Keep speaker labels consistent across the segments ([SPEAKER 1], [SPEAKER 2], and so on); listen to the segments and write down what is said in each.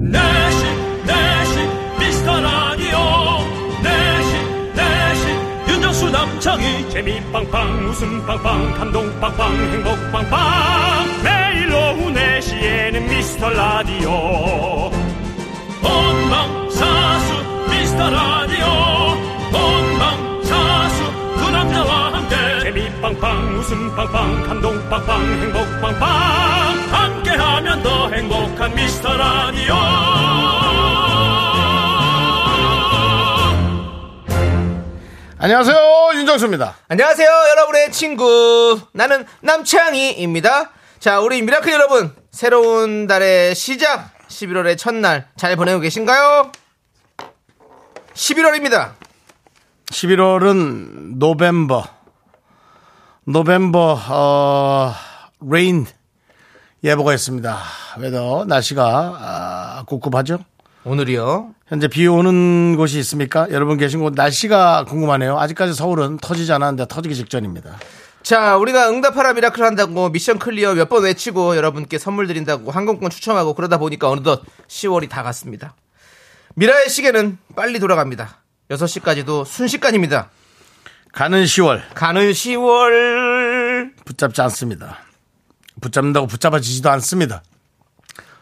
[SPEAKER 1] 내시 내시 미스터 라디오 내시 내시 윤정수 남창희
[SPEAKER 2] 재미 빵빵 웃음 빵빵 감동 빵빵 행복 빵빵 매일 오후 4시에는 미스터 라디오
[SPEAKER 1] 본방사수 미스터 라디오 본방사수 그 남자와 함께
[SPEAKER 2] 재미 빵빵 웃음 빵빵 감동 빵빵 행복 빵빵
[SPEAKER 1] 함께하면 더 행복한 미스터 라디오
[SPEAKER 3] 안녕하세요 윤정수입니다.
[SPEAKER 4] 안녕하세요, 여러분의 친구. 나는 남창희입니다. 자, 우리 미라클 여러분, 새로운 달의 시작, 11월의 첫날, 잘 보내고 계신가요? 11월입니다.
[SPEAKER 3] 11월은 노벰버 노벰버 어, 레인 예보가 있습니다. 웨더 날씨가 아, 꿉꿉하죠?
[SPEAKER 4] 오늘이요.
[SPEAKER 3] 현재 비 오는 곳이 있습니까? 여러분 계신 곳 날씨가 궁금하네요. 아직까지 서울은 터지지 않았는데 터지기 직전입니다.
[SPEAKER 4] 자, 우리가 응답하라 미라클 한다고 미션 클리어 몇 번 외치고 여러분께 선물 드린다고 항공권 추첨하고 그러다 보니까 어느덧 10월이 다 갔습니다. 미라의 시계는 빨리 돌아갑니다. 6시까지도 순식간입니다.
[SPEAKER 3] 가는 10월
[SPEAKER 4] 가는 10월.
[SPEAKER 3] 붙잡지 않습니다. 붙잡는다고 붙잡아지지도 않습니다.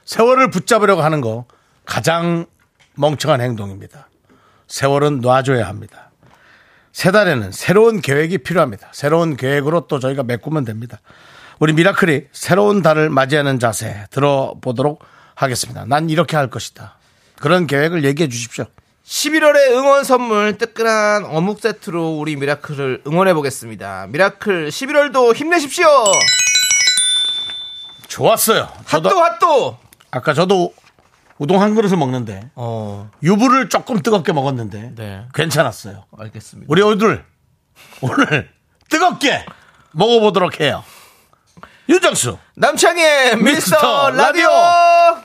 [SPEAKER 3] 세월을 붙잡으려고 하는 거 가장 멍청한 행동입니다. 세월은 놔줘야 합니다. 세 달에는 새로운 계획이 필요합니다. 새로운 계획으로 또 저희가 메꾸면 됩니다. 우리 미라클이 새로운 달을 맞이하는 자세 들어보도록 하겠습니다. 난 이렇게 할 것이다. 그런 계획을 얘기해 주십시오.
[SPEAKER 4] 11월의 응원 선물 뜨끈한 어묵 세트로 우리 미라클을 응원해 보겠습니다. 미라클 11월도 힘내십시오.
[SPEAKER 3] 좋았어요. 저도
[SPEAKER 4] 핫도 핫도.
[SPEAKER 3] 아까 저도 우동 한 그릇을 먹는데
[SPEAKER 4] 어,
[SPEAKER 3] 유부를 조금 뜨겁게 먹었는데
[SPEAKER 4] 네.
[SPEAKER 3] 괜찮았어요.
[SPEAKER 4] 알겠습니다.
[SPEAKER 3] 우리 오늘 오늘 뜨겁게 먹어보도록 해요. 윤정수
[SPEAKER 4] 남창의 미스터
[SPEAKER 3] 미스터
[SPEAKER 4] 라디오.
[SPEAKER 3] 라디오.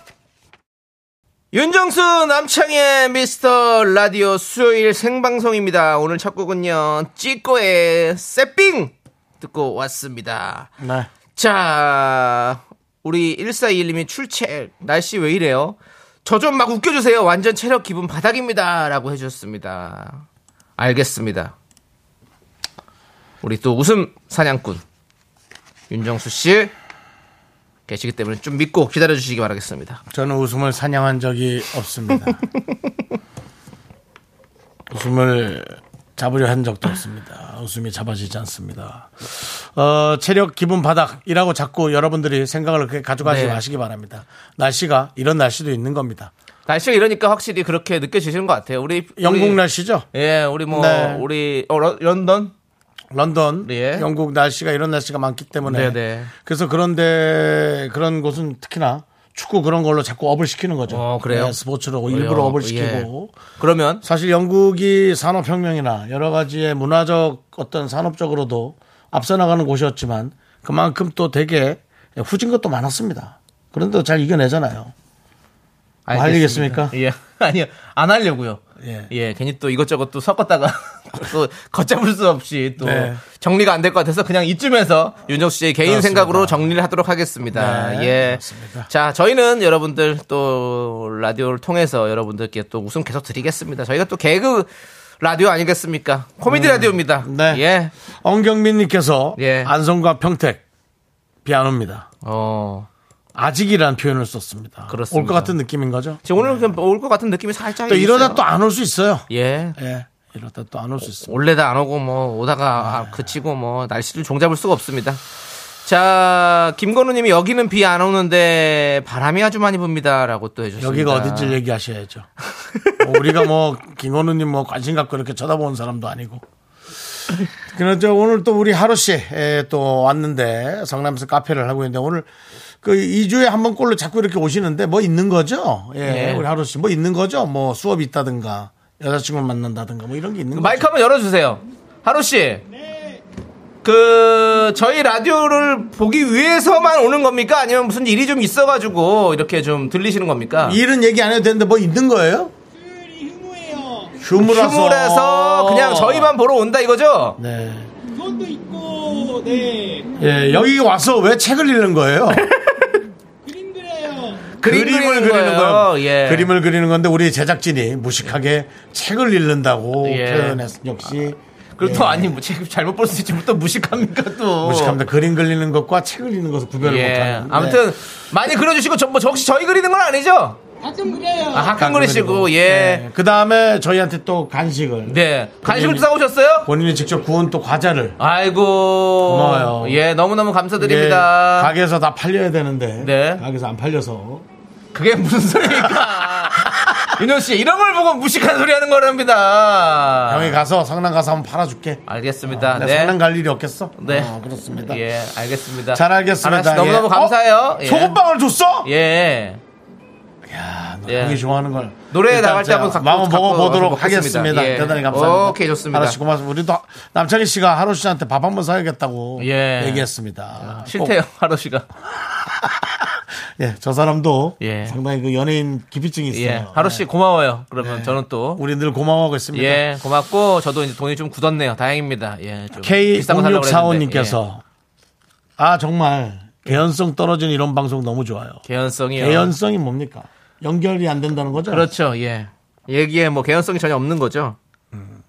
[SPEAKER 4] 윤정수 남창의 미스터 라디오 수요일 생방송입니다. 오늘 첫 곡은요. 찌꺼의 새삥 듣고 왔습니다.
[SPEAKER 3] 네.
[SPEAKER 4] 자, 우리 1421님이 출첵. 날씨 왜 이래요? 저 좀 막 웃겨주세요. 완전 체력 기분 바닥입니다. 라고 해주셨습니다. 알겠습니다. 우리 또 웃음 사냥꾼. 윤정수 씨. 계시기 때문에 좀 믿고 기다려주시기 바라겠습니다.
[SPEAKER 3] 저는 웃음을 사냥한 적이 없습니다. 웃음을 잡으려 한 적도 없습니다. 웃음이 잡아지지 않습니다. 어, 체력 기분 바닥이라고 자꾸 여러분들이 생각을 그렇게 가져가지
[SPEAKER 4] 네.
[SPEAKER 3] 마시기 바랍니다. 날씨가 이런 날씨도 있는 겁니다.
[SPEAKER 4] 날씨가 이러니까 확실히 그렇게 느껴지시는 것 같아요. 우리.
[SPEAKER 3] 영국
[SPEAKER 4] 우리-
[SPEAKER 3] 날씨죠?
[SPEAKER 4] 예, 우리 뭐,
[SPEAKER 3] 네.
[SPEAKER 4] 우리, 어, 런- 런던?
[SPEAKER 3] 런던,
[SPEAKER 4] 예.
[SPEAKER 3] 영국 날씨가 이런 날씨가 많기 때문에
[SPEAKER 4] 네네.
[SPEAKER 3] 그래서 그런데 그런 곳은 특히나 축구 그런 걸로 자꾸 업을 시키는 거죠.
[SPEAKER 4] 어, 그래요?
[SPEAKER 3] 네, 스포츠로 일부러 업을
[SPEAKER 4] 예.
[SPEAKER 3] 시키고
[SPEAKER 4] 그러면.
[SPEAKER 3] 사실 영국이 산업혁명이나 여러 가지의 문화적 어떤 산업적으로도 앞서 나가는 곳이었지만 그만큼 또 되게 후진 것도 많았습니다. 그런데 잘 이겨내잖아요.
[SPEAKER 4] 알겠습니다.
[SPEAKER 3] 뭐 알리겠습니까?
[SPEAKER 4] 예. 아니요. 안 하려고요. 예.
[SPEAKER 3] 예.
[SPEAKER 4] 괜히 또 이것저것 또 섞었다가 또 걷잡을 수 없이 또
[SPEAKER 3] 네.
[SPEAKER 4] 정리가 안 될 것 같아서 그냥 이쯤에서 윤정수 씨의 개인
[SPEAKER 3] 그렇습니다.
[SPEAKER 4] 생각으로 정리를 하도록 하겠습니다.
[SPEAKER 3] 네,
[SPEAKER 4] 예.
[SPEAKER 3] 그렇습니다.
[SPEAKER 4] 자, 저희는 여러분들 또 라디오를 통해서 여러분들께 또 웃음 계속 드리겠습니다. 저희가 또 개그 라디오 아니겠습니까? 코미디 라디오입니다.
[SPEAKER 3] 네.
[SPEAKER 4] 예.
[SPEAKER 3] 엉경민님께서
[SPEAKER 4] 예.
[SPEAKER 3] 안성과 평택 비 안 옵니다.
[SPEAKER 4] 어.
[SPEAKER 3] 아직이라는 표현을 썼습니다.
[SPEAKER 4] 그렇습니다.
[SPEAKER 3] 올 것 같은 느낌인 거죠?
[SPEAKER 4] 지금 오늘 그냥 올것 같은 느낌이 살짝
[SPEAKER 3] 또 이러다
[SPEAKER 4] 있어요.
[SPEAKER 3] 또 안 올 수 있어요.
[SPEAKER 4] 예.
[SPEAKER 3] 예. 이러다 또 안 올 수 있습니다.
[SPEAKER 4] 원래도 안 오고 뭐 오다가
[SPEAKER 3] 네.
[SPEAKER 4] 아, 그치고 뭐 날씨를 종잡을 수가 없습니다. 자, 김건우님이 여기는 비 안 오는데 바람이 아주 많이 붑니다라고 또 해주셨습니다.
[SPEAKER 3] 여기가 어딘지 얘기하셔야죠. 뭐 우리가 뭐 김건우님 뭐 관심 갖고 이렇게 쳐다보는 사람도 아니고. 그런데 오늘 또 우리 하루 예, 씨또 왔는데 성남에서 카페를 하고 있는데 오늘 그 2주에 한 번꼴로 자꾸 이렇게 오시는데 뭐 있는 거죠? 예.
[SPEAKER 4] 네.
[SPEAKER 3] 우리 하루 씨 뭐 있는 거죠? 뭐 수업이 있다든가 여자친구를 만난다든가 뭐 이런 게 있는 거죠.
[SPEAKER 4] 그 마이크 한번 열어주세요. 하루 씨. 그 저희 라디오를 보기 위해서만 오는 겁니까? 아니면 무슨 일이 좀 있어가지고 이렇게 좀 들리시는 겁니까?
[SPEAKER 3] 일은 얘기 안 해도 되는데 뭐 있는 거예요? 휴무예요. 휴무라서.
[SPEAKER 4] 휴무라서 그냥 저희만 보러 온다 이거죠?
[SPEAKER 3] 네. 그것도 있고, 네. 예, 여기 와서 왜 책을 읽는 거예요? 그림 그려요. 그림을
[SPEAKER 4] 그림 그리는
[SPEAKER 3] 그리는
[SPEAKER 4] 거예요.
[SPEAKER 3] 거
[SPEAKER 4] 예.
[SPEAKER 3] 그림을 그리는 건데 우리 제작진이 무식하게 책을 읽는다고
[SPEAKER 4] 예.
[SPEAKER 3] 표현했 역시 예.
[SPEAKER 4] 그리고 또 아니 뭐 지금 잘못 볼 수 있지 뭐 또 무식합니까 또
[SPEAKER 3] 무식합니다. 그림 그리는 것과 책을 읽는 것을 구별을
[SPEAKER 4] 예.
[SPEAKER 3] 못하는. 네.
[SPEAKER 4] 아무튼 많이 그려주시고 저, 뭐, 저 혹시 저희 그리는 건 아니죠? 가끔 그려요. 아, 가끔 그리시고 예.
[SPEAKER 3] 그 다음에 저희한테 또 간식을.
[SPEAKER 4] 네. 간식을
[SPEAKER 3] 본인이-
[SPEAKER 4] 싸오셨어요?
[SPEAKER 3] 본인이 직접 구운 또 과자를.
[SPEAKER 4] 아이고.
[SPEAKER 3] 고마워요. 예.
[SPEAKER 4] 예, 너무너무
[SPEAKER 3] 이게
[SPEAKER 4] 감사드립니다.
[SPEAKER 3] 가게에서 다 팔려야 되는데.
[SPEAKER 4] 네.
[SPEAKER 3] 가게에서 안 팔려서.
[SPEAKER 4] 그게 무슨 소리입니까? 윤호 씨, 이런 걸 보고 무식한 소리 하는 거랍니다.
[SPEAKER 3] 형이 가서 성남 가서 한번 팔아줄게.
[SPEAKER 4] 알겠습니다.
[SPEAKER 3] 나
[SPEAKER 4] 네.
[SPEAKER 3] 성남 갈 일이 없겠어?
[SPEAKER 4] 네.
[SPEAKER 3] 어, 그렇습니다.
[SPEAKER 4] 예, 알겠습니다.
[SPEAKER 3] 잘 알겠습니다.
[SPEAKER 4] 하나 씨 너무너무
[SPEAKER 3] 예.
[SPEAKER 4] 감사해요.
[SPEAKER 3] 어?
[SPEAKER 4] 예.
[SPEAKER 3] 소금빵을 줬어?
[SPEAKER 4] 예.
[SPEAKER 3] 야, 너
[SPEAKER 4] 예.
[SPEAKER 3] 형이 좋아하는 걸.
[SPEAKER 4] 노래
[SPEAKER 3] 일단
[SPEAKER 4] 나갈 때
[SPEAKER 3] 자,
[SPEAKER 4] 한번 갖고-
[SPEAKER 3] 마음
[SPEAKER 4] 갖고
[SPEAKER 3] 먹어보도록
[SPEAKER 4] 가서 먹겠습니다.
[SPEAKER 3] 하겠습니다.
[SPEAKER 4] 예.
[SPEAKER 3] 대단히 감사합니다.
[SPEAKER 4] 오케이, 좋습니다.
[SPEAKER 3] 하나씨 고맙습니다. 우리도 남창희 씨가 하루 씨한테 밥 한 번 사야겠다고
[SPEAKER 4] 예.
[SPEAKER 3] 얘기했습니다.
[SPEAKER 4] 싫대요, 하루 씨가.
[SPEAKER 3] 꼭, 예, 저 사람도
[SPEAKER 4] 예.
[SPEAKER 3] 상당히 그 연예인 기피증이 있어요.
[SPEAKER 4] 예. 하루 씨 고마워요. 그러면
[SPEAKER 3] 네.
[SPEAKER 4] 저는 또
[SPEAKER 3] 우리 늘 고마워하고 있습니다.
[SPEAKER 4] 예, 고맙고 저도 이제 돈이 좀 굳었네요. 다행입니다. 예, 좀 비싼 거 살려고 그랬는데. 예.
[SPEAKER 3] K0645님께서 아 정말 개연성 떨어진 이런 방송 너무 좋아요.
[SPEAKER 4] 개연성이요.
[SPEAKER 3] 개연성이 뭡니까? 연결이 안 된다는 거죠?
[SPEAKER 4] 예. 그렇죠. 예. 얘기에 뭐 개연성이 전혀 없는 거죠.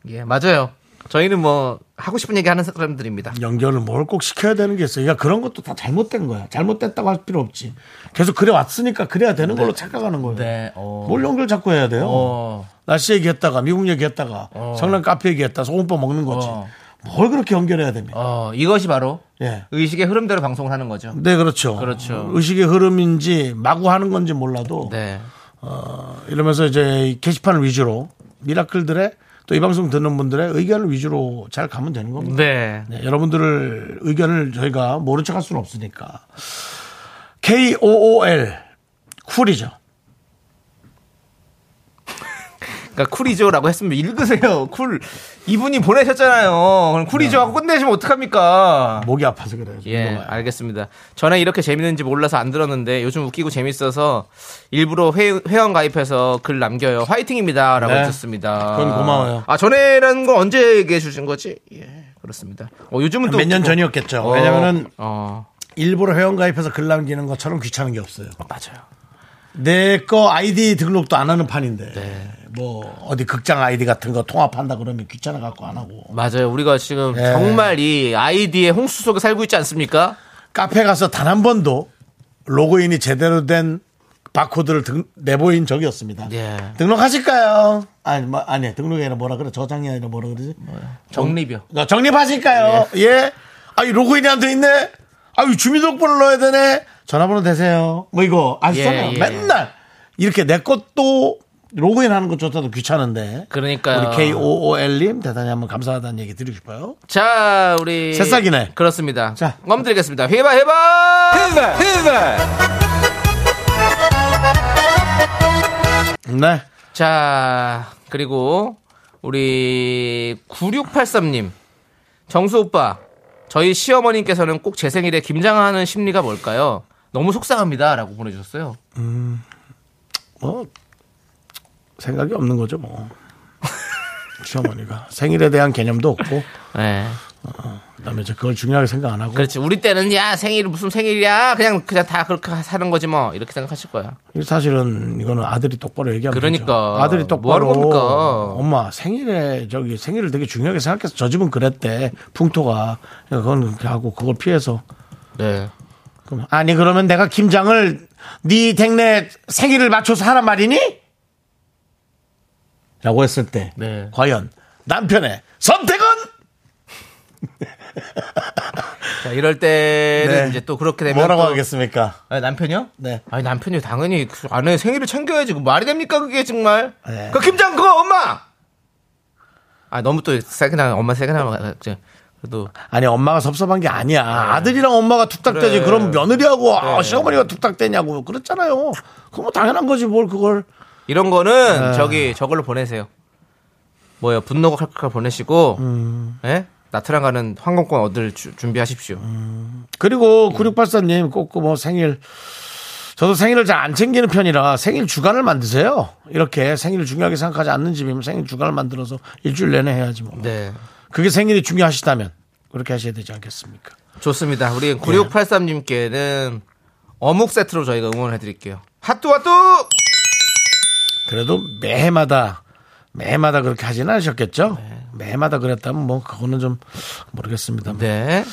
[SPEAKER 4] 예, 맞아요. 저희는 뭐 하고 싶은 얘기 하는 사람들입니다.
[SPEAKER 3] 연결을 뭘 꼭 시켜야 되는 게 있어요. 그러니까 그런 것도 다 잘못된 거야. 잘못됐다고 할 필요 없지. 계속 그래 왔으니까 그래야 되는 걸로 착각하는 거예요.
[SPEAKER 4] 네. 어.
[SPEAKER 3] 뭘 연결 자꾸 해야 돼요?
[SPEAKER 4] 어.
[SPEAKER 3] 날씨 얘기했다가 미국 얘기했다가 성남 카페 얘기했다 소금밥 먹는 거지.
[SPEAKER 4] 어.
[SPEAKER 3] 뭘 그렇게 연결해야 됩니까?
[SPEAKER 4] 어, 이것이 바로
[SPEAKER 3] 예.
[SPEAKER 4] 의식의 흐름대로 방송을 하는 거죠.
[SPEAKER 3] 네 그렇죠.
[SPEAKER 4] 어. 그렇죠.
[SPEAKER 3] 의식의 흐름인지 마구 하는 건지 몰라도 어,
[SPEAKER 4] 네.
[SPEAKER 3] 이러면서 이제 이 게시판을 위주로 미라클들의 또 이 방송 듣는 분들의 의견을 위주로 잘 가면 되는 겁니다.
[SPEAKER 4] 네.
[SPEAKER 3] 네, 여러분들을 의견을 저희가 모른 척할 수는 없으니까 KOOL 쿨이죠.
[SPEAKER 4] 그러니까 쿨이죠라고 했으면 읽으세요. 쿨 이분이 보내셨잖아요. 그럼 쿨이죠 하고 끝내시면 어떡합니까?
[SPEAKER 3] 목이 아파서 그래요. 네.
[SPEAKER 4] 예,
[SPEAKER 3] 넘어가요.
[SPEAKER 4] 알겠습니다. 전에 이렇게 재밌는지 몰라서 안 들었는데 요즘 웃기고 재밌어서 일부러 회, 회원 가입해서 글 남겨요. 화이팅입니다라고
[SPEAKER 3] 네.
[SPEAKER 4] 해주셨습니다.
[SPEAKER 3] 그건 고마워요.
[SPEAKER 4] 아 전에라는 건 언제 얘기해 주신 거지? 예, 그렇습니다. 어, 요즘은 또
[SPEAKER 3] 아, 몇년
[SPEAKER 4] 웃기고.
[SPEAKER 3] 전이었겠죠.
[SPEAKER 4] 어,
[SPEAKER 3] 왜냐면은
[SPEAKER 4] 어
[SPEAKER 3] 일부러 회원 가입해서 글 남기는 것처럼 귀찮은 게 없어요.
[SPEAKER 4] 맞아요.
[SPEAKER 3] 내 거 아이디 등록도 안 하는 판인데
[SPEAKER 4] 네.
[SPEAKER 3] 뭐 어디 극장 아이디 같은 거 통합한다 그러면 귀찮아 갖고 안 하고
[SPEAKER 4] 맞아요. 우리가 지금
[SPEAKER 3] 예.
[SPEAKER 4] 정말 이 아이디의 홍수 속에 살고 있지 않습니까?
[SPEAKER 3] 카페 가서 단 한 번도 로그인이 제대로 된 바코드를 등- 내보인 적이 없습니다.
[SPEAKER 4] 예.
[SPEAKER 3] 등록하실까요? 아니, 뭐, 아니, 등록이 아니라 뭐라 그래? 저장이 아니라 뭐라 그러지?
[SPEAKER 4] 정립이요.
[SPEAKER 3] 어, 정립하실까요? 예. 아이, 로그인이 안 돼 있네? 아유, 주민등록번호 넣어야 되네? 전화번호 되세요. 뭐 이거 아시잖아요.
[SPEAKER 4] 예, 예.
[SPEAKER 3] 맨날 이렇게 내 것도 로그인 하는 것조차도 귀찮은데.
[SPEAKER 4] 그러니까요.
[SPEAKER 3] 우리 KOOL님 대단히 한번 감사하다는 얘기 드리고 싶어요.
[SPEAKER 4] 자, 우리
[SPEAKER 3] 새싹이네.
[SPEAKER 4] 그렇습니다.
[SPEAKER 3] 자.
[SPEAKER 4] 자, 껌 드리겠습니다. 해봐, 해봐. 해봐, 해봐.
[SPEAKER 3] 네.
[SPEAKER 4] 자, 그리고 우리 9683님. 정수 오빠. 저희 시어머님께서는 꼭 제 생일에 김장하는 심리가 뭘까요? 너무 속상합니다라고 보내 주셨어요.
[SPEAKER 3] 뭐, 생각이 없는 거죠, 뭐. 시어머니가 생일에 대한 개념도 없고
[SPEAKER 4] 네.
[SPEAKER 3] 그다음에 이제 그걸 중요하게 생각 안 하고
[SPEAKER 4] 그렇지. 우리 때는 야, 생일 무슨 생일이야? 그냥 그냥 다 그렇게 사는 거지 뭐. 이렇게 생각하실 거야.
[SPEAKER 3] 이거 사실은 이거는 아들이 똑바로 얘기하면
[SPEAKER 4] 그러니까.
[SPEAKER 3] 되죠. 아들이 똑바로
[SPEAKER 4] 뭐하러 겁니까?
[SPEAKER 3] 엄마 생일에 저기 생일을 되게 중요하게 생각해서 저 집은 그랬대 풍토가 그러니까 그건 그렇게 하고 그걸 피해서
[SPEAKER 4] 네.
[SPEAKER 3] 그럼 아니 그러면 내가 김장을 네 댁내 생일을 맞춰서 하란 말이니? 라고 했을 때
[SPEAKER 4] 네.
[SPEAKER 3] 과연 남편의 선택은
[SPEAKER 4] 자, 이럴 때는
[SPEAKER 3] 네.
[SPEAKER 4] 이제 또 그렇게 되면
[SPEAKER 3] 뭐라고
[SPEAKER 4] 또-
[SPEAKER 3] 하겠습니까?
[SPEAKER 4] 아, 남편이요?
[SPEAKER 3] 네.
[SPEAKER 4] 아니 남편이 당연히 그 아내 생일을 챙겨야지 그 말이 됩니까 그게 정말
[SPEAKER 3] 네.
[SPEAKER 4] 그 김장 그거 엄마 아 너무 또 세게 나 엄마 세게 나면 그래도
[SPEAKER 3] 아니 엄마가 섭섭한 게 아니야. 아들이랑 엄마가 툭닥대지
[SPEAKER 4] 네. 그래. 네.
[SPEAKER 3] 그럼 며느리하고 아, 시어머니가 툭닥대냐고 그랬잖아요. 그거 뭐 당연한 거지 뭘 그걸
[SPEAKER 4] 이런 거는 저기 저걸로 보내세요 뭐요 분노가 칼칼 보내시고 예 나트랑 가는 항공권 얻을 주- 준비하십시오
[SPEAKER 3] 그리고 9684님 꼭 뭐 생일 저도 생일을 잘 안 챙기는 편이라 생일 주간을 만드세요. 이렇게 생일을 중요하게 생각하지 않는 집이면 생일 주간을 만들어서 일주일 내내 해야지 뭐.
[SPEAKER 4] 네
[SPEAKER 3] 그게 생일이 중요하시다면 그렇게 하셔야 되지 않겠습니까?
[SPEAKER 4] 좋습니다 우리 9683님께는 어묵 세트로 저희가 응원해 드릴게요. 핫뚜핫뚜!
[SPEAKER 3] 그래도 매해마다 매해마다 그렇게 하진 않으셨겠죠? 매해마다 그랬다면 뭐 그거는 좀 모르겠습니다. 만
[SPEAKER 4] 네. 네.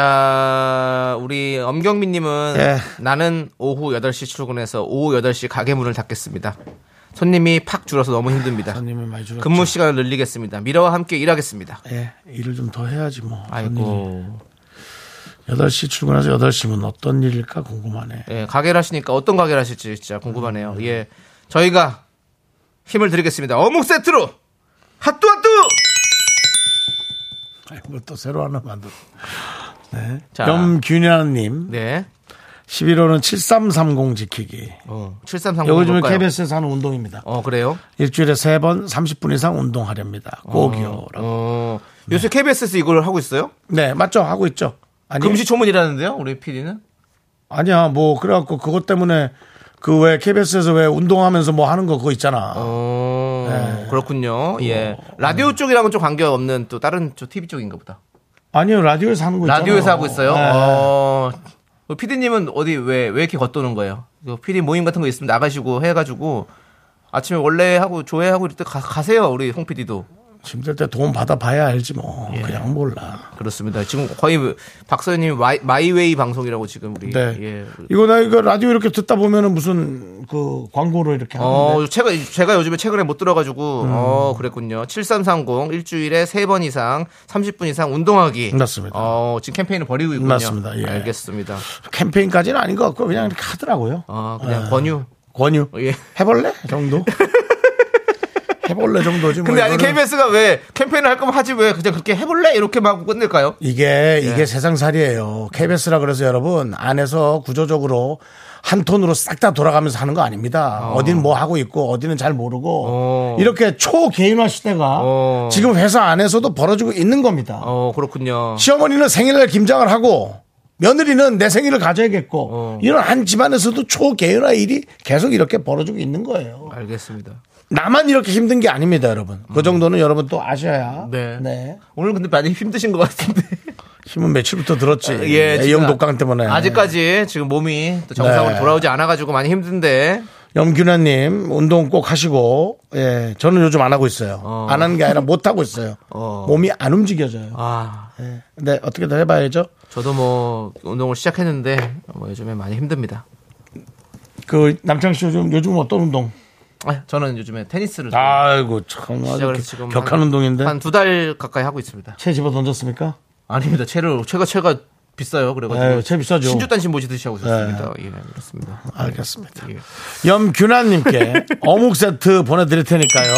[SPEAKER 4] 자, 우리 엄경민님은
[SPEAKER 3] 예.
[SPEAKER 4] 나는 오후 8시 출근해서 오후 8시 가게 문을 닫겠습니다. 손님이 팍 줄어서 너무 힘듭니다.
[SPEAKER 3] 손님이 많이 줄었죠.
[SPEAKER 4] 근무 시간을 늘리겠습니다. 미라와 함께 일하겠습니다.
[SPEAKER 3] 예, 일을 좀 더 해야지 뭐.
[SPEAKER 4] 아이고.
[SPEAKER 3] 8시 출근해서 8시면 어떤 일일까 궁금하네.
[SPEAKER 4] 예, 가게를 하시니까 어떤 가게를 하실지 진짜 궁금하네요.
[SPEAKER 3] 음.
[SPEAKER 4] 예. 저희가 힘을 드리겠습니다. 어묵 세트로! 핫뚜핫뚜!
[SPEAKER 3] 아이고, 또 새로 하나 만들어. 네.
[SPEAKER 4] 자.
[SPEAKER 3] 염균현님,
[SPEAKER 4] 네.
[SPEAKER 3] 11월은 7330 지키기.
[SPEAKER 4] 어, 7330.
[SPEAKER 3] 요즘은
[SPEAKER 4] 볼까요?
[SPEAKER 3] KBS에서 하는 운동입니다.
[SPEAKER 4] 어, 그래요?
[SPEAKER 3] 일주일에 세 번 30분 이상 운동하렵니다. 꼭이요. 라고.
[SPEAKER 4] 어. 요새 KBS에서 이걸 하고 있어요?
[SPEAKER 3] 네, 맞죠? 하고 있죠. 아니,
[SPEAKER 4] 금시초문이라는데요, 우리 PD는?
[SPEAKER 3] 아니야. 뭐, 그래갖고 그것 때문에 그 왜 KBS에서 왜 운동하면서 뭐 하는 거 그거 있잖아.
[SPEAKER 4] 어, 그렇군요. 예.
[SPEAKER 3] 어.
[SPEAKER 4] 라디오 쪽이랑은 좀 관계없는 또 다른 저 TV 쪽인가 보다.
[SPEAKER 3] 아니요. 라디오에서 하는 거뭐 있잖아.
[SPEAKER 4] 라디오에서 하고 있어요.
[SPEAKER 3] 네.
[SPEAKER 4] 어. 피디님은 어디 왜 왜 이렇게 겉도는 거예요? 이거 피디 모임 같은 거 있으면 나가시고 해가지고 아침에 원래 하고 조회하고 이럴 때 가, 가세요 우리 홍 PD도
[SPEAKER 3] 힘들 때 도움 받아봐야 알지 뭐.
[SPEAKER 4] 예.
[SPEAKER 3] 그냥 몰라.
[SPEAKER 4] 그렇습니다. 지금 거의 박서연님 마이웨이 방송이라고 지금 우리
[SPEAKER 3] 네.
[SPEAKER 4] 예.
[SPEAKER 3] 이거 나 이거 라디오 이렇게 듣다 보면은 무슨 그 광고로 이렇게 하는데
[SPEAKER 4] 어, 제가, 제가 요즘에 최근에 못 들어가지고,
[SPEAKER 3] 음.
[SPEAKER 4] 어, 그랬군요. 7330, 일주일에 세 번 이상, 30분 이상 운동하기.
[SPEAKER 3] 맞습니다.
[SPEAKER 4] 어, 지금 캠페인을 벌이고 있군요.
[SPEAKER 3] 맞습니다. 예.
[SPEAKER 4] 알겠습니다.
[SPEAKER 3] 캠페인까지는 아닌 것 같고 그냥 이렇게 하더라고요.
[SPEAKER 4] 어, 그냥
[SPEAKER 3] 아.
[SPEAKER 4] 권유.
[SPEAKER 3] 권유.
[SPEAKER 4] 예.
[SPEAKER 3] 해볼래 정도. 해볼래 정도지. 뭐
[SPEAKER 4] 근데 아니,
[SPEAKER 3] 이거는.
[SPEAKER 4] KBS가 왜 캠페인을 할 거면 하지 왜 그냥 그렇게 해볼래? 이렇게 막 끝낼까요?
[SPEAKER 3] 이게
[SPEAKER 4] 예.
[SPEAKER 3] 이게 세상살이에요. KBS라 그래서 여러분 안에서 구조적으로 한 톤으로 싹 다 돌아가면서 하는 거 아닙니다. 어. 딘뭐 하고 있고 어디는 잘 모르고
[SPEAKER 4] 어.
[SPEAKER 3] 이렇게 초 개인화 시대가
[SPEAKER 4] 어.
[SPEAKER 3] 지금 회사 안에서도 벌어지고 있는 겁니다.
[SPEAKER 4] 어, 그렇군요.
[SPEAKER 3] 시어머니는 생일날 김장을 하고 며느리는 내 생일을 가져야겠고
[SPEAKER 4] 어.
[SPEAKER 3] 이런 한 집안에서도 초계열화 일이 계속 이렇게 벌어지고 있는 거예요.
[SPEAKER 4] 알겠습니다.
[SPEAKER 3] 나만 이렇게 힘든 게 아닙니다, 여러분. 그 정도는 여러분 또 아셔야.
[SPEAKER 4] 음. 네. 오늘 근데 많이 힘드신 것 같은데.
[SPEAKER 3] 힘은 며칠부터 들었지.
[SPEAKER 4] 예,
[SPEAKER 3] 애용
[SPEAKER 4] 지금
[SPEAKER 3] 독강 때문에.
[SPEAKER 4] 아직까지 지금 몸이 또 정상으로
[SPEAKER 3] 네.
[SPEAKER 4] 돌아오지 않아가지고 많이 힘든데.
[SPEAKER 3] 염균아님 운동 꼭 하시고. 예, 저는 요즘 안 하고 있어요.
[SPEAKER 4] 어.
[SPEAKER 3] 안 하는 게 아니라 못 하고 있어요.
[SPEAKER 4] 어.
[SPEAKER 3] 몸이 안 움직여져요.
[SPEAKER 4] 아,
[SPEAKER 3] 예. 근데 어떻게든 해봐야죠.
[SPEAKER 4] 저도 뭐 운동을 시작했는데 뭐 요즘에 많이 힘듭니다.
[SPEAKER 3] 그 남창 씨 요즘 요즘 어떤 운동?
[SPEAKER 4] 아, 저는 요즘에 테니스를
[SPEAKER 3] 아이고 참
[SPEAKER 4] 좀
[SPEAKER 3] 아주
[SPEAKER 4] 시작을
[SPEAKER 3] 격-
[SPEAKER 4] 해서 지금
[SPEAKER 3] 격한 운동인데.
[SPEAKER 4] 한 두 달 가까이 하고 있습니다.
[SPEAKER 3] 채 집어 던졌습니까?
[SPEAKER 4] 아닙니다. 채를 채가 채가 비싸요. 그래가지고
[SPEAKER 3] 아유, 채 비싸죠.
[SPEAKER 4] 네, 신주단 신보시듯이 하고 있습니다. 예, 그렇습니다.
[SPEAKER 3] 알겠습니다.
[SPEAKER 4] 예.
[SPEAKER 3] 염균아님께 어묵 세트 보내드릴 테니까요.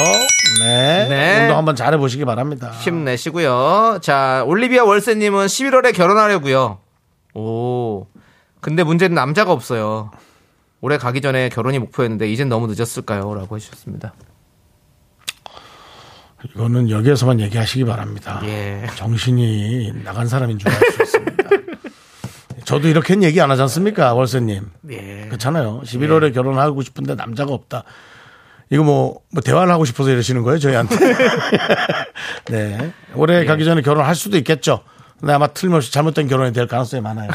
[SPEAKER 3] 네.
[SPEAKER 4] 네.
[SPEAKER 3] 운동 한번 잘해보시기 바랍니다.
[SPEAKER 4] 힘내시고요. 자, 올리비아 월세님은 11월에 결혼하려고요. 오, 근데 문제는 남자가 없어요. 올해 가기 전에 결혼이 목표였는데 이젠 너무 늦었을까요?라고 해주셨습니다.
[SPEAKER 3] 이거는 여기에서만 얘기하시기 바랍니다.
[SPEAKER 4] 예.
[SPEAKER 3] 정신이 나간 사람인 줄 알 수 있습니다. 저도 이렇게는 얘기 안 하지 않습니까, 월세님.
[SPEAKER 4] 예.
[SPEAKER 3] 그렇잖아요. 11월에 결혼하고 싶은데 남자가 없다. 이거 뭐, 뭐 대화를 하고 싶어서 이러시는 거예요, 저희한테. 네. 올해
[SPEAKER 4] 예.
[SPEAKER 3] 가기 전에 결혼할 수도 있겠죠. 근데 아마 틀림없이 잘못된 결혼이 될 가능성이 많아요.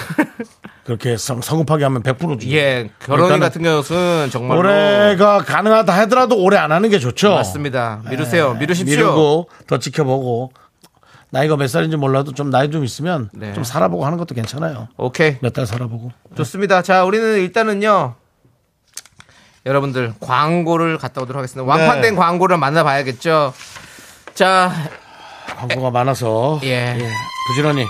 [SPEAKER 3] 그렇게 성, 성급하게 하면 100% 주죠.
[SPEAKER 4] 예, 결혼
[SPEAKER 3] 일단은
[SPEAKER 4] 같은 경우는 정말로
[SPEAKER 3] 올해가 가능하다 하더라도 올해 안 하는 게 좋죠.
[SPEAKER 4] 맞습니다. 미루세요. 어. 네. 미루십시오.
[SPEAKER 3] 네. 미루고 더 지켜보고 나이가 몇 살인지 몰라도 좀 나이 좀 있으면
[SPEAKER 4] 네.
[SPEAKER 3] 좀 살아보고 하는 것도 괜찮아요.
[SPEAKER 4] 오케이.
[SPEAKER 3] 몇 달 살아보고.
[SPEAKER 4] 좋습니다. 자, 우리는 일단은요. 여러분들 광고를 갔다 오도록 하겠습니다. 완판된 광고를 만나봐야겠죠. 자,
[SPEAKER 3] 광고가 많아서
[SPEAKER 4] 예.
[SPEAKER 3] 부지런히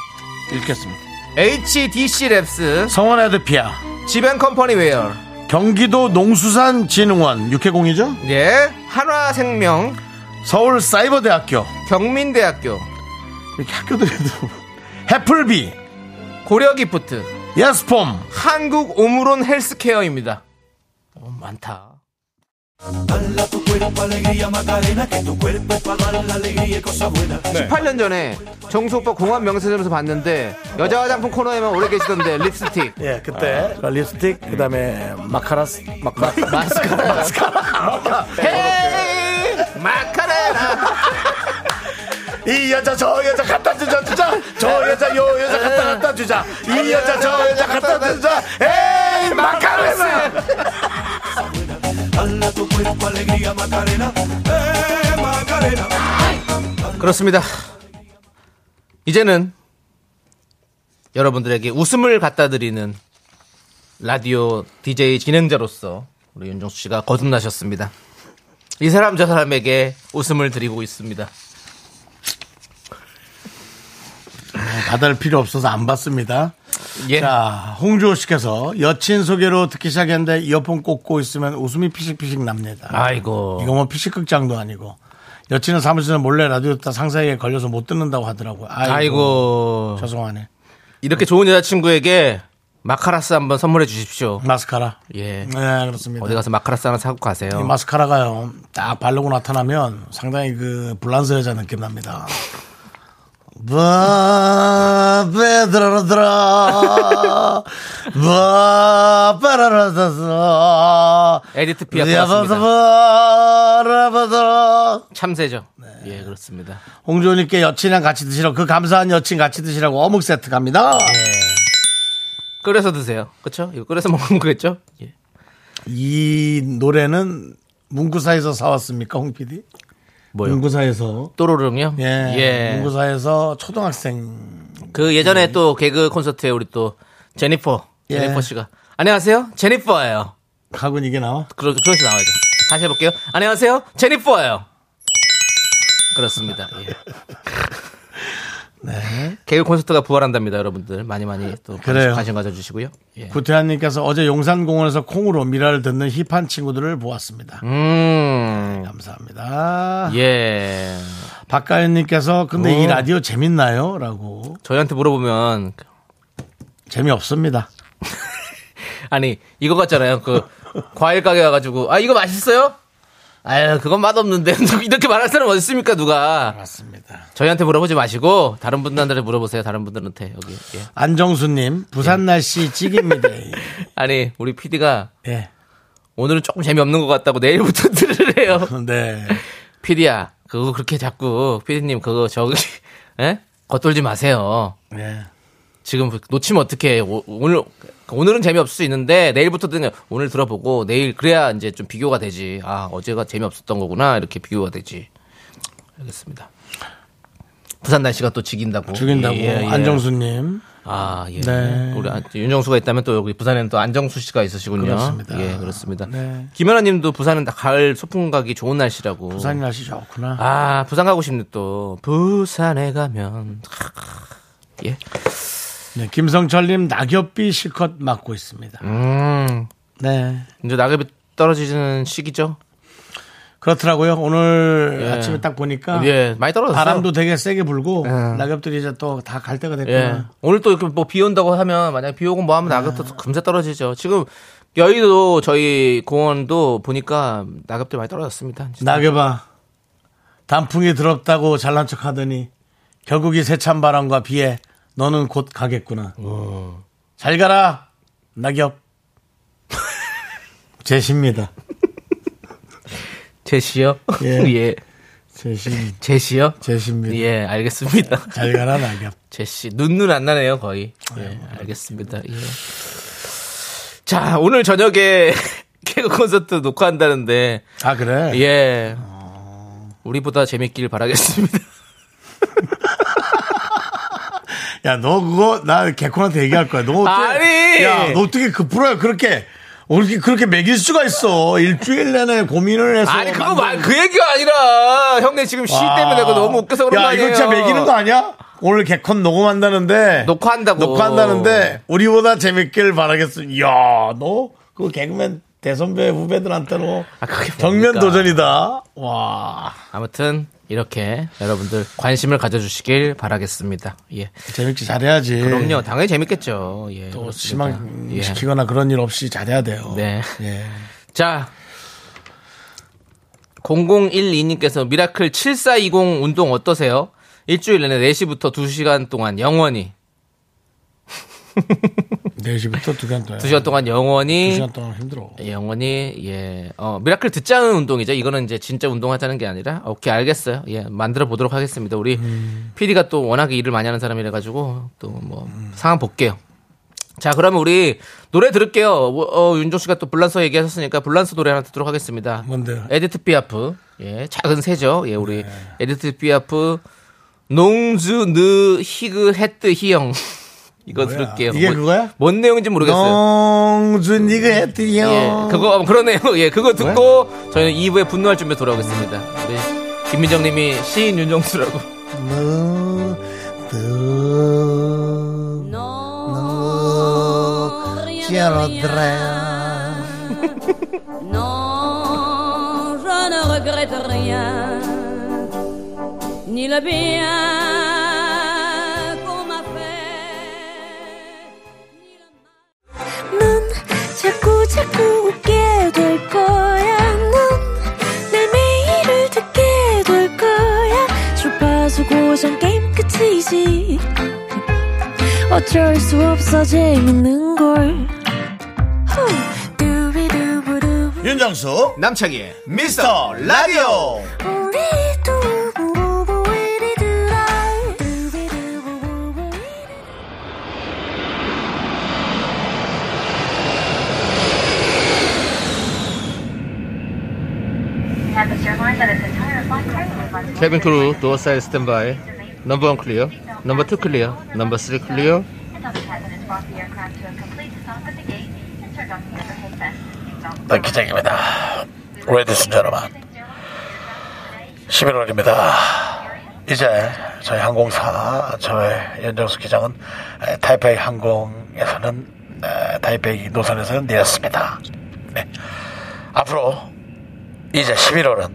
[SPEAKER 3] 읽겠습니다.
[SPEAKER 4] HDC 랩스
[SPEAKER 3] 성원 에드피아
[SPEAKER 4] 지벤컴퍼니 웨어
[SPEAKER 3] 경기도 농수산진흥원 6회공이죠?
[SPEAKER 4] 예, 한화생명
[SPEAKER 3] 서울 사이버대학교
[SPEAKER 4] 경민대학교
[SPEAKER 3] 이렇게 학교들에도 해플비
[SPEAKER 4] 고려기프트
[SPEAKER 3] 예스폼
[SPEAKER 4] 한국 오므론 헬스케어입니다. 어, 많다.
[SPEAKER 2] 네.
[SPEAKER 4] 18년 전에 정수 오빠 공항 명세점에서 봤는데 여자 화장품 코너에만 오래 계시던데 립스틱
[SPEAKER 3] 예 그때 립스틱 그다음에 마카라스 마카라
[SPEAKER 4] 마스카라
[SPEAKER 3] 마스카라
[SPEAKER 4] 헤이 마카레나
[SPEAKER 3] 이 여자 저 여자 갖다 주자 주자 저 여자 요 여자 갖다 갖다 주자 이 여자 저 여자 갖다 주자 에이
[SPEAKER 4] 마카로스 그렇습니다. 이제는 여러분들에게 웃음을 갖다 드리는 라디오 DJ 진행자로서 우리 윤정수 씨가 거듭나셨습니다. 이 사람 저 사람에게 웃음을 드리고 있습니다.
[SPEAKER 3] 받을 필요 없어서 안 받습니다.
[SPEAKER 4] 예.
[SPEAKER 3] 자, 홍주호 씨께서 여친 소개로 듣기 시작했는데 이어폰 꽂고 있으면 웃음이 피식피식 납니다.
[SPEAKER 4] 아이고.
[SPEAKER 3] 이거 뭐 피식극장도 아니고. 여친은 사무실에서 몰래 라디오 듣다 상사에게 걸려서 못 듣는다고 하더라고요. 아이고.
[SPEAKER 4] 아이고.
[SPEAKER 3] 죄송하네.
[SPEAKER 4] 이렇게 좋은 여자친구에게 마카라스 한번 선물해 주십시오.
[SPEAKER 3] 음. 마스카라.
[SPEAKER 4] 예.
[SPEAKER 3] 네, 그렇습니다.
[SPEAKER 4] 어디 가서 마카라스 하나 사고
[SPEAKER 3] 이
[SPEAKER 4] 가세요.
[SPEAKER 3] 마스카라가요. 딱 바르고 나타나면 상당히 그 불란서 여자 느낌 납니다. 뭐, 바베드라드라 뭐, 바베라드라
[SPEAKER 4] 에디트 피아프
[SPEAKER 3] 뭐,
[SPEAKER 4] 같습니다. 참새죠.
[SPEAKER 3] 네.
[SPEAKER 4] 예, 그렇습니다.
[SPEAKER 3] 홍조님께 여친이랑 같이 드시라고 그 감사한 여친 같이 드시라고 어묵 세트 갑니다.
[SPEAKER 4] 예. 끓여서 드세요. 그렇죠? 이거 끓여서 먹는 거겠죠? 예.
[SPEAKER 3] 이 노래는 문구사에서 사왔습니까, 홍 PD?
[SPEAKER 4] 뭐요?
[SPEAKER 3] 문구사에서
[SPEAKER 4] 또로롱요?
[SPEAKER 3] 예.
[SPEAKER 4] 예.
[SPEAKER 3] 문구사에서 초등학생
[SPEAKER 4] 그 예전에 또 개그 콘서트에 우리 또 제니퍼,
[SPEAKER 3] 네. 예.
[SPEAKER 4] 제니퍼 씨가 안녕하세요, 제니퍼예요.
[SPEAKER 3] 가군 이게 나와?
[SPEAKER 4] 그러 그렇게 나와야죠. 다시 해볼게요. 안녕하세요, 제니퍼예요. 그렇습니다. 예. 개그 콘서트가 부활한답니다, 여러분들. 많이 많이 또
[SPEAKER 3] 네. 그래요. 그
[SPEAKER 4] 관심 가져주시고요. 예.
[SPEAKER 3] 구태환님께서 어제 용산공원에서 콩으로 미라를 듣는 힙한 친구들을 보았습니다.
[SPEAKER 4] 음,
[SPEAKER 3] 감사합니다.
[SPEAKER 4] 예. 어.
[SPEAKER 3] 박가연님께서 근데 이
[SPEAKER 4] 오.
[SPEAKER 3] 라디오 재밌나요? 라고
[SPEAKER 4] 저희한테 물어보면
[SPEAKER 3] 재미없습니다.
[SPEAKER 4] 아니 이거 같잖아요. 그 과일 가게 가가지고 아 이거 맛있어요? 아유 그건 맛없는데 이렇게 말할 사람 어디 있습니까 누가?
[SPEAKER 3] 맞습니다.
[SPEAKER 4] 저희한테 물어보지 마시고 다른 분들한테 물어보세요. 다른 분들한테 여기. 예.
[SPEAKER 3] 안정수님 부산 날씨 찍입니다.
[SPEAKER 4] 아니 우리 PD가
[SPEAKER 3] 예.
[SPEAKER 4] 오늘은 조금 재미없는 것 같다고 내일부터 들으래요.
[SPEAKER 3] 네.
[SPEAKER 4] PD야 그거 그렇게 자꾸 PD님 그거 저기 예? 겉돌지 마세요.
[SPEAKER 3] 네.
[SPEAKER 4] 지금 놓치면 어떻게 오늘 오늘은 재미없을 수 있는데 내일부터 는 오늘 들어보고 내일 그래야 이제 좀 비교가 되지. 아 어제가 재미없었던 거구나 이렇게 비교가 되지. 알겠습니다. 부산 날씨가 또 죽인다고.
[SPEAKER 3] 죽인다고
[SPEAKER 4] 예, 예.
[SPEAKER 3] 안정수님
[SPEAKER 4] 아, 예.
[SPEAKER 3] 네.
[SPEAKER 4] 우리 안- 윤정수가 있다면 또 여기 부산에는 또 안정수 씨가 있으시군요.
[SPEAKER 3] 그렇습니다.
[SPEAKER 4] 예, 그렇습니다.
[SPEAKER 3] 네.
[SPEAKER 4] 김연아 님도 부산은 다 가을 소풍 가기 좋은 날씨라고.
[SPEAKER 3] 부산 날씨 좋구나.
[SPEAKER 4] 아, 부산 가고 싶네 또. 부산에 가면. 예.
[SPEAKER 3] 네. 김성철님 낙엽비 실컷 맞고 있습니다.
[SPEAKER 4] 음.
[SPEAKER 3] 네.
[SPEAKER 4] 이제 낙엽이 떨어지는 시기죠.
[SPEAKER 3] 그렇더라고요. 오늘 아침에 딱 보니까
[SPEAKER 4] 예, 많이 떨어졌어요.
[SPEAKER 3] 바람도 되게 세게 불고 낙엽들이 이제 또 다 갈 때가 됐구나.
[SPEAKER 4] 예. 오늘 또 이렇게 뭐 비 온다고 하면 만약 비 오고 뭐
[SPEAKER 3] 네.
[SPEAKER 4] 하면 낙엽도 금세 떨어지죠. 지금 여의도 저희 공원도 보니까 낙엽들 많이 떨어졌습니다. 진짜.
[SPEAKER 3] 낙엽아 단풍이 들었다고 잘난 척 하더니 결국 이 세찬 바람과 비에 너는 곧 가겠구나. 잘 가라 낙엽. 제시입니다.
[SPEAKER 4] 제시요?
[SPEAKER 3] 예.
[SPEAKER 4] 예.
[SPEAKER 3] 제시
[SPEAKER 4] 제시요?
[SPEAKER 3] 제시입니다.
[SPEAKER 4] 예, 알겠습니다.
[SPEAKER 3] 잘 가라 낙엽.
[SPEAKER 4] 제시 눈눈 안 나네요, 거의. 예, 알겠습니다. 예. 자, 오늘 저녁에 개그 콘서트 녹화한다는데
[SPEAKER 3] 아 그래.
[SPEAKER 4] 예.
[SPEAKER 3] 어.
[SPEAKER 4] 우리보다 재밌길 바라겠습니다.
[SPEAKER 3] 야 너 그거 나 개콘한테 얘기할 거야. 너 어떻게,
[SPEAKER 4] 아니!
[SPEAKER 3] 야너 어떻게 그 프로야 그렇게 어떻게 그렇게 매길 수가 있어? 일주일 내내 고민을 해서.
[SPEAKER 4] 아니 그거
[SPEAKER 3] 만든-
[SPEAKER 4] 말 그 얘기가 아니라 형네 지금 시 때문에 그거 너무 웃겨서 그런 거
[SPEAKER 3] 야,
[SPEAKER 4] 아니에요?
[SPEAKER 3] 이거 진짜 매기는 거 아니야? 오늘 개콘 녹음한다는데.
[SPEAKER 4] 녹화한다고.
[SPEAKER 3] 녹화한다는데, 우리보다 재밌길 바라겠음. 야, 너, 그 개그맨 대선배 후배들한테 너.
[SPEAKER 4] 아, 그게 뭡니까?
[SPEAKER 3] 정면 도전이다. 와.
[SPEAKER 4] 아무튼 이렇게 여러분들 관심을 가져주시길 바라겠습니다. 예.
[SPEAKER 3] 재밌게 잘해야지.
[SPEAKER 4] 그럼요. 당연히 재밌겠죠. 예.
[SPEAKER 3] 네. 또
[SPEAKER 4] 그렇습니다.
[SPEAKER 3] 실망
[SPEAKER 4] 예.
[SPEAKER 3] 시키거나 그런 일 없이 잘해야 돼요.
[SPEAKER 4] 네.
[SPEAKER 3] 예.
[SPEAKER 4] 자. 0012님께서 미라클 7420 운동 어떠세요? 일주일 내내 4시부터 2시간 동안 영원히
[SPEAKER 3] 4시부터 2시간 동안.
[SPEAKER 4] 2시간 동안
[SPEAKER 3] 두
[SPEAKER 4] 영원히
[SPEAKER 3] 시간 동안 힘들어.
[SPEAKER 4] 영원히 예. 어, 미라클 듣자는 운동이죠. 이거는 이제 진짜 운동하자는 게 아니라 오케이 알겠어요. 예. 만들어 보도록 하겠습니다.
[SPEAKER 3] 음.
[SPEAKER 4] 우리 PD가 또 워낙에 일을 많이 하는 사람이라 가지고 또 뭐 상황 볼게요.
[SPEAKER 5] 자, 그러면 우리 노래 들을게요. 어, 어, 윤종 씨가 또 불란서 얘기하셨으니까 불란서 노래 하나 듣도록 하겠습니다.
[SPEAKER 3] 뭔데요? 네.
[SPEAKER 5] 에디트 피아프. 예, 작은 새죠. 예, 우리 에디트 피아프 농즈 느 히그 헤트 히영. 이거
[SPEAKER 3] 뭐야?
[SPEAKER 5] 들을게요.
[SPEAKER 3] 이게
[SPEAKER 5] 뭐-
[SPEAKER 3] 그거야?
[SPEAKER 5] 뭔 내용인지 모르겠어요.
[SPEAKER 3] 농준 이거 했더니요.
[SPEAKER 5] 예, 그거 어, 그러네요. 예, 그거 듣고 저희는 2부에 분노할 준비 돌아오겠습니다. 우리 김민정 님이 시인 윤정수라고.
[SPEAKER 3] 너, 너,
[SPEAKER 6] No,
[SPEAKER 3] quiero
[SPEAKER 6] rien,
[SPEAKER 3] traer.
[SPEAKER 6] Non, je ne regrette rien, ni le bien qu'on m'a fait, ni le mal.
[SPEAKER 7] 넌 자꾸 자꾸 웃게 될 거야. 넌내 매일을 듣게 될 거야. 주파수 고정 게임 끝이지. 어쩔 수 없어 재밌는 걸. 후. 두비두부두.
[SPEAKER 3] 윤정수
[SPEAKER 5] 남창희
[SPEAKER 3] 미스터 라디오
[SPEAKER 7] 우리 두부부부 우리 두라. 두비두부부부 우리
[SPEAKER 5] 케빈 크루 도어 사이드 스탠바이 넘버 1 클리어 넘버 2 클리어 넘버 3 클리어
[SPEAKER 3] 네, 기장입니다 레디슨 여러분 11월입니다 이제 저희 항공사 저의 윤정수 기장은 에, 타이페이 항공에서는 에, 타이페이 노선에서는 내렸습니다 네. 앞으로 이제 11월은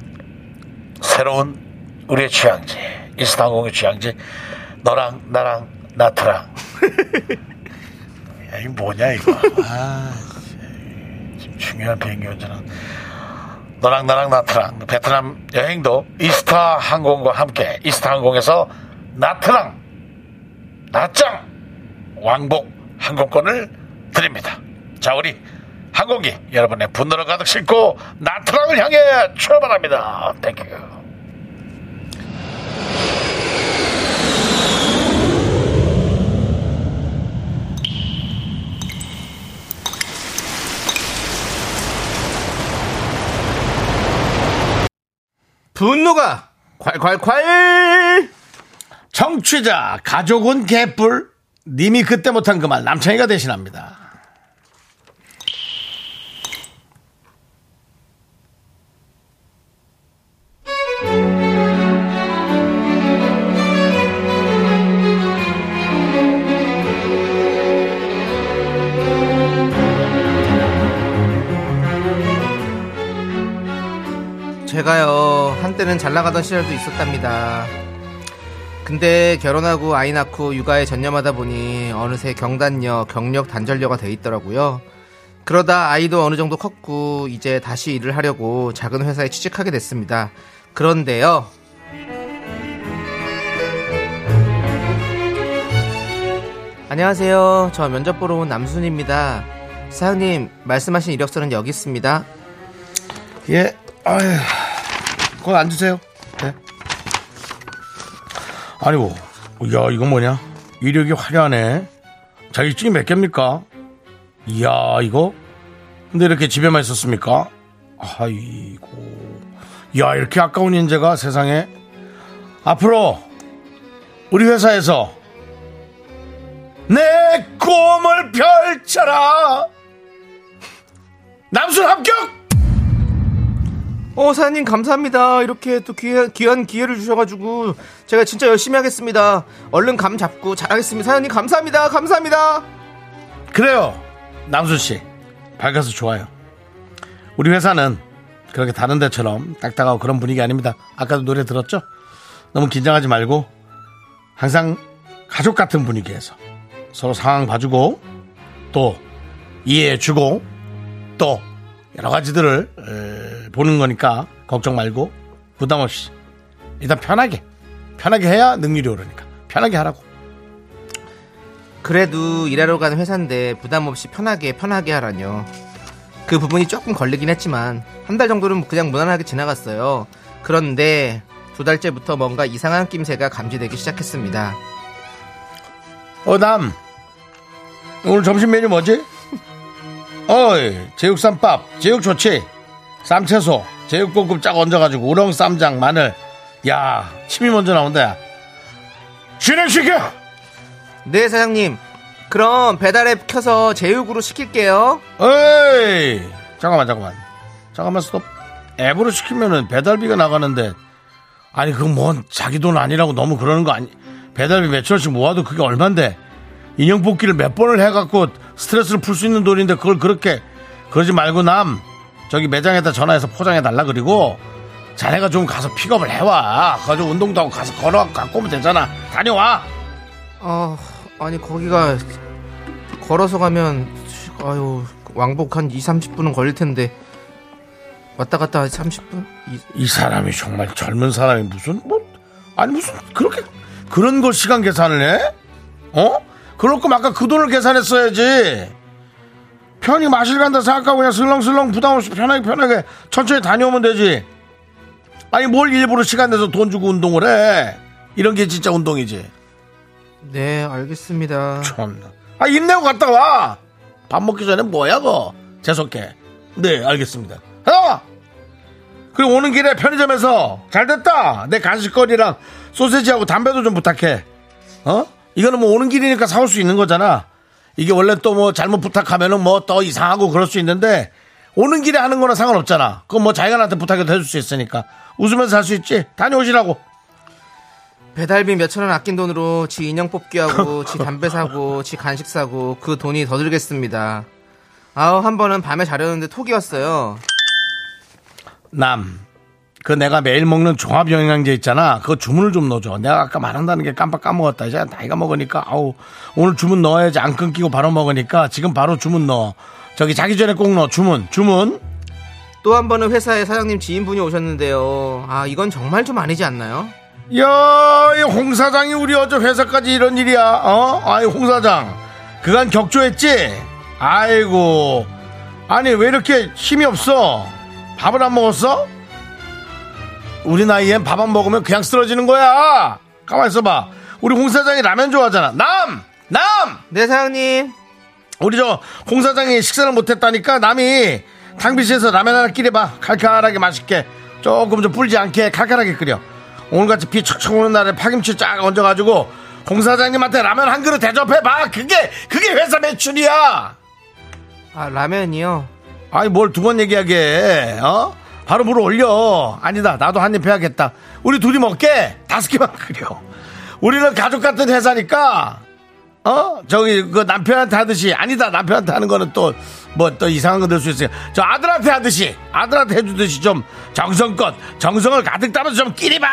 [SPEAKER 3] 새로운 우리의 취향지 이스타항공의 취향지 너랑 나랑 나트랑 야, 이게 뭐냐 이거 아, 지금 중요한 비행기 운전은 너랑 나랑 나트랑 베트남 여행도 이스타 항공과 함께 이스타 항공에서 나트랑 나짱 왕복 항공권을 드립니다. 자 우리 항공기 여러분의 분노를 가득 싣고 나트랑을 향해 출발합니다. 땡큐.
[SPEAKER 5] 분노가 콸콸콸
[SPEAKER 3] 정취자 가족은 개뿔 님이 그때 못한 그 말 남창이가 대신합니다.
[SPEAKER 5] 제가요 한때는 잘 나가던 시절도 있었답니다 근데 결혼하고 아이 낳고 육아에 전념하다 보니 어느새 경단녀 경력 단절녀가 돼 있더라고요 그러다 아이도 어느 정도 컸고 이제 다시 일을 하려고 작은 회사에 취직하게 됐습니다 그런데요 안녕하세요 저 면접 보러 온 남순입니다 사장님 말씀하신 이력서는 여기 있습니다
[SPEAKER 3] 예, 아휴, 그거 앉으세요. 네. 아니고, 야, 이건 뭐냐? 이력이 화려하네. 자격증이 몇 개입니까? 이야, 이거? 근데 이렇게 집에만 있었습니까? 아이고. 야, 이렇게 아까운 인재가 세상에. 앞으로, 우리 회사에서, 내 꿈을 펼쳐라! 남순 합격!
[SPEAKER 5] 어, 사장님, 감사합니다. 이렇게 또 귀한, 귀한 기회를 주셔가지고, 제가 진짜 열심히 하겠습니다. 얼른 감 잡고 잘하겠습니다. 사장님, 감사합니다. 감사합니다.
[SPEAKER 3] 그래요. 남순 씨. 밝아서 좋아요. 우리 회사는 그렇게 다른 데처럼 딱딱하고 그런 분위기 아닙니다. 아까도 노래 들었죠? 너무 긴장하지 말고 항상 가족 같은 분위기에서 서로 상황 봐주고 또 이해해주고 또 여러 가지들을 에, 보는 거니까 걱정 말고 부담 없이 일단 편하게 편하게 해야 능률이 오르니까 편하게 하라고
[SPEAKER 5] 그래도 일하러 가는 회사인데, 부담 없이 편하게, 편하게 하라뇨. 그 부분이 조금 걸리긴 했지만, 한 달 정도는 그냥 무난하게 지나갔어요. 그런데, 두 달째부터 뭔가 이상한 낌새가 감지되기 시작했습니다.
[SPEAKER 3] 어남 어, 오늘 점심 메뉴 뭐지? 어이, 제육쌈밥, 제육 좋지? 쌈채소, 제육볶음 쫙 얹어가지고 우렁, 쌈장, 마늘. 야, 침이 먼저 나온다. 진행시켜!
[SPEAKER 5] 네 사장님 그럼 배달앱 켜서 제육으로 시킬게요
[SPEAKER 3] 에이 잠깐만 잠깐만 잠깐만 스톱 앱으로 시키면은 배달비가 나가는데 아니 그건 뭔 자기 돈 아니라고 너무 그러는 거 아니 배달비 몇천 원씩 모아도 그게 얼만데 인형 뽑기를 몇 번을 해갖고 스트레스를 풀 수 있는 돈인데 그걸 그렇게 그러지 말고 남 저기 매장에다 전화해서 포장해 달라 그리고 자네가 좀 가서 픽업을 해와 가지고 운동도 하고 가서 걸어 갖고 오면 되잖아 다녀와
[SPEAKER 5] 아 아니 거기가 걸어서 가면 아유 왕복 한 2, 30분은 걸릴 텐데 왔다 갔다 한 30분? 이-
[SPEAKER 3] 이 사람이 정말 젊은 사람이 무슨 뭐 아니 무슨 그렇게 그런 걸 시간 계산을 해? 어? 그럴 거면 아까 그 돈을 계산했어야지. 편히 마실 간다 생각하고 그냥 슬렁슬렁 부담 없이 편하게 편하게 천천히 다녀오면 되지. 아니 뭘 일부러 시간 내서 돈 주고 운동을 해? 이런 게 진짜 운동이지.
[SPEAKER 5] 네 알겠습니다
[SPEAKER 3] 참나. 아 힘내고 갔다 와. 밥 먹기 전에 뭐야 그거. 재수없게. 네 알겠습니다. 어! 그리고 오는 길에 편의점에서 잘 됐다. 내 간식거리랑 소세지하고 담배도 좀 부탁해. 어? 이거는 뭐 오는 길이니까 사올 수 있는 거잖아. 이게 원래 또 뭐 잘못 부탁하면은 뭐 또 이상하고 그럴 수 있는데 오는 길에 하는 거나 상관없잖아. 그건 뭐 자기가 나한테 부탁해도 해줄 수 있으니까 웃으면서 할 수 있지. 다녀오시라고.
[SPEAKER 5] 배달비 몇 천 원 아낀 돈으로 지 인형 뽑기하고 지 담배 사고 지 간식 사고 그 돈이 더 들겠습니다 아우 한 번은 밤에 자려는데 톡이 왔어요
[SPEAKER 3] 남. 그 내가 매일 먹는 종합 영양제 있잖아. 그거 주문을 좀 넣어줘. 내가 아까 말한다는 게 깜빡 까먹었다. 이제 나이가 먹으니까 아우 오늘 주문 넣어야지 안 끊기고 바로 먹으니까 지금 바로 주문 넣어. 저기 자기 전에 꼭 넣어. 주문, 주문.
[SPEAKER 5] 또 한 번은 회사에 사장님 지인분이 오셨는데요 아 이건 정말 좀 아니지 않나요?
[SPEAKER 3] 야, 이 홍 사장이 우리 어제 회사까지 이런 일이야. 어? 아이 홍 사장, 그간 격조했지. 아이고, 아니 왜 이렇게 힘이 없어? 밥을 안 먹었어? 우리 나이엔 밥 안 먹으면 그냥 쓰러지는 거야. 가만 있어봐. 우리 홍 사장이 라면 좋아하잖아. 남, 남.
[SPEAKER 5] 네 사장님
[SPEAKER 3] 우리 저 홍 사장이 식사를 못했다니까 남이 탕비실에서 라면 하나 끼려봐 칼칼하게 맛있게 조금 좀 불지 않게 칼칼하게 끓여 오늘같이 비 척척 오는 날에 파김치 쫙 얹어가지고 홍 사장님한테 라면 한 그릇 대접해봐 그게 그게 회사 매출이야
[SPEAKER 5] 아 라면이요
[SPEAKER 3] 아니 뭘 두 번 얘기하게 해, 어? 바로 물 올려 아니다 나도 한 입 해야겠다 우리 둘이 먹게 다섯 개만 끓여 우리는 가족 같은 회사니까 어 저기 그 남편한테 하듯이 아니다 남편한테 하는 거는 또 뭐 또 이상한 거 될 수 있어요 저 아들한테 하듯이 아들한테 해주듯이 좀 정성껏 정성을 가득 담아서 좀 끼리 봐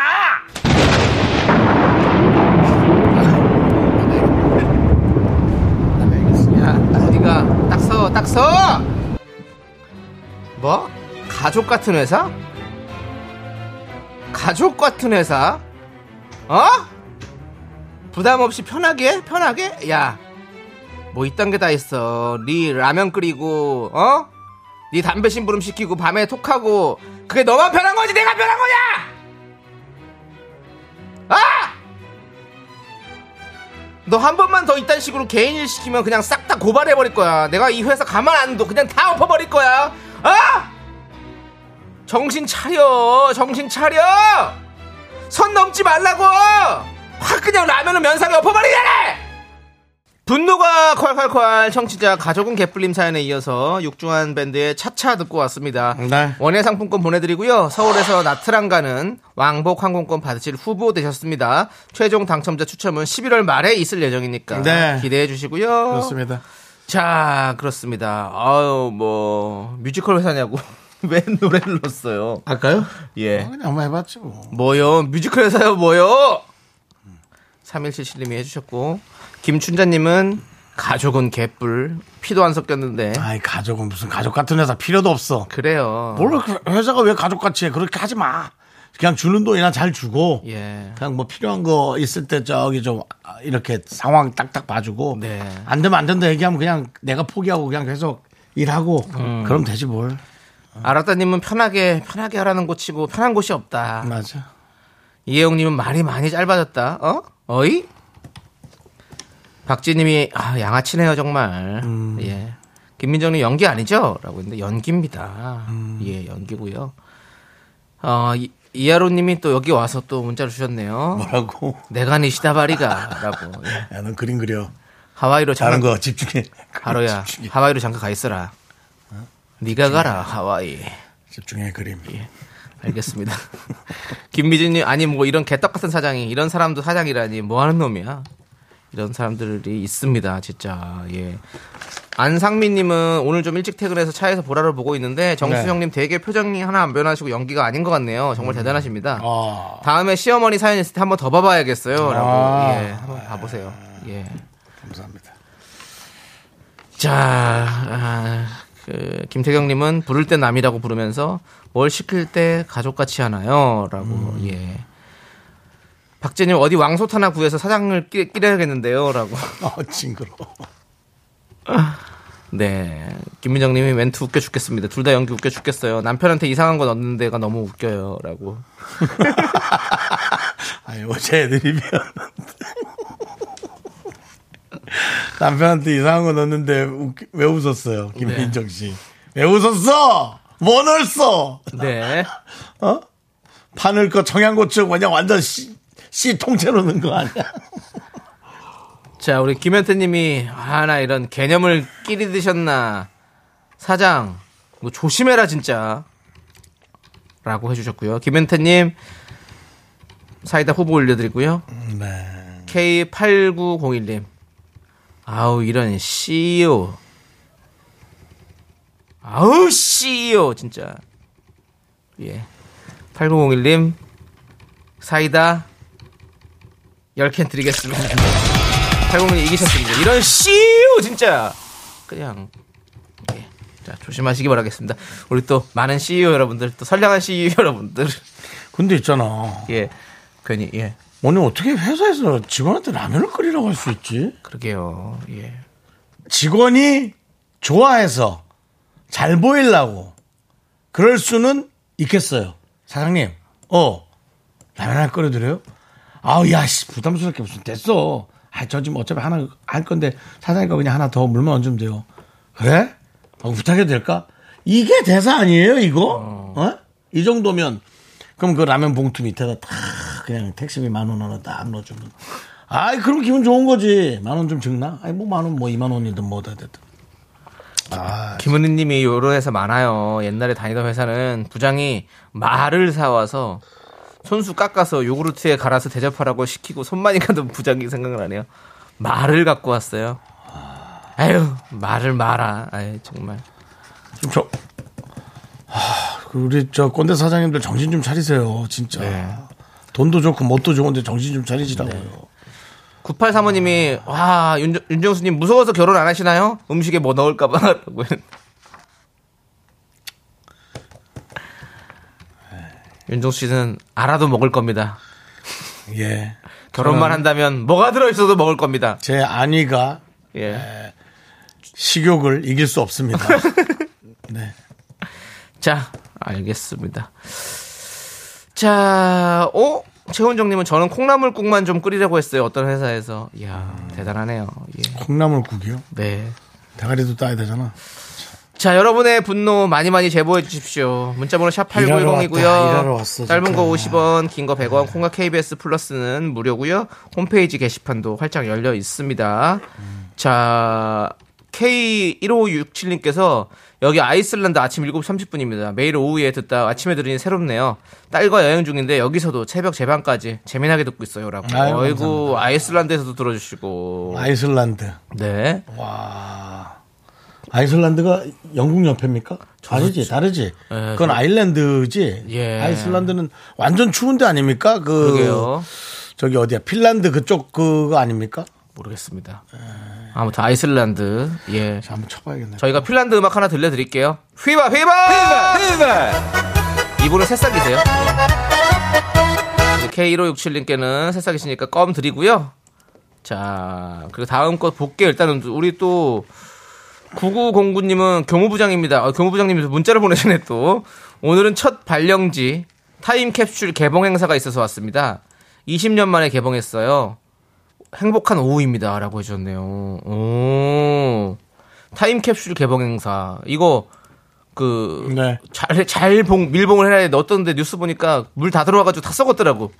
[SPEAKER 5] 야, 어디가 딱 서, 딱 서! 뭐? 가족 같은 회사? 가족 같은 회사? 어? 부담 없이 편하게? 편하게? 야, 뭐 이딴 게 다 있어. 네 라면 끓이고, 어? 네 담배 심부름 시키고, 밤에 톡하고, 그게 너만 편한 거지, 내가 편한 거냐! 아! 너 한 번만 더 이딴 식으로 개인일 시키면 그냥 싹 다 고발해 버릴 거야. 내가 이 회사 가만 안 둬. 그냥 다 엎어 버릴 거야. 아! 정신 차려. 정신 차려. 선 넘지 말라고. 확 그냥 라면을 면상에 엎어 버리잖아. 분노가 콸콸콸 청취자 가족은 개뿔림 사연에 이어서 육중한 밴드의 차차 듣고 왔습니다.
[SPEAKER 3] 네.
[SPEAKER 5] 원예 상품권 보내드리고요. 서울에서 나트랑 가는 왕복 항공권 받으실 후보 되셨습니다. 최종 당첨자 추첨은 11월 말에 있을 예정이니까
[SPEAKER 3] 네.
[SPEAKER 5] 기대해 주시고요.
[SPEAKER 3] 그렇습니다
[SPEAKER 5] 자, 그렇습니다. 아유, 뭐 뮤지컬 회사냐고 왜 노래를 넣었어요?
[SPEAKER 3] 할까요?
[SPEAKER 5] 예.
[SPEAKER 3] 그냥 한번 해봤지 뭐
[SPEAKER 5] 뭐요? 뮤지컬 회사요, 뭐요? 3177님이 해주셨고, 김춘자님은 가족은 개뿔, 피도 안 섞였는데.
[SPEAKER 3] 아이 가족은 무슨 가족 같은 회사 필요도 없어
[SPEAKER 5] 그래요.
[SPEAKER 3] 뭘 그렇게 회사가 왜 가족같이 해? 그렇게 하지 마. 그냥 주는 돈이나 잘 주고
[SPEAKER 5] 예.
[SPEAKER 3] 그냥 뭐 필요한 거 있을 때 저기 좀 아, 이렇게 상황 딱딱 봐주고
[SPEAKER 5] 네.
[SPEAKER 3] 안 되면 안 된다 얘기하면 그냥 내가 포기하고 그냥 계속 일하고 그럼 되지 뭘.
[SPEAKER 5] 아라따님은 편하게, 편하게 하라는 곳이고, 편한 곳이 없다.
[SPEAKER 3] 맞아.
[SPEAKER 5] 이혜영님은 말이 많이 짧아졌다. 어? 어이?
[SPEAKER 4] 박지님이 아, 양아치네요 정말.
[SPEAKER 3] 음.
[SPEAKER 4] 예. 김민정님 연기 아니죠?라고 했는데 연기입니다.
[SPEAKER 3] 음.
[SPEAKER 4] 예, 연기고요. 어, 이- 이하로님이 또 여기 와서 또 문자를 주셨네요.
[SPEAKER 3] 뭐라고?
[SPEAKER 4] 내가 네 시다바리가라고 예.
[SPEAKER 3] 야, 넌 그림 그려.
[SPEAKER 4] 하와이로
[SPEAKER 3] 다른
[SPEAKER 4] 잠깐
[SPEAKER 3] 거 집중해.
[SPEAKER 4] 하로야
[SPEAKER 3] 집중해.
[SPEAKER 4] 하와이로 잠깐 가 있어라. 네가 가라 하와이.
[SPEAKER 3] 집중해 그림.
[SPEAKER 4] 알겠습니다. 김미진님 아니 뭐 이런 개떡 같은 사장이 이런 사람도 사장이라니 뭐 하는 놈이야? 이런 사람들이 있습니다, 진짜. 예. 안상민님은 오늘 좀 일찍 퇴근해서 차에서 보라를 보고 있는데 정수영님 되게 표정이 하나 안 변하시고 연기가 아닌 것 같네요. 정말 대단하십니다.
[SPEAKER 3] 아,
[SPEAKER 4] 다음에 시어머니 사연 있을 때 한번 더 봐봐야겠어요.라고
[SPEAKER 3] 아.
[SPEAKER 4] 예, 한번 봐보세요. 예.
[SPEAKER 3] 감사합니다.
[SPEAKER 4] 자, 아, 그 김태경님은 부를 때 남이라고 부르면서 뭘 시킬 때 가족같이 하나요?라고
[SPEAKER 3] 음.
[SPEAKER 4] 예. 박재님 어디 왕솥 하나 구해서 사장을 끼, 끼려야겠는데요?라고.
[SPEAKER 3] 어, 징그러.
[SPEAKER 4] 네, 김민정님이 멘트 웃겨 죽겠습니다. 둘 다 연기 웃겨 죽겠어요. 남편한테 이상한 건 얻는 데가 너무 웃겨요.라고.
[SPEAKER 3] 아니, 뭐, 어제 애들이 미안한데. 남편한테 이상한 거 넣었는데 웃기- 왜 웃었어요?
[SPEAKER 4] 네.
[SPEAKER 3] 김민정 씨. 왜 웃었어? 뭐 넣었어?
[SPEAKER 4] 네,
[SPEAKER 3] 어? 파늘 거 청양고추 그냥 완전 씨, 씨 통째로 넣은 거 아니야?
[SPEAKER 4] 자 우리 김현태님이 아나 이런 개념을 끼리 드셨나 사장 너 조심해라 진짜 라고 해주셨고요 김현태님 사이다 후보 올려드리고요 K8901님 아우 이런 CEO 아우 CEO 진짜 예 8901님 사이다 10캔 드리겠습니다 8공이 이기셨습니다. 이런 씨유 진짜 그냥 예. 자 조심하시기 바라겠습니다. 우리 또 많은 CEO 여러분들 또 선량한 CEO 여러분들
[SPEAKER 3] 근데 있잖아.
[SPEAKER 4] 예 괜히 예
[SPEAKER 3] 오늘 어떻게 회사에서 직원한테 라면을 끓이라고 할 수 있지?
[SPEAKER 4] 그러게요 예
[SPEAKER 3] 직원이 좋아해서 잘 보이려고 그럴 수는 있겠어요. 사장님, 어, 라면 하나 끓여드려요? 아우, 야, 씨, 부담스럽게 무슨 됐어. 아, 저 지금 어차피 하나 할 건데 사장님과 그냥 하나 더 물만 얹으면 돼요. 그래? 어, 부탁해도 될까? 이게 대사 아니에요, 이거? 어? 이 정도면. 그럼 그 라면 봉투 밑에다 탁 그냥 택시비 만 원 하나 딱 넣어주면. 아이, 그럼 기분 좋은 거지. 만 원 좀 적나? 아이, 뭐 만 원, 뭐 이만 원이든 뭐다 됐든.
[SPEAKER 4] 김은희님이 요런 회사 많아요. 옛날에 다니던 회사는 부장이 말을 사와서 손수 깎아서 요구르트에 갈아서 대접하라고 시키고 손만이 가던 부장이 생각나네요. 말을 갖고 왔어요. 아유 말을 마라. 아유 정말
[SPEAKER 3] 좀 저, 하, 그 우리 저 꼰대 사장님들 정신 좀 차리세요, 진짜. 돈도 좋고 뭣도 좋은데 정신 좀 차리시라고요.
[SPEAKER 4] 9835님이 와 윤정, 윤정수님 무서워서 결혼 안 하시나요? 음식에 뭐 넣을까봐 라고 했는데. 윤정수 씨는 알아도 먹을 겁니다.
[SPEAKER 3] 예.
[SPEAKER 4] 결혼만 한다면 뭐가 들어있어도 먹을 겁니다.
[SPEAKER 3] 제 안위가
[SPEAKER 4] 예.
[SPEAKER 3] 식욕을 이길 수 없습니다.
[SPEAKER 4] 자, 알겠습니다. 자, 어? 최훈정님은 저는 콩나물국만 좀 끓이려고 했어요. 어떤 회사에서. 이야, 대단하네요. 예.
[SPEAKER 3] 콩나물국이요?
[SPEAKER 4] 네.
[SPEAKER 3] 대가리도 따야 되잖아.
[SPEAKER 4] 자, 여러분의 분노 많이 많이 제보해 주십시오. 문자번호
[SPEAKER 3] 일하러 왔다. 일하러
[SPEAKER 4] 샵8910이고요.
[SPEAKER 3] 왔어,
[SPEAKER 4] 짧은 거
[SPEAKER 3] 진짜.
[SPEAKER 4] 50원, 긴 거 100원, 콩과 KBS 플러스는 무료고요. 홈페이지 게시판도 활짝 열려 있습니다. 자, K1567님께서 여기 아이슬란드 아침 7시 30분입니다. 매일 오후에 듣다 아침에 들으니 새롭네요. 딸과 여행 중인데 여기서도 새벽 제방까지 재미나게 듣고 있어요. 라고.
[SPEAKER 3] 아유,
[SPEAKER 4] 어이구, 아이슬란드에서도 들어주시고.
[SPEAKER 3] 아이슬란드.
[SPEAKER 4] 네.
[SPEAKER 3] 아이슬란드가 영국 옆입니까? 아니지, 다르지.
[SPEAKER 4] 예,
[SPEAKER 3] 그건 아일랜드지.
[SPEAKER 4] 예.
[SPEAKER 3] 아이슬란드는 완전 추운데 아닙니까? 그
[SPEAKER 4] 그러게요.
[SPEAKER 3] 저기 어디야? 핀란드 그쪽 그거 아닙니까?
[SPEAKER 4] 모르겠습니다. 아무튼 아이슬란드. 예.
[SPEAKER 3] 자, 한번 쳐봐야겠네.
[SPEAKER 4] 저희가 핀란드 음악 하나 들려드릴게요. 휘바 휘바 이분은 새싹이세요. K1567님께는 새싹이시니까 껌 드리고요. 자 그리고 다음 거 볼게요. 일단은 우리 또 9909님은 교무부장입니다. 어, 교무부장님이 문자를 보내시네 또. 오늘은 첫 발령지 타임캡슐 개봉 행사가 있어서 왔습니다. 20년 만에 개봉했어요. 행복한 오후입니다. 라고 해주셨네요. 오. 타임캡슐 개봉 행사. 이거, 그,
[SPEAKER 3] 네.
[SPEAKER 4] 잘, 잘 봉, 밀봉을 해놔야 돼. 어떤데 뉴스 보니까 물 다 들어와가지고 다 썩었더라고.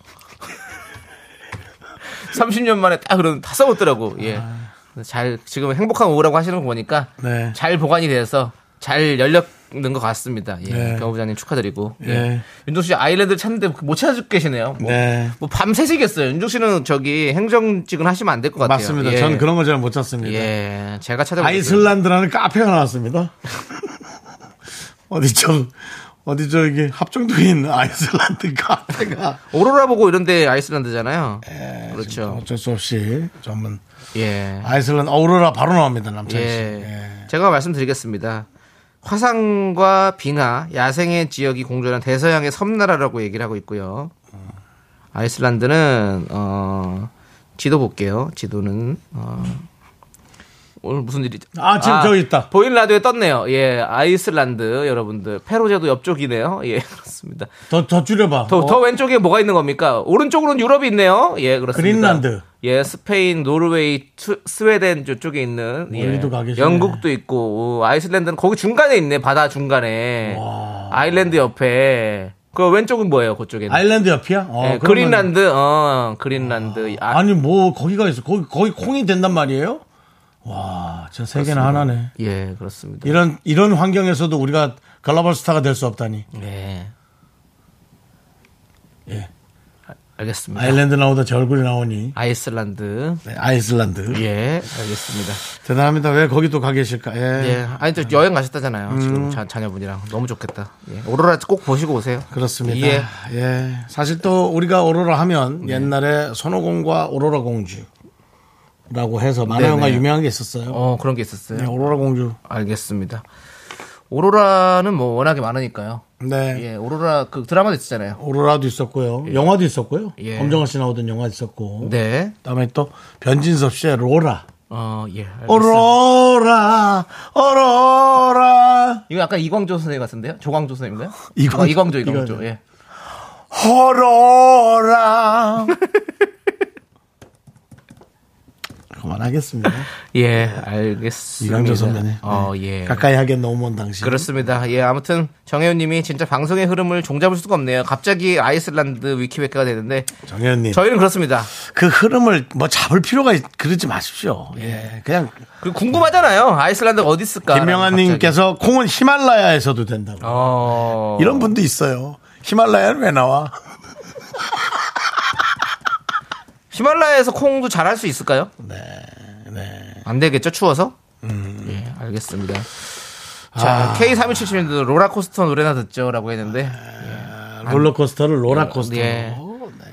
[SPEAKER 4] 30년 만에 딱 그런, 다 썩었더라고. 예. 잘, 지금 행복한 오후라고 하시는 거 보니까
[SPEAKER 3] 아. 네.
[SPEAKER 4] 잘 보관이 돼서 잘 열렸는 것 같습니다. 예.
[SPEAKER 3] 네.
[SPEAKER 4] 경호부장님 축하드리고. 예.
[SPEAKER 3] 예.
[SPEAKER 4] 윤종 씨 아일랜드 찾는데 그 못 찾아 계시네요. 뭐.
[SPEAKER 3] 네.
[SPEAKER 4] 뭐 밤새시겠어요. 윤종 씨는 저기 행정직은 하시면 안 될 것 같아요.
[SPEAKER 3] 맞습니다.
[SPEAKER 4] 예.
[SPEAKER 3] 저는 그런 거 잘 못 찾습니다.
[SPEAKER 4] 예, 제가 찾아볼게요.
[SPEAKER 3] 아이슬란드라는 카페가 나왔습니다. 어디 저 어디 저기 합정동에 있는 아이슬란드 카페가
[SPEAKER 4] 오로라 보고 이런데 아이슬란드잖아요.
[SPEAKER 3] 예.
[SPEAKER 4] 그렇죠.
[SPEAKER 3] 어쩔 수 없이 전문
[SPEAKER 4] 예,
[SPEAKER 3] 아이슬란드 어우러라 바로 나옵니다 남창희 씨.
[SPEAKER 4] 예.
[SPEAKER 3] 예.
[SPEAKER 4] 제가 말씀드리겠습니다. 화산과 빙하, 야생의 지역이 공존한 대서양의 섬나라라고 얘기를 하고 있고요.
[SPEAKER 3] 어.
[SPEAKER 4] 아이슬란드는 어, 지도 볼게요. 지도는 어, 오늘 무슨 일이죠?
[SPEAKER 3] 아, 지금 저기 있다.
[SPEAKER 4] 보인 라디오에 떴네요. 예, 아이슬란드 여러분들 페로제도 옆쪽이네요. 예, 그렇습니다.
[SPEAKER 3] 더, 더 줄여봐.
[SPEAKER 4] 더,
[SPEAKER 3] 어,
[SPEAKER 4] 더 왼쪽에 뭐가 있는 겁니까? 오른쪽으로는 유럽이 있네요. 예, 그렇습니다.
[SPEAKER 3] 그린란드.
[SPEAKER 4] 예, 스페인, 노르웨이, 투- 스웨덴 저쪽에 있는 예,
[SPEAKER 3] 멀리도 가 계시네.
[SPEAKER 4] 영국도 있고 오, 아이슬란드는 거기 중간에 있네. 바다 중간에. 아일랜드 옆에. 그 왼쪽은 뭐예요? 그쪽에는.
[SPEAKER 3] 아일랜드 옆이야? 어, 그러면-
[SPEAKER 4] 예, 그린란드. 어, 그린란드. 아,
[SPEAKER 3] 아니 뭐 거기가 있어. 거기 거기 콩이 된단 말이에요? 와, 저 세 개는 하나네.
[SPEAKER 4] 예, 그렇습니다.
[SPEAKER 3] 이런 이런 환경에서도 우리가 글로벌 스타가 될 수 없다니.
[SPEAKER 4] 예.
[SPEAKER 3] 예.
[SPEAKER 4] 아, 알겠습니다.
[SPEAKER 3] 아일랜드 나오다 제 얼굴이 나오니.
[SPEAKER 4] 아, 아이슬란드.
[SPEAKER 3] 네, 아이슬란드.
[SPEAKER 4] 예, 알겠습니다.
[SPEAKER 3] 대단합니다. 왜 거기 또 가 계실까? 예.
[SPEAKER 4] 예, 아니 또 여행 가셨다잖아요.
[SPEAKER 3] 음.
[SPEAKER 4] 지금 자, 자녀분이랑 너무 좋겠다. 예. 오로라 꼭 보시고 오세요.
[SPEAKER 3] 그렇습니다.
[SPEAKER 4] 예. 네.
[SPEAKER 3] 예. 사실 또 우리가 오로라 하면 옛날에 손오공과 오로라 공주라고 해서 만화
[SPEAKER 4] 네네.
[SPEAKER 3] 영화 유명한 게 있었어요.
[SPEAKER 4] 어 그런 게 있었어요.
[SPEAKER 3] 네, 오로라 공주.
[SPEAKER 4] 알겠습니다. 오로라는 뭐 워낙에 많으니까요.
[SPEAKER 3] 네.
[SPEAKER 4] 예, 오로라 그 드라마도 있었잖아요.
[SPEAKER 3] 오로라도 있었고요. 영화도 있었고요.
[SPEAKER 4] 예.
[SPEAKER 3] 엄정화 씨 나오던 영화 있었고.
[SPEAKER 4] 네.
[SPEAKER 3] 그다음에 또 변진섭 씨의 로라.
[SPEAKER 4] 어 예. 알겠습니다.
[SPEAKER 3] 오로라, 오로라,
[SPEAKER 4] 이거 약간 이광조 선생님 같은데요? 조광조 선생님인가요?
[SPEAKER 3] 이광-
[SPEAKER 4] 어, 이광조 이광조.
[SPEAKER 3] 이광조.
[SPEAKER 4] 예.
[SPEAKER 3] 호로라. 그만하겠습니다.
[SPEAKER 4] 예, 알겠습니다.
[SPEAKER 3] 이광조 선배님.
[SPEAKER 4] 어
[SPEAKER 3] 네.
[SPEAKER 4] 예.
[SPEAKER 3] 가까이 하기엔 너무 먼 당신.
[SPEAKER 4] 그렇습니다. 예, 아무튼 정혜원님이 진짜 방송의 흐름을 종잡을 수가 없네요. 갑자기 아이슬란드 위키백과가 되는데
[SPEAKER 3] 정현님.
[SPEAKER 4] 저희는 그렇습니다.
[SPEAKER 3] 그 흐름을 뭐 잡을 필요가 있- 그러지 마십시오. 예. 그냥
[SPEAKER 4] 그 궁금하잖아요. 아이슬란드가 어디 있을까?
[SPEAKER 3] 김명환 님께서 콩은 히말라야에서도 된다고.
[SPEAKER 4] 어...
[SPEAKER 3] 이런 분도 있어요. 히말라야는 왜 나와?
[SPEAKER 4] 히말라야에서 콩도 잘할 수 있을까요? 네. 안 되겠죠, 추워서?
[SPEAKER 3] 음.
[SPEAKER 4] 예, 알겠습니다.
[SPEAKER 3] 아.
[SPEAKER 4] 자, K3177님도 로라코스터 노래나 듣죠? 라고 했는데,
[SPEAKER 3] 롤러코스터를 로라코스터.
[SPEAKER 4] 예.
[SPEAKER 3] 어,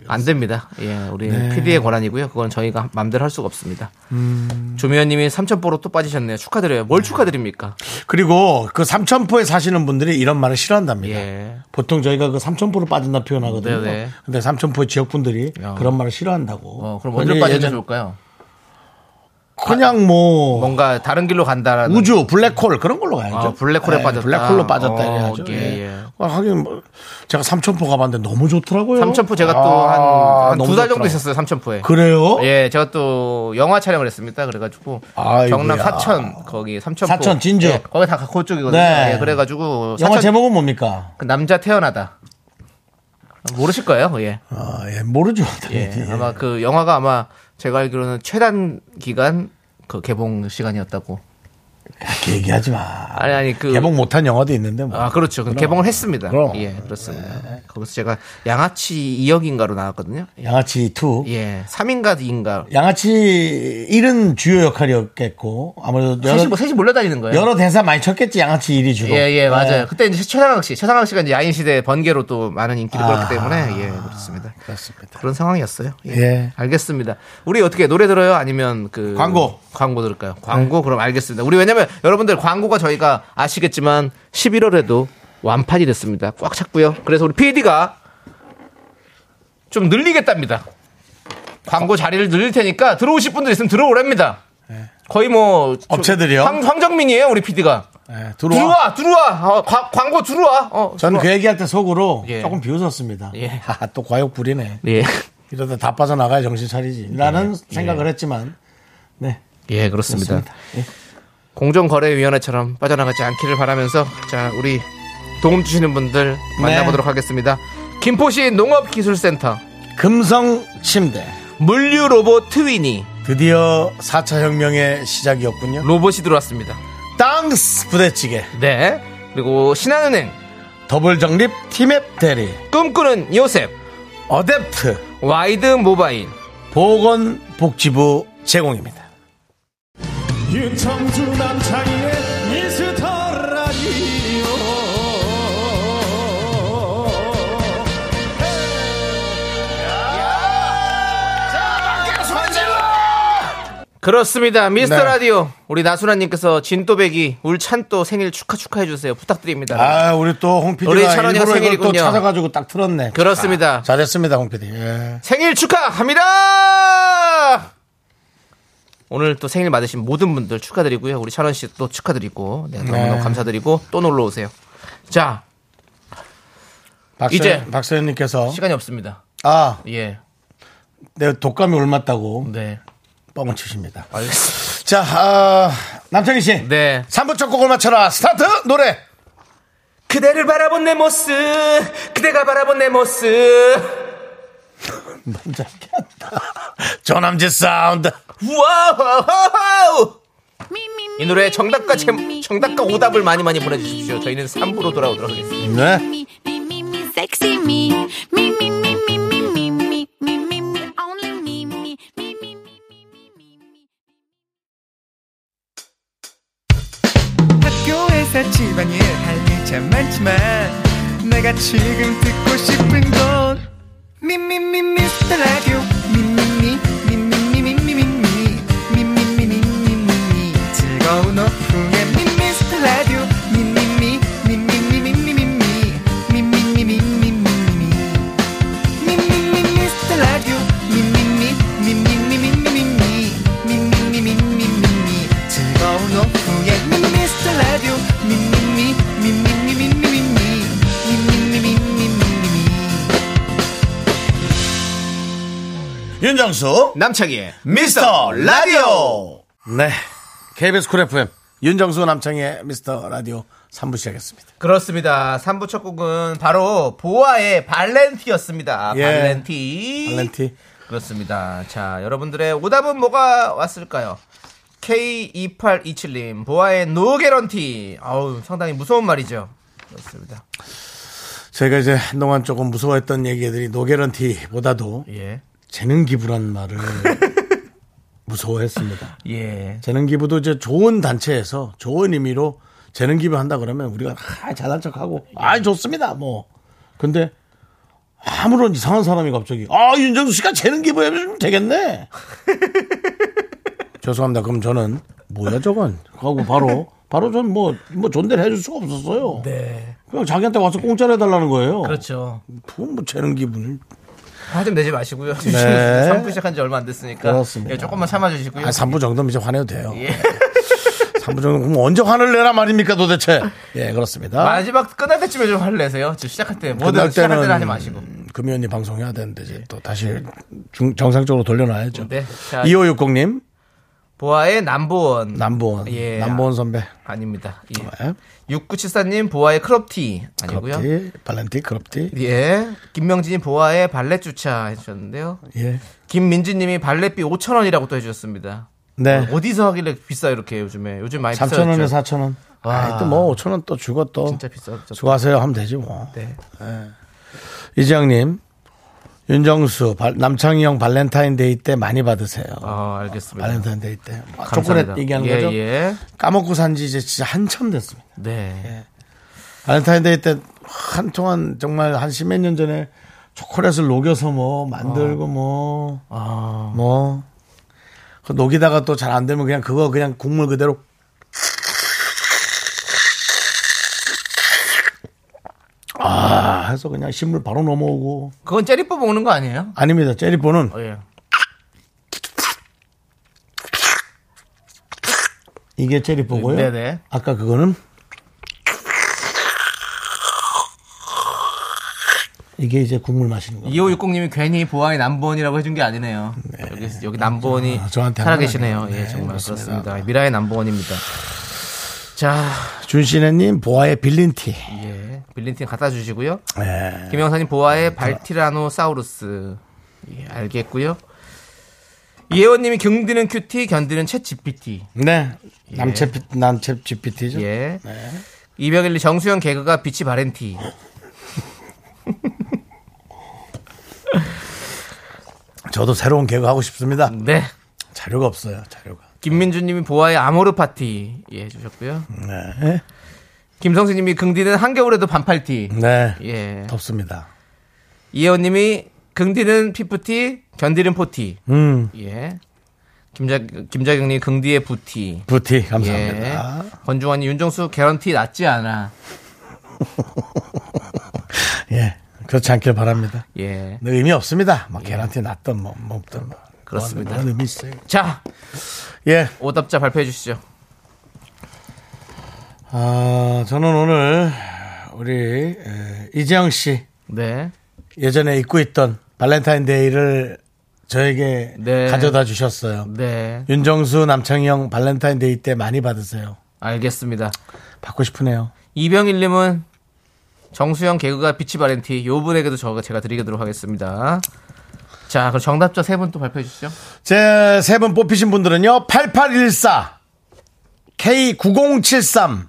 [SPEAKER 4] 안 됩니다. 예, 우리
[SPEAKER 3] 네.
[SPEAKER 4] PD의 권한이고요. 그건 저희가 맘대로 할 수가 없습니다.
[SPEAKER 3] 음.
[SPEAKER 4] 조미연님이 삼천포로 또 빠지셨네요. 축하드려요. 뭘 축하드립니까?
[SPEAKER 3] 그리고 그 삼천포에 사시는 분들이 이런 말을 싫어한답니다.
[SPEAKER 4] 예.
[SPEAKER 3] 보통 저희가 그 삼천포로 빠진다 표현하거든요.
[SPEAKER 4] 네네.
[SPEAKER 3] 근데 삼천포 지역분들이
[SPEAKER 4] 야.
[SPEAKER 3] 그런 말을 싫어한다고.
[SPEAKER 4] 어, 그럼
[SPEAKER 3] 그냥
[SPEAKER 4] 어디로 빠져야
[SPEAKER 3] 예전-
[SPEAKER 4] 좋을까요?
[SPEAKER 3] 그냥 뭐
[SPEAKER 4] 뭔가 다른 길로 간다라는.
[SPEAKER 3] 우주 블랙홀 그런 걸로 가야죠. 예,
[SPEAKER 4] 아, 블랙홀에 빠졌다.
[SPEAKER 3] 블랙홀로 빠졌다
[SPEAKER 4] 어,
[SPEAKER 3] 이래야죠.
[SPEAKER 4] 예,
[SPEAKER 3] 예.
[SPEAKER 4] 예.
[SPEAKER 3] 아, 하긴 뭐 제가 삼천포 가봤는데 너무 좋더라고요.
[SPEAKER 4] 삼천포 제가
[SPEAKER 3] 아,
[SPEAKER 4] 또 한 두
[SPEAKER 3] 너무
[SPEAKER 4] 달 정도
[SPEAKER 3] 좋더라고요.
[SPEAKER 4] 있었어요. 삼천포에.
[SPEAKER 3] 그래요?
[SPEAKER 4] 예, 제가 또 영화 촬영을 했습니다. 그래가지고
[SPEAKER 3] 아이고야.
[SPEAKER 4] 경남 사천 거기 삼천포
[SPEAKER 3] 사천, 진주.
[SPEAKER 4] 예, 거기 다 가고 쪽이거든요.
[SPEAKER 3] 네.
[SPEAKER 4] 예, 그래가지고
[SPEAKER 3] 영화
[SPEAKER 4] 사천
[SPEAKER 3] 제목은 뭡니까?
[SPEAKER 4] 그 남자 태어나다 모르실 거예요. 예,
[SPEAKER 3] 아, 예, 모르죠.
[SPEAKER 4] 예,
[SPEAKER 3] 당연히.
[SPEAKER 4] 아마 그 영화가 아마 제가 알기로는 최단 기간 그 개봉 시간이었다고.
[SPEAKER 3] 그렇게 얘기하지 마.
[SPEAKER 4] 아니 아니 그
[SPEAKER 3] 개봉 못한 영화도 있는데 뭐.
[SPEAKER 4] 아 그렇죠. 그 개봉을 했습니다.
[SPEAKER 3] 그럼.
[SPEAKER 4] 예, 그렇습니다. 거기서 제가 양아치 2역인가로 나왔거든요.
[SPEAKER 3] 양아치 2.
[SPEAKER 4] 예, 3인가
[SPEAKER 5] 예.
[SPEAKER 4] 2인가.
[SPEAKER 3] 양아치 1은 주요 역할이었겠고 아무래도 여러,
[SPEAKER 4] 셋이, 뭐- 셋이 몰려다니는 거예요.
[SPEAKER 3] 여러 대사 많이 쳤겠지 양아치 1이 주로.
[SPEAKER 4] 예, 예, 맞아요.
[SPEAKER 3] 예.
[SPEAKER 4] 그때 이제 최상학 씨, 최상학 씨가 이제 야인 시대 번개로 또 많은 인기를
[SPEAKER 3] 아.
[SPEAKER 4] 끌었기 때문에 예, 그렇습니다.
[SPEAKER 3] 그렇습니다.
[SPEAKER 4] 그런 상황이었어요. 예.
[SPEAKER 3] 예.
[SPEAKER 4] 알겠습니다. 우리 어떻게 노래 들어요? 아니면 그
[SPEAKER 3] 광고.
[SPEAKER 4] 광고 들을까요?
[SPEAKER 5] 네.
[SPEAKER 4] 광고 그럼 알겠습니다. 우리 왜냐면 여러분들 광고가 저희가 아시겠지만 11월에도 완판이 됐습니다. 꽉 찼고요. 그래서 우리 PD가 좀 늘리겠답니다. 광고 자리를 늘릴 테니까 그러니까 들어오실 분들 있으면 들어오랍니다. 거의 뭐
[SPEAKER 3] 업체들이요?
[SPEAKER 4] 황, 황정민이에요, 우리 PD가.
[SPEAKER 3] 예, 들어와.
[SPEAKER 4] 들어와, 들어와. 어, 과- 광고 들어와. 어,
[SPEAKER 3] 저는
[SPEAKER 4] 들어와.
[SPEAKER 3] 그 얘기할 때 속으로
[SPEAKER 4] 예.
[SPEAKER 3] 조금 비웃었습니다.
[SPEAKER 4] 예.
[SPEAKER 3] 아, 또 과욕 부리네.
[SPEAKER 4] 예.
[SPEAKER 3] 이러다 다 빠져나가야 정신 차리지. 예. 라는 생각을 했지만, 네.
[SPEAKER 5] 예, 그렇습니다.
[SPEAKER 3] 그렇습니다.
[SPEAKER 5] 공정거래위원회처럼 빠져나가지 않기를 바라면서 자, 우리 도움 주시는 분들 만나보도록 하겠습니다. 김포시 농업기술센터
[SPEAKER 3] 네. 금성 침대.
[SPEAKER 5] 물류 로봇 트위니
[SPEAKER 3] 드디어 4차 혁명의 시작이었군요.
[SPEAKER 5] 로봇이 들어왔습니다.
[SPEAKER 3] 땅스 부대찌개.
[SPEAKER 5] 네. 그리고 신한은행
[SPEAKER 3] 더블 정립 티맵 대리.
[SPEAKER 5] 꿈꾸는 요셉
[SPEAKER 3] 어댑트.
[SPEAKER 5] 와이드 모바일
[SPEAKER 3] 보건복지부 제공입니다.
[SPEAKER 8] 윤정수 남창희의 미스터 라디오
[SPEAKER 5] 그렇습니다. 미스터
[SPEAKER 3] 네.
[SPEAKER 5] 라디오 우리 나순아님께서 진또배기 울찬또 생일 축하 축하해 주세요. 부탁드립니다.
[SPEAKER 3] 아, 우리 또
[SPEAKER 5] 우리
[SPEAKER 3] 홍피디가 일부러
[SPEAKER 5] 찬원이가
[SPEAKER 3] 이걸 또
[SPEAKER 5] 생일이군요.
[SPEAKER 3] 찾아가지고 딱 틀었네.
[SPEAKER 5] 그렇습니다.
[SPEAKER 3] 아, 잘했습니다, 홍피디. 예.
[SPEAKER 5] 생일 축하합니다. 오늘 또 생일 맞으신 모든 분들 축하드리고요. 우리 찬원 씨 또 축하드리고 네, 너무너무
[SPEAKER 3] 네.
[SPEAKER 5] 감사드리고 또 놀러 오세요. 자
[SPEAKER 3] 박서,
[SPEAKER 5] 이제.
[SPEAKER 3] 박서연님께서
[SPEAKER 5] 시간이 없습니다.
[SPEAKER 3] 아,
[SPEAKER 5] 예,
[SPEAKER 3] 내 독감이 올맞다고
[SPEAKER 5] 네,
[SPEAKER 3] 뻥을 치십니다.
[SPEAKER 5] 알겠습니다.
[SPEAKER 3] 자, 아, 남창희 씨.
[SPEAKER 5] 네.
[SPEAKER 3] 3부 첫 곡을 맞춰라. 스타트! 노래!
[SPEAKER 5] 그대를 바라본 내 모습, 그대가 바라본 내 모습.
[SPEAKER 3] 조남지 사운드.
[SPEAKER 5] 와우! 이 노래 정답과 제, 정답과 오답을 많이 많이 보내주십시오. 저희는 3부로 돌아오도록 하겠습니다.
[SPEAKER 3] 네.
[SPEAKER 9] 섹시 미, 미, 미, 미, 미, 미, 미, 미, 미, 미, 미, only me, me, me, me, me, me, me.
[SPEAKER 7] 학교에서 집안일 할 일 참 많지만 내가 지금 듣고 싶은 건 미미미 미스터 라디오 미미미 미미미미미미 미미미미미미 즐거운 오후에 미스터 라디오 미미미 미미미미미미 미미미미미미 미미미 미스터 라디오 미미미 미미미미미미 미미미미미미 즐거운 오후에 미스터 라디오 미미미 미미미미미미 미미미미미미
[SPEAKER 3] 윤정수.
[SPEAKER 5] 남창희의
[SPEAKER 3] 미스터 라디오. 네. KBS 쿨 FM. 윤정수 남창희의 미스터 라디오 3부 시작했습니다.
[SPEAKER 5] 그렇습니다. 3부 첫 곡은 바로 보아의 발렌티였습니다.
[SPEAKER 3] 예.
[SPEAKER 5] 발렌티.
[SPEAKER 3] 발렌티.
[SPEAKER 5] 그렇습니다. 자, 여러분들의 오답은 뭐가 왔을까요? K2827님, 보아의 노게런티. 아우, 상당히 무서운 말이죠. 그렇습니다.
[SPEAKER 3] 저희가 이제 한동안 조금 무서워했던 얘기들이 노게런티보다도
[SPEAKER 5] 예.
[SPEAKER 3] 재능 기부란 말을 무서워했습니다.
[SPEAKER 5] 예.
[SPEAKER 3] 재능 기부도 이제 좋은 단체에서 좋은 의미로 재능 기부 한다 그러면 우리가 아, 잘난 척하고 아 좋습니다 뭐 근데 아무런 이상한 사람이 갑자기 아 윤정수 씨가 재능 기부하면 되겠네. 죄송합니다. 그럼 저는 뭐야 저건 하고 바로 바로 전 뭐 뭐 존대를 해줄 수가 없었어요.
[SPEAKER 5] 네.
[SPEAKER 3] 그냥 자기한테 와서 공짜로 해달라는 거예요.
[SPEAKER 5] 그렇죠.
[SPEAKER 3] 그건 뭐 재능 기부는
[SPEAKER 5] 화좀 내지 마시고요.
[SPEAKER 3] 네.
[SPEAKER 5] 3부 시작한 지 얼마 안 됐으니까.
[SPEAKER 3] 그렇습니다.
[SPEAKER 5] 예, 조금만 참아주시고요.
[SPEAKER 3] 아, 3부 정도면 이제 화내도 돼요.
[SPEAKER 5] 예.
[SPEAKER 3] 3부 정도 그럼 언제 화를 내나 말입니까 도대체?
[SPEAKER 5] 아.
[SPEAKER 3] 예, 그렇습니다.
[SPEAKER 5] 마지막 끝날 때쯤에 좀 화를 내세요. 지금 시작할 때.
[SPEAKER 3] 끝날
[SPEAKER 5] 뭐든 시작할 때는 하지 마시고.
[SPEAKER 3] 금요일이 방송해야 되는데 이제 또 다시 중- 정상적으로 돌려놔야죠.
[SPEAKER 5] 네. 자,
[SPEAKER 3] 2560님
[SPEAKER 5] 보아의 남보원.
[SPEAKER 3] 남보원
[SPEAKER 5] 예.
[SPEAKER 3] 남보원 선배
[SPEAKER 5] 아닙니다. 예.
[SPEAKER 3] 예.
[SPEAKER 5] 6974님 보아의 크롭티 아니고요.
[SPEAKER 3] 크롭티 발렌티 크롭티
[SPEAKER 5] 예. 김명진님 보아의 발렛 주차 해주셨는데요.
[SPEAKER 3] 예.
[SPEAKER 5] 김민지님이 발렛비 5천 원이라고 또 해주셨어요.
[SPEAKER 3] 네.
[SPEAKER 5] 어디서 하길래 비싸 이렇게 요즘에 요즘 많이 비싸요.
[SPEAKER 3] 3천 원에 4천 원. 아, 또뭐 5천 원 또 주고 또
[SPEAKER 5] 진짜 비싸죠.
[SPEAKER 3] 수고하세요 하면 되지 뭐. 예.
[SPEAKER 5] 네.
[SPEAKER 3] 이지영님 윤정수 발- 남창희 형 발렌타인데이 때 많이 받으세요.
[SPEAKER 4] 어,
[SPEAKER 5] 아 알겠습니다.
[SPEAKER 3] 발렌타인데이 때 아,
[SPEAKER 5] 감사합니다.
[SPEAKER 3] 초콜릿 얘기하는
[SPEAKER 5] 예,
[SPEAKER 3] 거죠?
[SPEAKER 5] 예.
[SPEAKER 3] 까먹고 산지 이제 진짜 한참 됐습니다.
[SPEAKER 5] 네.
[SPEAKER 3] 발렌타인데이 때 한동안 정말 한 십몇 년 전에 초콜릿을 녹여서 뭐 만들고 뭐,
[SPEAKER 5] 아
[SPEAKER 3] 뭐. 그 녹이다가 또 잘 안 되면 그냥 그거 그냥 국물 그대로. 아, 해서 그냥 신물 바로 넘어오고.
[SPEAKER 5] 그건 째리 뽑아 오는 거 아니에요?
[SPEAKER 3] 아닙니다. 제리포는
[SPEAKER 5] 어, 예.
[SPEAKER 3] 이게 제리포고요.
[SPEAKER 5] 네네.
[SPEAKER 3] 아까 그거는 이게 이제 국물 마시는 거.
[SPEAKER 4] 2560님이 괜히 보아의 남보원이라고 해준 게 아니네요. 여기, 여기 남보원이
[SPEAKER 3] 저- 저한테는
[SPEAKER 4] 살아계시네요.
[SPEAKER 3] 아니에요.
[SPEAKER 4] 예,
[SPEAKER 3] 아, 네,
[SPEAKER 4] 정말
[SPEAKER 3] 그렇습니다.
[SPEAKER 4] 그렇습니다. 미라의 남보원입니다. 자,
[SPEAKER 3] 준신혜님 보아의 빌린 티.
[SPEAKER 4] 예. 빌린팀 갖다 주시고요.
[SPEAKER 3] 네.
[SPEAKER 4] 김영사님 보아의 발티라노사우루스. 예, 알겠고요. 이혜원님이 경디는 큐티, 견디는 챗 GPT.
[SPEAKER 3] 네. 남체 남체 GPT죠.
[SPEAKER 4] 예.
[SPEAKER 3] 네.
[SPEAKER 4] 211 정수영 개그가 빛이 바렌티.
[SPEAKER 3] 저도 새로운 개그 하고 싶습니다.
[SPEAKER 4] 네.
[SPEAKER 3] 자료가 없어요. 자료가.
[SPEAKER 4] 김민주님이 보아의 아모르 파티 예 해주셨고요.
[SPEAKER 3] 네.
[SPEAKER 4] 김성수님이 긍디는 한겨울에도 반팔티.
[SPEAKER 3] 네.
[SPEAKER 4] 예.
[SPEAKER 3] 덥습니다.
[SPEAKER 4] 이혜원님이 긍디는 피프티, 견디는 포티.
[SPEAKER 3] 음.
[SPEAKER 4] 예. 김자 김자경님 긍디의 부티.
[SPEAKER 3] 부티
[SPEAKER 4] 예.
[SPEAKER 3] 감사합니다.
[SPEAKER 4] 권중환이 윤정수 개런티 낫지 않아.
[SPEAKER 3] 예. 그렇지 않길 바랍니다.
[SPEAKER 4] 예.
[SPEAKER 3] 네, 의미 없습니다. 막 걔한테 났던 뭐, 뭐 없던 뭐.
[SPEAKER 4] 그렇습니다.
[SPEAKER 3] 뭐, 뭐 의미 있어요.
[SPEAKER 4] 자
[SPEAKER 3] 예.
[SPEAKER 4] 오답자 발표해 주시죠.
[SPEAKER 3] 아, 저는 오늘 우리 에, 이재영 씨
[SPEAKER 4] 네.
[SPEAKER 3] 예전에 입고 있던 발렌타인데이를 저에게
[SPEAKER 4] 네.
[SPEAKER 3] 가져다 주셨어요.
[SPEAKER 4] 네.
[SPEAKER 3] 윤정수 남창희 형 발렌타인데이 때 많이 받으세요.
[SPEAKER 4] 알겠습니다.
[SPEAKER 3] 받고 싶으네요.
[SPEAKER 4] 이병일님은 정수영 개그가 빛이 바렌티 요 분에게도 저가 제가 드리도록 하겠습니다. 자 그럼 정답자 세 분 또 발표해 주시죠.
[SPEAKER 3] 제 세 분 뽑히신 분들은요. 8814 K9073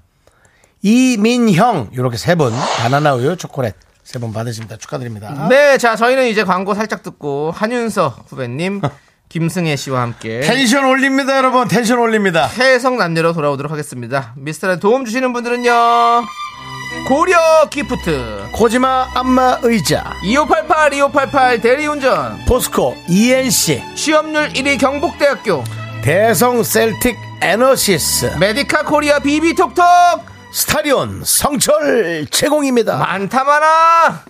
[SPEAKER 3] 이민형 이렇게 세 분 바나나 우유 초콜릿 세 분 받으십니다. 축하드립니다.
[SPEAKER 4] 네, 자 저희는 이제 광고 살짝 듣고 한윤서 후배님, 김승혜 씨와 함께
[SPEAKER 3] 텐션 올립니다, 여러분. 텐션 올립니다.
[SPEAKER 4] 해성 남녀로 돌아오도록 하겠습니다. 미스터에 도움 주시는 분들은요. 고려 기프트,
[SPEAKER 3] 코지마 안마 의자
[SPEAKER 4] 2588, 2588 대리운전,
[SPEAKER 3] 포스코 ENC
[SPEAKER 4] 취업률 1위 경북대학교,
[SPEAKER 3] 대성 셀틱 에너시스
[SPEAKER 4] 메디카 코리아 비비톡톡,
[SPEAKER 3] 스타리온 성철 제공입니다.
[SPEAKER 4] 많다 많아!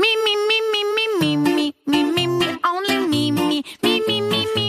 [SPEAKER 10] Me, me, me, me, me, me, me, me, me, me, only me, me, me, me, me, me.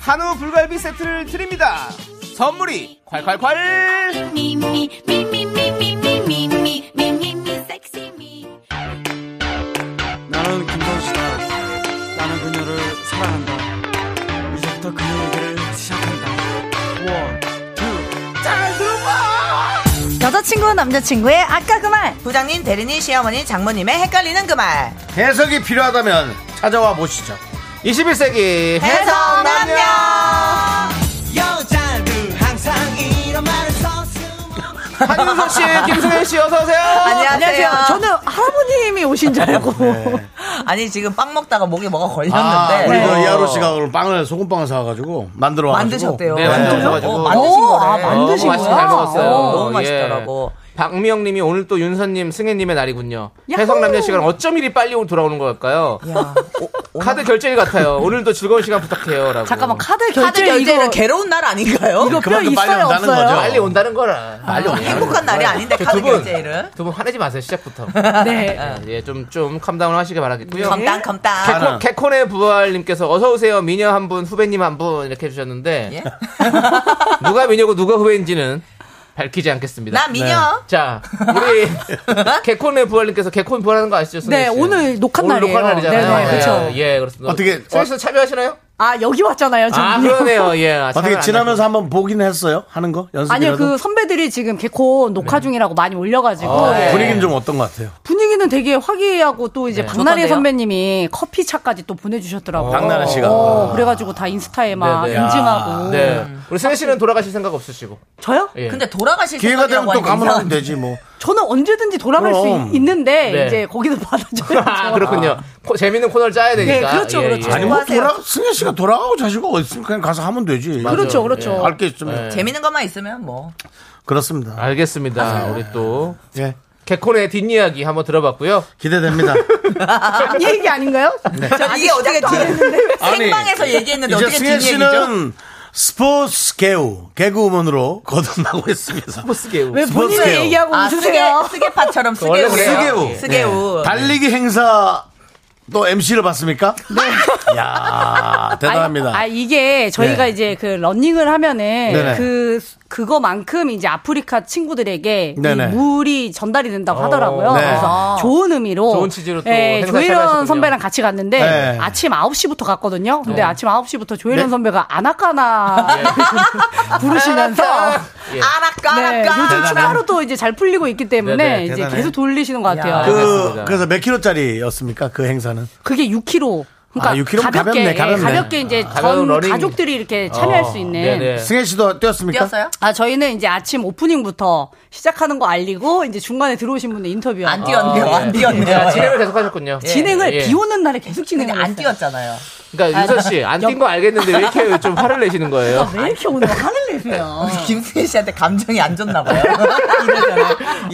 [SPEAKER 4] 한우 불갈비 세트를 드립니다 선물이 콸콸콸
[SPEAKER 10] Me, me, me, me, me, me, me, me, me, me, me, me, sexy me.
[SPEAKER 11] 나는 김선수다. 나는 그녀를 사랑한다. 이제부터 그 얘기를 시작한다. 원, 투.
[SPEAKER 12] 여자친구 남자친구의 아까 그 말
[SPEAKER 13] 부장님, 대리님, 시어머니, 장모님의 헷갈리는 그 말.
[SPEAKER 3] 해석이 필요하다면 찾아와 보시죠.
[SPEAKER 4] 21세기
[SPEAKER 13] 해성
[SPEAKER 4] 해성남녀
[SPEAKER 13] 남녀. 여자들 항상 이런 말을 썼음.
[SPEAKER 4] 한윤서 씨, 김승현 씨 어서 오세요
[SPEAKER 13] 안녕하세요.
[SPEAKER 12] 저는 할아버님이 오신 줄 알고
[SPEAKER 13] 아니, 지금 빵 먹다가 목에 뭐가
[SPEAKER 3] 네. 아, 우리
[SPEAKER 13] 걸렸는데. 어,
[SPEAKER 3] 그
[SPEAKER 4] 네.
[SPEAKER 3] 이하로 씨가 오늘 빵을 소금빵을 사와가지고 만들어 와가지고
[SPEAKER 13] 만드셨대요.
[SPEAKER 4] 네, 만들어가지고.
[SPEAKER 13] 어, 만드신
[SPEAKER 12] 오,
[SPEAKER 13] 거네.
[SPEAKER 12] 아, 만드신
[SPEAKER 13] 어, 맛있게
[SPEAKER 12] 거야?
[SPEAKER 13] 잘 먹었어요.
[SPEAKER 12] 오,
[SPEAKER 13] 너무
[SPEAKER 4] 예.
[SPEAKER 13] 맛있더라고.
[SPEAKER 4] 박미영님이 오늘 또 윤서님, 승혜님의 날이군요.
[SPEAKER 12] 야호!
[SPEAKER 4] 해성남녀 시간 어쩜 이리 빨리 돌아오는 걸까요?
[SPEAKER 13] 야,
[SPEAKER 4] 뭐 카드 결제일 같아요. 오늘도 즐거운 시간 부탁해요라고.
[SPEAKER 12] 잠깐만 카드 결제
[SPEAKER 13] 카드 결제는
[SPEAKER 12] 이거
[SPEAKER 13] 괴로운 날 아닌가요?
[SPEAKER 12] 이거 뼈
[SPEAKER 3] 그만큼 빨리
[SPEAKER 12] 있어요
[SPEAKER 3] 온다는 네.
[SPEAKER 12] 없어요?
[SPEAKER 3] 거죠.
[SPEAKER 4] 빨리 온다는 거라. 빨리 온다는
[SPEAKER 13] 행복한 날이 아닌데,
[SPEAKER 4] 저
[SPEAKER 13] 카드
[SPEAKER 4] 그 두 분,
[SPEAKER 13] 결제일은.
[SPEAKER 4] 두분 화내지 마세요 시작부터.
[SPEAKER 12] 네.
[SPEAKER 4] 아, 예, 좀좀 캄다운 하시길 바라겠고요.
[SPEAKER 13] 컴땅,
[SPEAKER 3] 아,
[SPEAKER 13] 컴땅.
[SPEAKER 4] 개콘- 개콘의 부활님께서 어서 오세요 미녀 한 분, 후배님 한 분 이렇게 해주셨는데
[SPEAKER 13] 예?
[SPEAKER 4] 누가 미녀고 누가 후배인지는 밝히지 않겠습니다.
[SPEAKER 13] 나
[SPEAKER 3] 네.
[SPEAKER 13] 미녀.
[SPEAKER 4] 자, 우리 개콘의 부활님께서 개콘 부활하는 거 아시죠? 승혜
[SPEAKER 12] 네,
[SPEAKER 4] 씨?
[SPEAKER 12] 오늘 녹화 날이에요.
[SPEAKER 4] 녹화 날이잖아요.
[SPEAKER 12] 네네, 그렇죠.
[SPEAKER 4] 예,
[SPEAKER 12] 그쵸.
[SPEAKER 4] 예, 그렇습니다.
[SPEAKER 3] 어떻게-
[SPEAKER 4] 서비스 참여하시나요?
[SPEAKER 12] 아 여기 왔잖아요 지금
[SPEAKER 4] 아, 그러네요. 예. 아, 참여
[SPEAKER 3] 어떻게
[SPEAKER 4] 안
[SPEAKER 3] 지나면서 한번 보긴 했어요? 하는 거? 연습이라도?
[SPEAKER 12] 아니요 그 선배들이 지금 개코 녹화 중이라고 많이 올려가지고
[SPEAKER 4] 어, 네.
[SPEAKER 3] 분위기는 좀 어떤 것 같아요?
[SPEAKER 12] 분위기는 되게 화기애애하고 또 이제
[SPEAKER 3] 네.
[SPEAKER 12] 박나래
[SPEAKER 3] 좋던데요?
[SPEAKER 12] 선배님이 커피차까지 또 보내주셨더라고요.
[SPEAKER 3] 박나래 씨가.
[SPEAKER 12] 어, 그래가지고 다 아, 인스타에 막
[SPEAKER 4] 네, 네.
[SPEAKER 12] 인증하고.
[SPEAKER 4] 네.
[SPEAKER 12] 음.
[SPEAKER 4] 우리 승혜 씨는 돌아가실 생각 없으시고.
[SPEAKER 12] 저요?
[SPEAKER 4] 예.
[SPEAKER 12] 근데 돌아가실
[SPEAKER 3] 기회가 되면 또
[SPEAKER 12] 면
[SPEAKER 3] 가문하면 되지 뭐.
[SPEAKER 12] 저는 언제든지 돌아갈
[SPEAKER 3] 그럼.
[SPEAKER 12] 수 있는데
[SPEAKER 4] 네.
[SPEAKER 12] 이제 거기도 받아줘야죠.
[SPEAKER 4] 아, 그렇군요. 코- 재밌는 코너를 짜야 되니까. 예, 예.
[SPEAKER 3] 아니 뭐 돌아 승혜 씨가 돌아가고 자식이 어디 있으면 그냥 가서 하면 되지.
[SPEAKER 4] 그렇죠, 그렇죠.
[SPEAKER 3] 예. 알게 있으면
[SPEAKER 7] 재밌는 것만 있으면 뭐.
[SPEAKER 3] 그렇습니다.
[SPEAKER 4] 아, 알겠습니다. 우리 또
[SPEAKER 3] 예.
[SPEAKER 4] 개콘의 뒷이야기 한번 들어봤고요.
[SPEAKER 3] 기대됩니다.
[SPEAKER 12] 이 얘기 아닌가요?
[SPEAKER 3] 그
[SPEAKER 7] 저 이게 어떻게 생방에서 얘기했는데
[SPEAKER 3] 이제
[SPEAKER 7] 어떻게
[SPEAKER 3] 승혜
[SPEAKER 7] 뒷 얘기죠?
[SPEAKER 3] 씨는 스포츠 개우 개그우먼으로 거듭나고 있습니다. 스포츠 개우.
[SPEAKER 12] 왜 본인을 얘기하고
[SPEAKER 7] 아,
[SPEAKER 12] 웃으세요?
[SPEAKER 7] 스게파처럼
[SPEAKER 3] 원래
[SPEAKER 7] 스게우.
[SPEAKER 3] 스개우.
[SPEAKER 7] 스게우.
[SPEAKER 3] 예. 달리기 행사 또 MC를 봤습니까? 네. 야 대단합니다.
[SPEAKER 12] 아, 아, 이게 저희가
[SPEAKER 3] 네.
[SPEAKER 12] 이제 그 러닝을 하면은
[SPEAKER 3] 네네.
[SPEAKER 12] 그 그거만큼 이제 아프리카 친구들에게 이
[SPEAKER 3] 네네.
[SPEAKER 12] 물이 전달이 된다고
[SPEAKER 3] 어,
[SPEAKER 12] 하더라고요.
[SPEAKER 3] 네.
[SPEAKER 12] 그래서 좋은 의미로
[SPEAKER 4] 좋은 취지로 또
[SPEAKER 12] 예,
[SPEAKER 4] 행사 참여하셨군요.
[SPEAKER 12] 조혜련 선배랑 같이 갔는데
[SPEAKER 4] 네.
[SPEAKER 12] 아침 9시부터 갔거든요. 근데
[SPEAKER 4] 네.
[SPEAKER 12] 아침 9시부터 조혜련
[SPEAKER 4] 네.
[SPEAKER 12] 선배가 아나까나
[SPEAKER 3] 예.
[SPEAKER 12] 부르시면서
[SPEAKER 4] 예.
[SPEAKER 7] 아라까
[SPEAKER 12] 네,
[SPEAKER 7] 아라까.
[SPEAKER 12] 요즘
[SPEAKER 3] 대단하네.
[SPEAKER 12] 추가로 또 이제 잘 풀리고 있기 때문에
[SPEAKER 3] 네네,
[SPEAKER 12] 이제
[SPEAKER 3] 대단해.
[SPEAKER 12] 계속 돌리시는 것 같아요.
[SPEAKER 3] 그, 그래서 몇 킬로짜리였습니까? 그 행사는?
[SPEAKER 12] 그게 6kg.
[SPEAKER 3] 아,
[SPEAKER 12] 그러니까
[SPEAKER 3] 6kg?
[SPEAKER 12] 가볍게
[SPEAKER 3] 가볍네, 가볍네.
[SPEAKER 12] 가볍게 이제
[SPEAKER 3] 아, 가벼운
[SPEAKER 12] 전
[SPEAKER 3] 러닝.
[SPEAKER 12] 가족들이 이렇게 참여할
[SPEAKER 3] 어,
[SPEAKER 12] 수 있는
[SPEAKER 4] 예.
[SPEAKER 3] 네네. 승혜 씨도 뛰었습니까?
[SPEAKER 12] 아 저희는 이제 아침 오프닝부터 시작하는 거 알리고 이제 중간에 들어오신 분들 인터뷰 안
[SPEAKER 7] 뛰었네요, 안 뛰었네요.
[SPEAKER 4] 자, 진행을 계속하셨군요.
[SPEAKER 12] 진행을
[SPEAKER 4] 예.
[SPEAKER 12] 비 오는 날에 계속 진행을 안
[SPEAKER 7] 뛰었잖아요.
[SPEAKER 4] 그러니까 윤서 씨 안 뛴 거 알겠는데 왜 이렇게 좀 화를 내시는 거예요?
[SPEAKER 12] 왜 이렇게 오늘 화를 내세요?
[SPEAKER 7] 김승희 씨한테 감정이 안 좋나 봐요.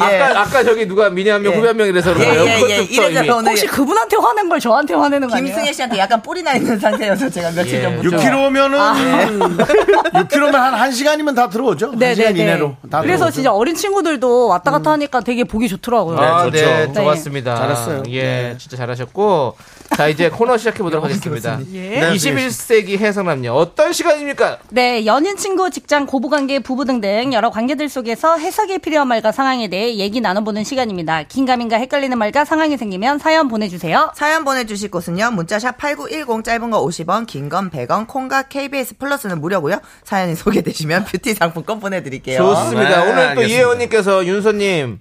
[SPEAKER 4] 아까 아까 저기 누가 미니 한 명, 후배 한 명 이래서
[SPEAKER 7] 예,
[SPEAKER 4] 그러나요?
[SPEAKER 7] 예,
[SPEAKER 4] 그것도
[SPEAKER 7] 예.
[SPEAKER 4] 없어,
[SPEAKER 7] 이래서
[SPEAKER 4] 이미.
[SPEAKER 7] 오늘
[SPEAKER 12] 혹시 그분한테 화낸 걸 저한테 화내는 거 아니에요?
[SPEAKER 7] 김승혜 씨한테 약간 뿔이 나 있는 상태여서 제가 며칠
[SPEAKER 4] 예.
[SPEAKER 7] 전부터
[SPEAKER 3] 6km면은 6km면 한 1시간이면 다 들어오죠? 한 시간 이내로 다
[SPEAKER 12] 네, 그래서
[SPEAKER 3] 들어오죠.
[SPEAKER 12] 진짜 어린 친구들도 왔다
[SPEAKER 7] 음.
[SPEAKER 12] 갔다 하니까 되게 보기 좋더라고요.
[SPEAKER 4] 아, 네, 좋았습니다.
[SPEAKER 3] 잘했어요.
[SPEAKER 4] 예, 진짜 잘하셨고. 자, 이제 코너 시작해 보도록 하겠습니다.
[SPEAKER 12] 예.
[SPEAKER 3] 네,
[SPEAKER 4] 21세기 해성남녀 어떤 시간입니까?
[SPEAKER 12] 네, 연인, 친구, 직장, 고부관계, 부부 등등 여러 관계들 속에서 해석이 필요한 말과 상황에 대해 얘기 나눠보는 시간입니다. 긴가민가 헷갈리는 말과 상황이 생기면 사연 보내주세요.
[SPEAKER 7] 사연 보내주실 곳은요. 문자샵 8910 짧은 거 50원, 긴 건 100원, 콩과 KBS 플러스는 무료고요. 사연이 소개되시면 뷰티 상품권 보내드릴게요.
[SPEAKER 4] 좋습니다.
[SPEAKER 3] 네,
[SPEAKER 4] 오늘 또
[SPEAKER 3] 알겠습니다.
[SPEAKER 4] 이혜원님께서 윤서님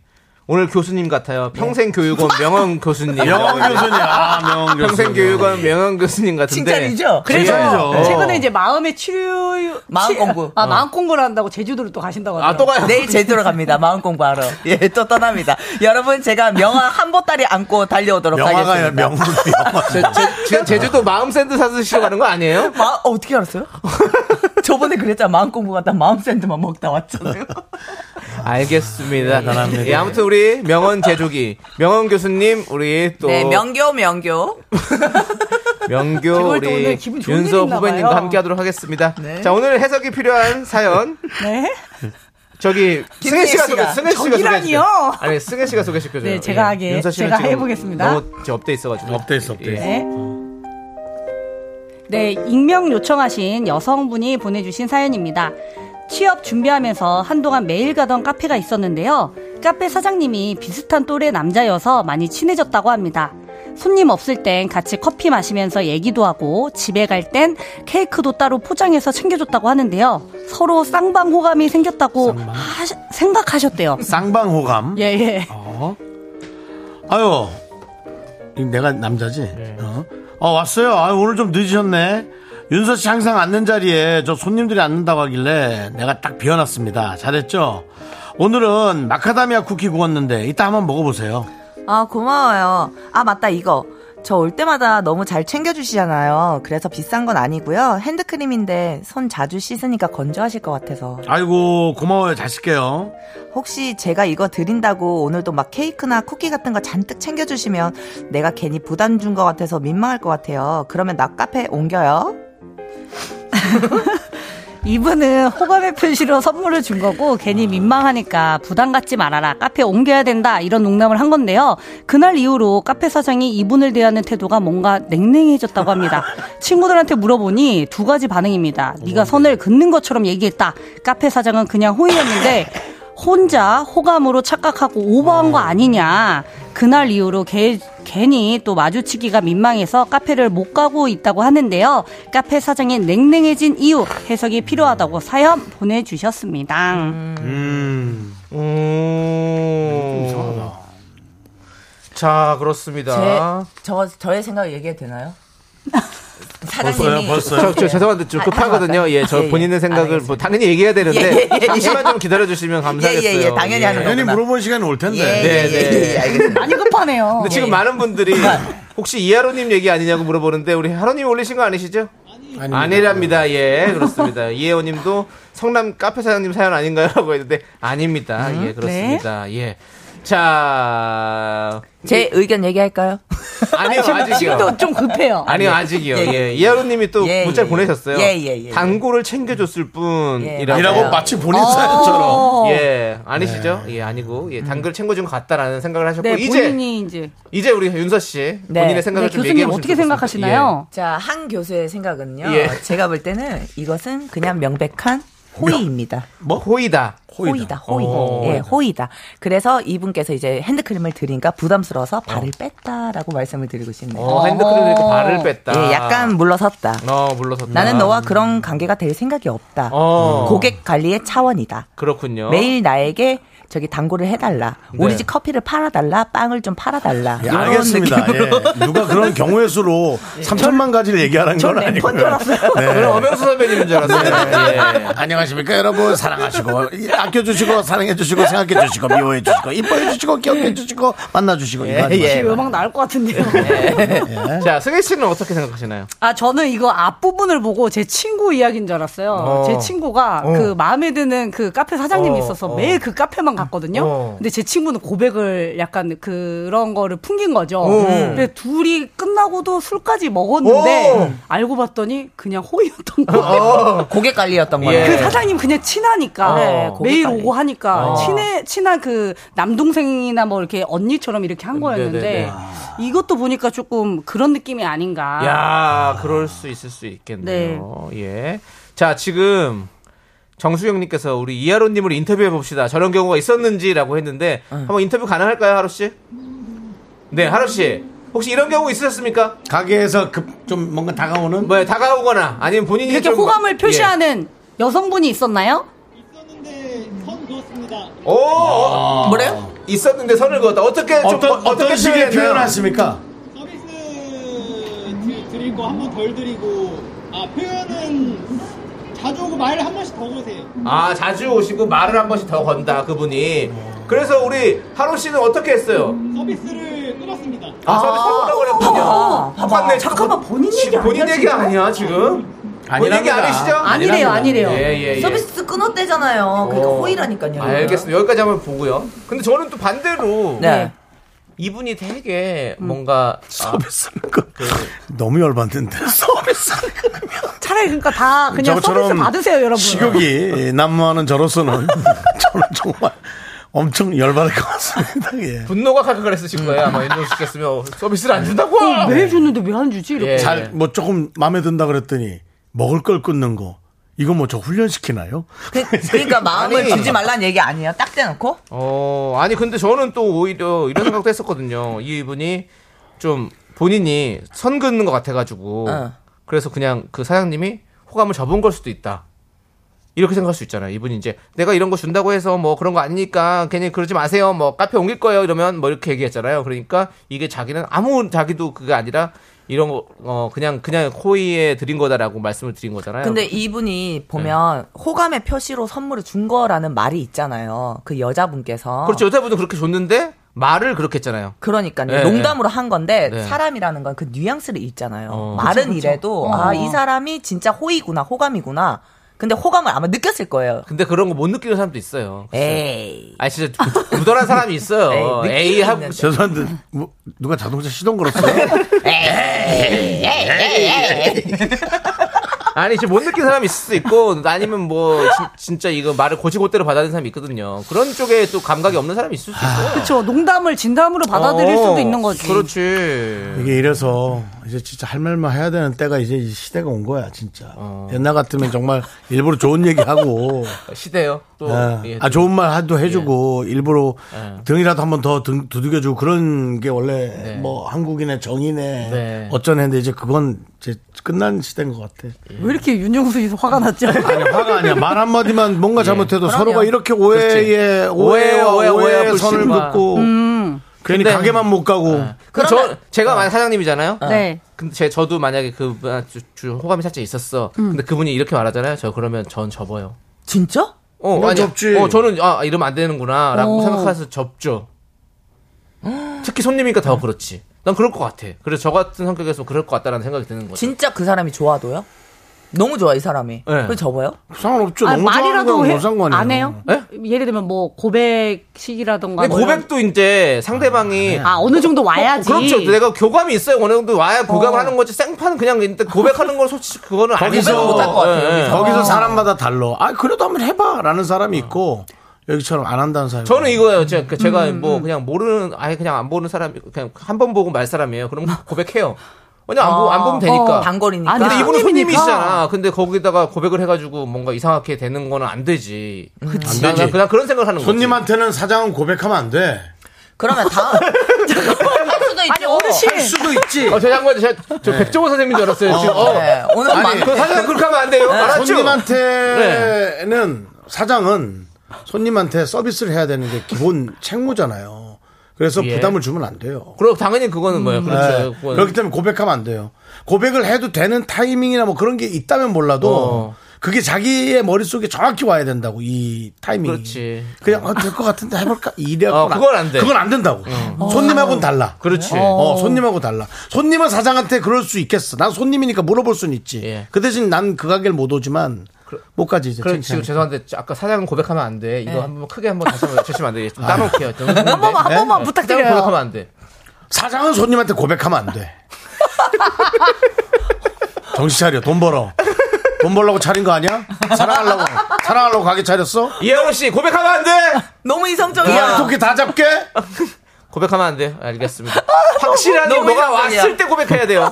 [SPEAKER 4] 오늘 교수님 같아요. 평생 교육원 명언 교수님.
[SPEAKER 3] 명언 교수님. 아, 명언 교수님. 네.
[SPEAKER 4] 평생 교육원 명언 교수님 같은데.
[SPEAKER 7] 칭찬이죠?
[SPEAKER 12] 그래서 네,
[SPEAKER 4] 칭찬이죠.
[SPEAKER 12] 최근에 이제 마음의 치료
[SPEAKER 7] 마음
[SPEAKER 12] 치-
[SPEAKER 7] 공부. 어.
[SPEAKER 12] 아 마음 공부를 한다고 제주도를 또 가신다고 하더라고요.
[SPEAKER 4] 아, 또 가요?
[SPEAKER 7] 내일 제주로 갑니다. 마음 공부하러. 예, 또 떠납니다. 여러분, 제가 명화 한 보따리 안고 달려오도록
[SPEAKER 3] 명화가요,
[SPEAKER 7] 하겠습니다.
[SPEAKER 3] 명문,
[SPEAKER 4] 제,
[SPEAKER 3] 명화.
[SPEAKER 4] 제, 지금 제주도 마음샌드 사드시러 가는 거 아니에요?
[SPEAKER 7] 마, 어, 어떻게 알았어요? 저번에 그랬잖아. 마음 공부 갔다 마음 샌드만 먹다 왔잖아요.
[SPEAKER 4] 알겠습니다.
[SPEAKER 3] 대단합니다.
[SPEAKER 4] 예, 아무튼 우리 명언 제조기 명언 교수님 우리 또
[SPEAKER 7] 네, 명교, 명교.
[SPEAKER 4] 명교
[SPEAKER 12] 오늘 또 오늘
[SPEAKER 4] 우리
[SPEAKER 12] 기분 좋은
[SPEAKER 4] 윤서
[SPEAKER 12] 일이 있나
[SPEAKER 4] 후배님과
[SPEAKER 12] 봐요.
[SPEAKER 4] 함께하도록 하겠습니다.
[SPEAKER 7] 네.
[SPEAKER 4] 자 오늘 해석이 필요한 사연
[SPEAKER 12] 네.
[SPEAKER 4] 저기 승혜
[SPEAKER 7] 김승혜
[SPEAKER 4] 씨가
[SPEAKER 7] 씨가.
[SPEAKER 4] 소개 승혜 씨가
[SPEAKER 12] 저기라니요.
[SPEAKER 4] 소개해주세요. 아니 승혜 씨가 소개시켜줘요. 예,
[SPEAKER 12] 네, 제가 하게-
[SPEAKER 4] 윤서 씨는
[SPEAKER 12] 제가
[SPEAKER 4] 지금
[SPEAKER 12] 해보겠습니다.
[SPEAKER 4] 너무 지금 업돼 있어가지고.
[SPEAKER 3] 업돼 있어, 업돼 있어.
[SPEAKER 12] 네. 네, 익명 요청하신 여성분이 보내주신 사연입니다. 취업 준비하면서 한동안 매일 가던 카페가 있었는데요. 카페 사장님이 비슷한 또래 남자여서 많이 친해졌다고 합니다. 손님 없을 땐 같이 커피 마시면서 얘기도 하고 집에 갈 땐 케이크도 따로 포장해서 챙겨줬다고 하는데요. 서로 쌍방 호감이 생겼다고 하시- 생각하셨대요.
[SPEAKER 3] 쌍방호감.
[SPEAKER 12] 예, 예.
[SPEAKER 3] 아유, 이거 내가 남자지? 어? 어, 왔어요. 아, 오늘 좀 늦으셨네. 윤서 씨 항상 앉는 자리에 저 손님들이 앉는다고 하길래 내가 딱 비워놨습니다. 잘했죠? 오늘은 마카다미아 쿠키 구웠는데 이따 한번 먹어보세요.
[SPEAKER 7] 아, 고마워요. 아, 맞다, 이거. 저 올 때마다 너무 잘 챙겨주시잖아요. 그래서 비싼 건 아니고요. 핸드크림인데 손 자주 씻으니까 건조하실 것 같아서.
[SPEAKER 3] 아이고, 고마워요. 잘 쓸게요.
[SPEAKER 7] 혹시 제가 이거 드린다고 오늘도 막 케이크나 쿠키 같은 거 잔뜩 챙겨주시면 내가 괜히 부담 준 것 같아서 민망할 것 같아요. 그러면 나 카페 옮겨요.
[SPEAKER 12] 이분은 호감의 표시로 선물을 준 거고 괜히 민망하니까 부담 갖지 말아라 카페 옮겨야 된다 이런 농담을 한 건데요 그날 이후로 카페 사장이 이분을 대하는 태도가 뭔가 냉랭해졌다고 합니다 친구들한테 물어보니 두 가지 반응입니다 네가 선을 긋는 것처럼 얘기했다 카페 사장은 그냥 호의였는데 혼자 호감으로 착각하고 오버한 거 아니냐. 그날 이후로 개- 괜히 또 마주치기가 민망해서 카페를 못 가고 있다고 하는데요. 카페 사장이 냉랭해진 이유 해석이 필요하다고 사연 보내주셨습니다.
[SPEAKER 3] 음.
[SPEAKER 4] 음. 자, 그렇습니다.
[SPEAKER 7] 제, 저, 저의 생각 얘기해도 되나요?
[SPEAKER 4] 벌써요?
[SPEAKER 7] 사장님이.
[SPEAKER 4] 벌써요? 저-
[SPEAKER 12] 네.
[SPEAKER 4] 저 죄송한데
[SPEAKER 12] 아,
[SPEAKER 4] 좀 급하거든요. 예, 저 본인의 생각을 뭐 당연히 얘기해야 되는데
[SPEAKER 12] 예,
[SPEAKER 4] 잠시만 좀 기다려주시면 감사하겠어요.
[SPEAKER 7] 예, 예, 예. 당연히 하는
[SPEAKER 4] 예.
[SPEAKER 7] 거구나.
[SPEAKER 3] 당연히 네. 예, 물어볼 시간이 올 텐데.
[SPEAKER 4] 네, 네. 알겠습니다.
[SPEAKER 12] 아, 많이 급하네요. 예,
[SPEAKER 4] 근데 지금 많은 분들이 혹시 이하로님 얘기 아니냐고 물어보는데 우리 하로님 올리신 거 아니시죠?
[SPEAKER 3] 아닙니다.
[SPEAKER 4] 아니랍니다. 예, 그렇습니다. 이혜원님도 성남 카페 사장님 사연 아닌가요라고 했는데 아닙니다. 예, 그렇습니다. 예, 자
[SPEAKER 7] 제 의견 얘기할까요?
[SPEAKER 4] 아니요 아직이요.
[SPEAKER 12] 지금도 좀 급해요.
[SPEAKER 4] 아니요 아직이요.
[SPEAKER 7] 예.
[SPEAKER 4] 예, 이하로님이 또
[SPEAKER 7] 예,
[SPEAKER 4] 문자
[SPEAKER 7] 예,
[SPEAKER 4] 를 보내셨어요.
[SPEAKER 7] 예, 예, 예.
[SPEAKER 4] 단골을 챙겨줬을 뿐이라고.
[SPEAKER 3] 이라고 어. 마치 본인 사연처럼.
[SPEAKER 4] 예, 아니시죠? 예, 아니고 예, 단골 챙겨준 것 같다라는 생각을 하셨고
[SPEAKER 12] 네,
[SPEAKER 4] 이제
[SPEAKER 12] 본인이 이제.
[SPEAKER 4] 이제 우리 윤서 씨
[SPEAKER 7] 네.
[SPEAKER 4] 본인의 생각을
[SPEAKER 12] 네,
[SPEAKER 4] 좀 얘기해
[SPEAKER 12] 교수님
[SPEAKER 4] 보시면
[SPEAKER 12] 어떻게
[SPEAKER 4] 좋겠습니다.
[SPEAKER 12] 생각하시나요?
[SPEAKER 7] 자, 한 교수의 생각은요.
[SPEAKER 4] 예.
[SPEAKER 7] 제가 볼 때는 이것은 그냥 명백한 호의입니다.
[SPEAKER 4] 뭐 호이다.
[SPEAKER 7] 호의다,
[SPEAKER 4] 어.
[SPEAKER 7] 호의.
[SPEAKER 4] 오.
[SPEAKER 7] 예, 호의다. 그래서 이분께서 이제 핸드크림을 드리니까 부담스러워서 발을 뺐다라고 말씀을 드리고 싶네요.
[SPEAKER 4] 어, 핸드크림을 이렇게 발을 뺐다.
[SPEAKER 7] 예, 약간 물러섰다.
[SPEAKER 4] 어, 물러섰다.
[SPEAKER 7] 나는 너와 그런 관계가 될 생각이 없다.
[SPEAKER 4] 어.
[SPEAKER 7] 고객 관리의 차원이다.
[SPEAKER 4] 그렇군요.
[SPEAKER 7] 매일 나에게 저기 단골을 해달라.
[SPEAKER 4] 어? 네.
[SPEAKER 7] 우리 집 커피를 팔아달라. 빵을 좀 팔아달라.
[SPEAKER 3] 예,
[SPEAKER 7] 이런
[SPEAKER 3] 알겠습니다.
[SPEAKER 7] 느낌으로.
[SPEAKER 3] 예. 누가 그런 경우의 수로 3천만 가지를 얘기하라는 건 아니고요. 네.
[SPEAKER 4] 저는 엄영수 선배님인 줄
[SPEAKER 12] 네.
[SPEAKER 4] 알았어요. 예.
[SPEAKER 3] 아, 안녕하십니까 여러분 사랑하시고 이- 아껴주시고 사랑해주시고 생각해주시고 미워해주시고 이뻐해주시고 기억해주시고 만나주시고 이거 하지 마시고.
[SPEAKER 4] 예.
[SPEAKER 12] 음악 나올 것 같은데요. 예.
[SPEAKER 4] 자, 승혜 씨는 어떻게 생각하시나요?
[SPEAKER 12] 아, 저는 이거 앞부분을 보고 제 친구 이야기인 줄 알았어요.
[SPEAKER 4] 어.
[SPEAKER 12] 제 친구가 그 마음에 드는 그 카페 사장님이
[SPEAKER 4] 어,
[SPEAKER 12] 있어서
[SPEAKER 4] 어.
[SPEAKER 12] 매일 그 카페만 갔거든요.
[SPEAKER 4] 어.
[SPEAKER 12] 근데 제 친구는 고백을 약간 그런 거를 풍긴 거죠.
[SPEAKER 4] 오.
[SPEAKER 12] 근데 둘이 끝나고도 술까지 먹었는데
[SPEAKER 4] 오.
[SPEAKER 12] 알고 봤더니 그냥 호의였던
[SPEAKER 4] 어.
[SPEAKER 12] 거예요.
[SPEAKER 7] 고객 관리였던 거예요.
[SPEAKER 4] 예.
[SPEAKER 12] 그 사장님 그냥 친하니까
[SPEAKER 7] 네, 고객
[SPEAKER 12] 매일
[SPEAKER 7] 관리.
[SPEAKER 12] 오고 하니까
[SPEAKER 4] 어.
[SPEAKER 12] 친해 친한 그 남동생이나 뭐 이렇게 언니처럼 이렇게 한 거였는데
[SPEAKER 4] 음, 네네네.
[SPEAKER 12] 이것도 보니까 조금 그런 느낌이 아닌가.
[SPEAKER 4] 야, 그럴 수 있을 수 있겠네요. 예. 자, 지금 정수영님께서 우리 이하로님을 인터뷰해 봅시다. 저런 경우가 있었는지라고 했는데
[SPEAKER 12] 어.
[SPEAKER 4] 한번 인터뷰 가능할까요, 하루 씨? 네, 하루 씨. 혹시 이런 경우 있으셨습니까?
[SPEAKER 3] 가게에서 급 좀 뭔가 다가오는
[SPEAKER 4] 뭐 다가오거나 아니면 본인이
[SPEAKER 12] 이렇게
[SPEAKER 4] 좀-
[SPEAKER 12] 호감을
[SPEAKER 4] 예.
[SPEAKER 12] 표시하는 여성분이 있었나요?
[SPEAKER 4] 오, 어,
[SPEAKER 7] 뭐래요?
[SPEAKER 4] 있었는데 선을 그었다. 어떻게 좀
[SPEAKER 3] 어떤
[SPEAKER 4] 어,
[SPEAKER 3] 어떤 식의 표현하십니까?
[SPEAKER 14] 서비스 드리고 한 번 덜 드리고 아 표현은 자주 오고 말 한 번씩 더 보세요.
[SPEAKER 4] 아 자주 오시고 말을 한 번씩 더 건다 그분이. 그래서 우리 하루 씨는 어떻게 했어요?
[SPEAKER 14] 서비스를 끊었습니다.
[SPEAKER 4] 아, 서비스 해보라고
[SPEAKER 7] 어,
[SPEAKER 4] 그랬군요. 아, 봤네, 잠깐만 본인 얘기 아니야? 본인 얘기 아니야 지금? 본인 얘기
[SPEAKER 3] 아니랍니다.
[SPEAKER 4] 아니시죠?
[SPEAKER 12] 아니래요, 아니래요.
[SPEAKER 4] 예, 예, 예.
[SPEAKER 7] 서비스 끊었대잖아요. 그러니까
[SPEAKER 4] 어.
[SPEAKER 7] 호의라니까요.
[SPEAKER 4] 알겠습니다. 여기까지 한번 보고요. 근데 저는 또 반대로
[SPEAKER 7] 네. 음.
[SPEAKER 4] 이분이 되게 뭔가 아,
[SPEAKER 3] 서비스는 그 너무 열받는데 서비스는 그러면
[SPEAKER 12] 차라리 그러니까 다 그냥 서비스
[SPEAKER 3] 저처럼
[SPEAKER 12] 받으세요, 여러분.
[SPEAKER 3] 식욕이 난무하는 저로서는 저는 정말 엄청 열받을 것 같습니다. 예.
[SPEAKER 4] 분노가 칼칼 했으실 거예요.
[SPEAKER 7] 음.
[SPEAKER 4] 아마 윤정수 씨겠으면 서비스를 안 준다고.
[SPEAKER 7] 어, 네.
[SPEAKER 12] 왜 주는데 왜 안 주지? 이렇게.
[SPEAKER 4] 예.
[SPEAKER 3] 잘 뭐 조금 마음에 든다 그랬더니 먹을 걸 끊는 거 이거 뭐 저 훈련시키나요?
[SPEAKER 7] 그, 그러니까 마음을
[SPEAKER 4] 아니.
[SPEAKER 7] 주지 말라는 얘기 아니에요. 딱 대놓고.
[SPEAKER 4] 어, 아니 근데 저는 또 오히려 이런 생각도 했었거든요. 이분이 좀 본인이 선 긋는 것 같아가지고
[SPEAKER 7] 어.
[SPEAKER 4] 그래서 그냥 그 사장님이 호감을 접은 걸 수도 있다. 이렇게 생각할 수 있잖아요. 이분이 이제 내가 이런 거 준다고 해서 뭐 그런 거 아니니까 괜히 그러지 마세요. 뭐 카페 옮길 거예요. 이러면 뭐 이렇게 얘기했잖아요. 그러니까 이게 자기는 아무 자기도 그게 아니라 이런 거 어, 그냥 그냥 코이에 드린 거다라고 말씀을 드린 거잖아요.
[SPEAKER 7] 근데 이분이 보면
[SPEAKER 4] 네.
[SPEAKER 7] 호감의 표시로 선물을 준 거라는 말이 있잖아요. 그 여자분께서.
[SPEAKER 4] 그렇죠. 여자분은 그렇게 줬는데 말을 그렇게 했잖아요.
[SPEAKER 7] 그러니까요.
[SPEAKER 4] 네,
[SPEAKER 7] 농담으로 한 건데
[SPEAKER 4] 네.
[SPEAKER 7] 사람이라는 건 그 뉘앙스를 읽잖아요.
[SPEAKER 4] 어.
[SPEAKER 7] 말은 이래도 아 이 사람이 진짜 호의구나 호감이구나. 근데 호감을 아마 느꼈을 거예요.
[SPEAKER 4] 근데 그런 거 못 느끼는 사람도 있어요.
[SPEAKER 7] 에이.
[SPEAKER 4] 아 진짜 구- 구덜한 사람이 있어요.
[SPEAKER 7] 에이,
[SPEAKER 4] 에이 하고
[SPEAKER 7] 느낌이
[SPEAKER 3] 죄송한데 뭐 누가 자동차 시동 걸었어요?
[SPEAKER 4] 아니 진짜 못 느낀 사람이 있을 수 있고 아니면 뭐 진- 진짜 이거 말을 고지고대로 받아들이는 사람이 있거든요. 그런 쪽에 또 감각이 없는 사람이 있을 수 있어요.
[SPEAKER 12] 그렇죠. 농담을 진담으로 받아들일
[SPEAKER 4] 어,
[SPEAKER 12] 수도 있는 거지.
[SPEAKER 4] 그렇지.
[SPEAKER 3] 이게 이래서 이제 진짜 할 말만 해야 되는 때가 이제 이 시대가 온 거야 진짜.
[SPEAKER 4] 어.
[SPEAKER 3] 옛날 같으면 정말 일부러 좋은 얘기하고
[SPEAKER 4] 시대요. 또
[SPEAKER 3] 아,
[SPEAKER 4] 예,
[SPEAKER 3] 아, 좋은 말 하도 해주고 일부러
[SPEAKER 4] 예.
[SPEAKER 3] 등이라도 한 번 더 두들겨주고 그런 게 원래 뭐 한국인의 정인의
[SPEAKER 4] 네.
[SPEAKER 3] 어쩐 했는데 이제 그건 이제 끝난 시대인 것 같아.
[SPEAKER 12] 왜 이렇게 윤정수 씨서 화가 났죠?
[SPEAKER 3] 아니 화가 아니야 말 한마디만 뭔가 잘못해도 서로가 이렇게 오해에
[SPEAKER 4] 예. 오해,
[SPEAKER 3] 오해와
[SPEAKER 4] 오해,
[SPEAKER 3] 오해,
[SPEAKER 4] 오해와
[SPEAKER 3] 의 선을
[SPEAKER 4] 불신과. 음.
[SPEAKER 3] 긋고 괜히
[SPEAKER 4] 근데- 예.
[SPEAKER 3] 가게만 못 가고.
[SPEAKER 4] 그럼 저 제가 만약 사장님이잖아요.
[SPEAKER 12] 네.
[SPEAKER 4] 근데 제 저도 만약에 그 주, 주- 호감이 살짝 있었어.
[SPEAKER 12] 음.
[SPEAKER 4] 근데 그분이 이렇게 말하잖아요. 저 그러면 전 접어요.
[SPEAKER 7] 진짜?
[SPEAKER 4] 어,
[SPEAKER 7] 넌
[SPEAKER 4] 아니,
[SPEAKER 7] 접지.
[SPEAKER 4] 어, 저는 아 이러면 안 되는구나라고
[SPEAKER 7] 어.
[SPEAKER 4] 생각해서 접죠. 특히 손님이니까 더 그렇지. 난 그럴 것 같아. 그래서 저 같은 성격에서 그럴 것 같다라는 생각이 드는 거죠.
[SPEAKER 7] 진짜 그 사람이 좋아도요? 너무 좋아 이 사람이.
[SPEAKER 4] 네.
[SPEAKER 7] 그걸 접어요?
[SPEAKER 3] 뭐 상관없죠.
[SPEAKER 12] 아니, 말이라도 해- 안
[SPEAKER 4] 아니에요?
[SPEAKER 12] 해요? 예를 들면 뭐 고백식이라던가
[SPEAKER 4] 근데
[SPEAKER 12] 뭐 이런-
[SPEAKER 4] 네, 고백도 이제 상대방이
[SPEAKER 12] 아, 어느 정도 와야지.
[SPEAKER 4] 그렇죠. 내가 교감이 있어요. 어느 정도 와야 교감을 하는 거지. 생판은 그냥 일단 고백하는 건 솔직히 그거는 안
[SPEAKER 3] 거기서
[SPEAKER 4] 고백을 못할 것 같아요.
[SPEAKER 3] 예, 거기서 사람마다 달라. 아 그래도 한번 해봐라는 사람이 있고 여기처럼 안 한다는 사람이.
[SPEAKER 4] 저는 이거예요.
[SPEAKER 3] 음,
[SPEAKER 4] 제가, 제가 뭐 그냥 모르는 아예 그냥 안 보는 사람이 그냥 한 번 보고 말 사람이에요.
[SPEAKER 3] 음.
[SPEAKER 4] 그럼 고백해요. 왜냐
[SPEAKER 3] 아,
[SPEAKER 4] 안, 보, 안 보면 되니까.
[SPEAKER 7] 어, 단거리니까.
[SPEAKER 4] 근데 이분은
[SPEAKER 7] 손님이니까.
[SPEAKER 4] 손님이시잖아. 근데 거기다가 고백을 해가지고 뭔가 이상하게 되는 거는 안 되지.
[SPEAKER 3] 안
[SPEAKER 4] 난- 난
[SPEAKER 3] 되지.
[SPEAKER 4] 그냥 그런 생각을 하는 거지.
[SPEAKER 3] 손님한테는 사장은 고백하면 안 돼.
[SPEAKER 7] 그러면 다음.
[SPEAKER 4] 아니 어르신
[SPEAKER 3] 할 수도 있지.
[SPEAKER 4] 저 양반 저, 저
[SPEAKER 3] 네.
[SPEAKER 4] 백종원 선생님 줄 알았어요. 지금.
[SPEAKER 3] 어.
[SPEAKER 4] 어.
[SPEAKER 3] 네, 오늘 많-
[SPEAKER 4] 그 사장 그렇게 하면 안 돼요. 알았죠? 네.
[SPEAKER 3] 손님한테는 사장은 손님한테 서비스를 해야 되는 게 기본 책무잖아요. 그래서
[SPEAKER 4] 예.
[SPEAKER 3] 부담을 주면 안 돼요.
[SPEAKER 4] 그럼 당연히 그거는
[SPEAKER 3] 음.
[SPEAKER 4] 뭐예요. 그렇죠. 그거는.
[SPEAKER 3] 렇기 네. 때문에 고백하면 안 돼요. 고백을 해도 되는 타이밍이나 뭐 그런 게 있다면 몰라도
[SPEAKER 4] 어.
[SPEAKER 3] 그게 자기의 머릿속에 정확히 와야 된다고 이 타이밍이.
[SPEAKER 4] 그렇지.
[SPEAKER 3] 그냥 어, 될것 같은데 해볼까? 이래
[SPEAKER 4] 어, 그건 안 돼.
[SPEAKER 3] 그건 안 된다고. 손님하고는 달라.
[SPEAKER 4] 그렇지.
[SPEAKER 3] 어, 손님하고 달라. 손님은 사장한테 그럴 수 있겠어. 난 손님이니까 물어볼 수는 있지. 그 대신 난 그 가게를 못 오지만 못 가지 이제.
[SPEAKER 4] 예. 그럼 지금
[SPEAKER 3] 칭찬.
[SPEAKER 4] 죄송한데 저 아까 사장은 고백하면 안 돼. 이거
[SPEAKER 3] 네.
[SPEAKER 4] 한번 크게 한번 다시 한번 외치시면 안 돼. 좀 따놓을게요. 좀 했는데.
[SPEAKER 3] 한 번만, 한 번만
[SPEAKER 4] 네?
[SPEAKER 3] 부탁드려요.
[SPEAKER 4] 사장은 고백하면 안 돼.
[SPEAKER 3] 사장은 손님한테 고백하면 안 돼. 정신 차려. 돈 벌어. 돈 벌려고 차린 거 아니야? 사랑하려고 사랑하려고 가게 차렸어?
[SPEAKER 4] 이영호 씨 고백하면 안 돼.
[SPEAKER 7] 너무
[SPEAKER 3] 야, 토끼 다 잡게.
[SPEAKER 4] 고백하면 안 돼. 알겠습니다.
[SPEAKER 3] 아,
[SPEAKER 4] 확실하게
[SPEAKER 3] 너무
[SPEAKER 4] 뭐가
[SPEAKER 3] 이상적이야.
[SPEAKER 4] 왔을 때 고백해야 돼요.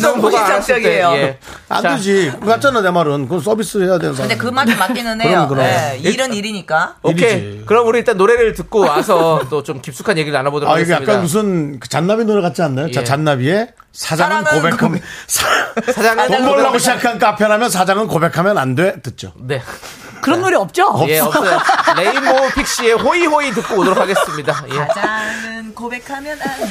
[SPEAKER 4] 너무
[SPEAKER 3] 뭐가 알았을 때,
[SPEAKER 4] 이상적이에요.
[SPEAKER 3] 예. 안
[SPEAKER 4] 자.
[SPEAKER 3] 되지. 맞잖아 내 말은. 그건 서비스 해야 되는 사람.
[SPEAKER 7] 근데 그 말이 맞기는 해요.
[SPEAKER 3] 그럼, 그럼.
[SPEAKER 7] 네, 일은 일이니까.
[SPEAKER 4] 오케이. 그럼 우리 일단 노래를 듣고 와서 또 좀 깊숙한 얘기를 나눠보도록
[SPEAKER 3] 아, 이게
[SPEAKER 4] 하겠습니다.
[SPEAKER 3] 약간 무슨 그 잔나비 노래 같지 않나요? 자,
[SPEAKER 4] 예.
[SPEAKER 3] 잔나비의 사장은
[SPEAKER 4] 사랑은
[SPEAKER 3] 고백하면
[SPEAKER 4] 사장은
[SPEAKER 3] 돈 벌라고
[SPEAKER 4] 고백하면-
[SPEAKER 3] 시작한 카페라면 사장은 고백하면 안 돼 듣죠.
[SPEAKER 4] 네.
[SPEAKER 12] 그런 노래 없죠?
[SPEAKER 4] 예, 없어요. 레인보우 픽시의 호이호이 듣고 오도록 하겠습니다.
[SPEAKER 3] 아,
[SPEAKER 4] 예.
[SPEAKER 7] 가장은 고백하면 안 돼요.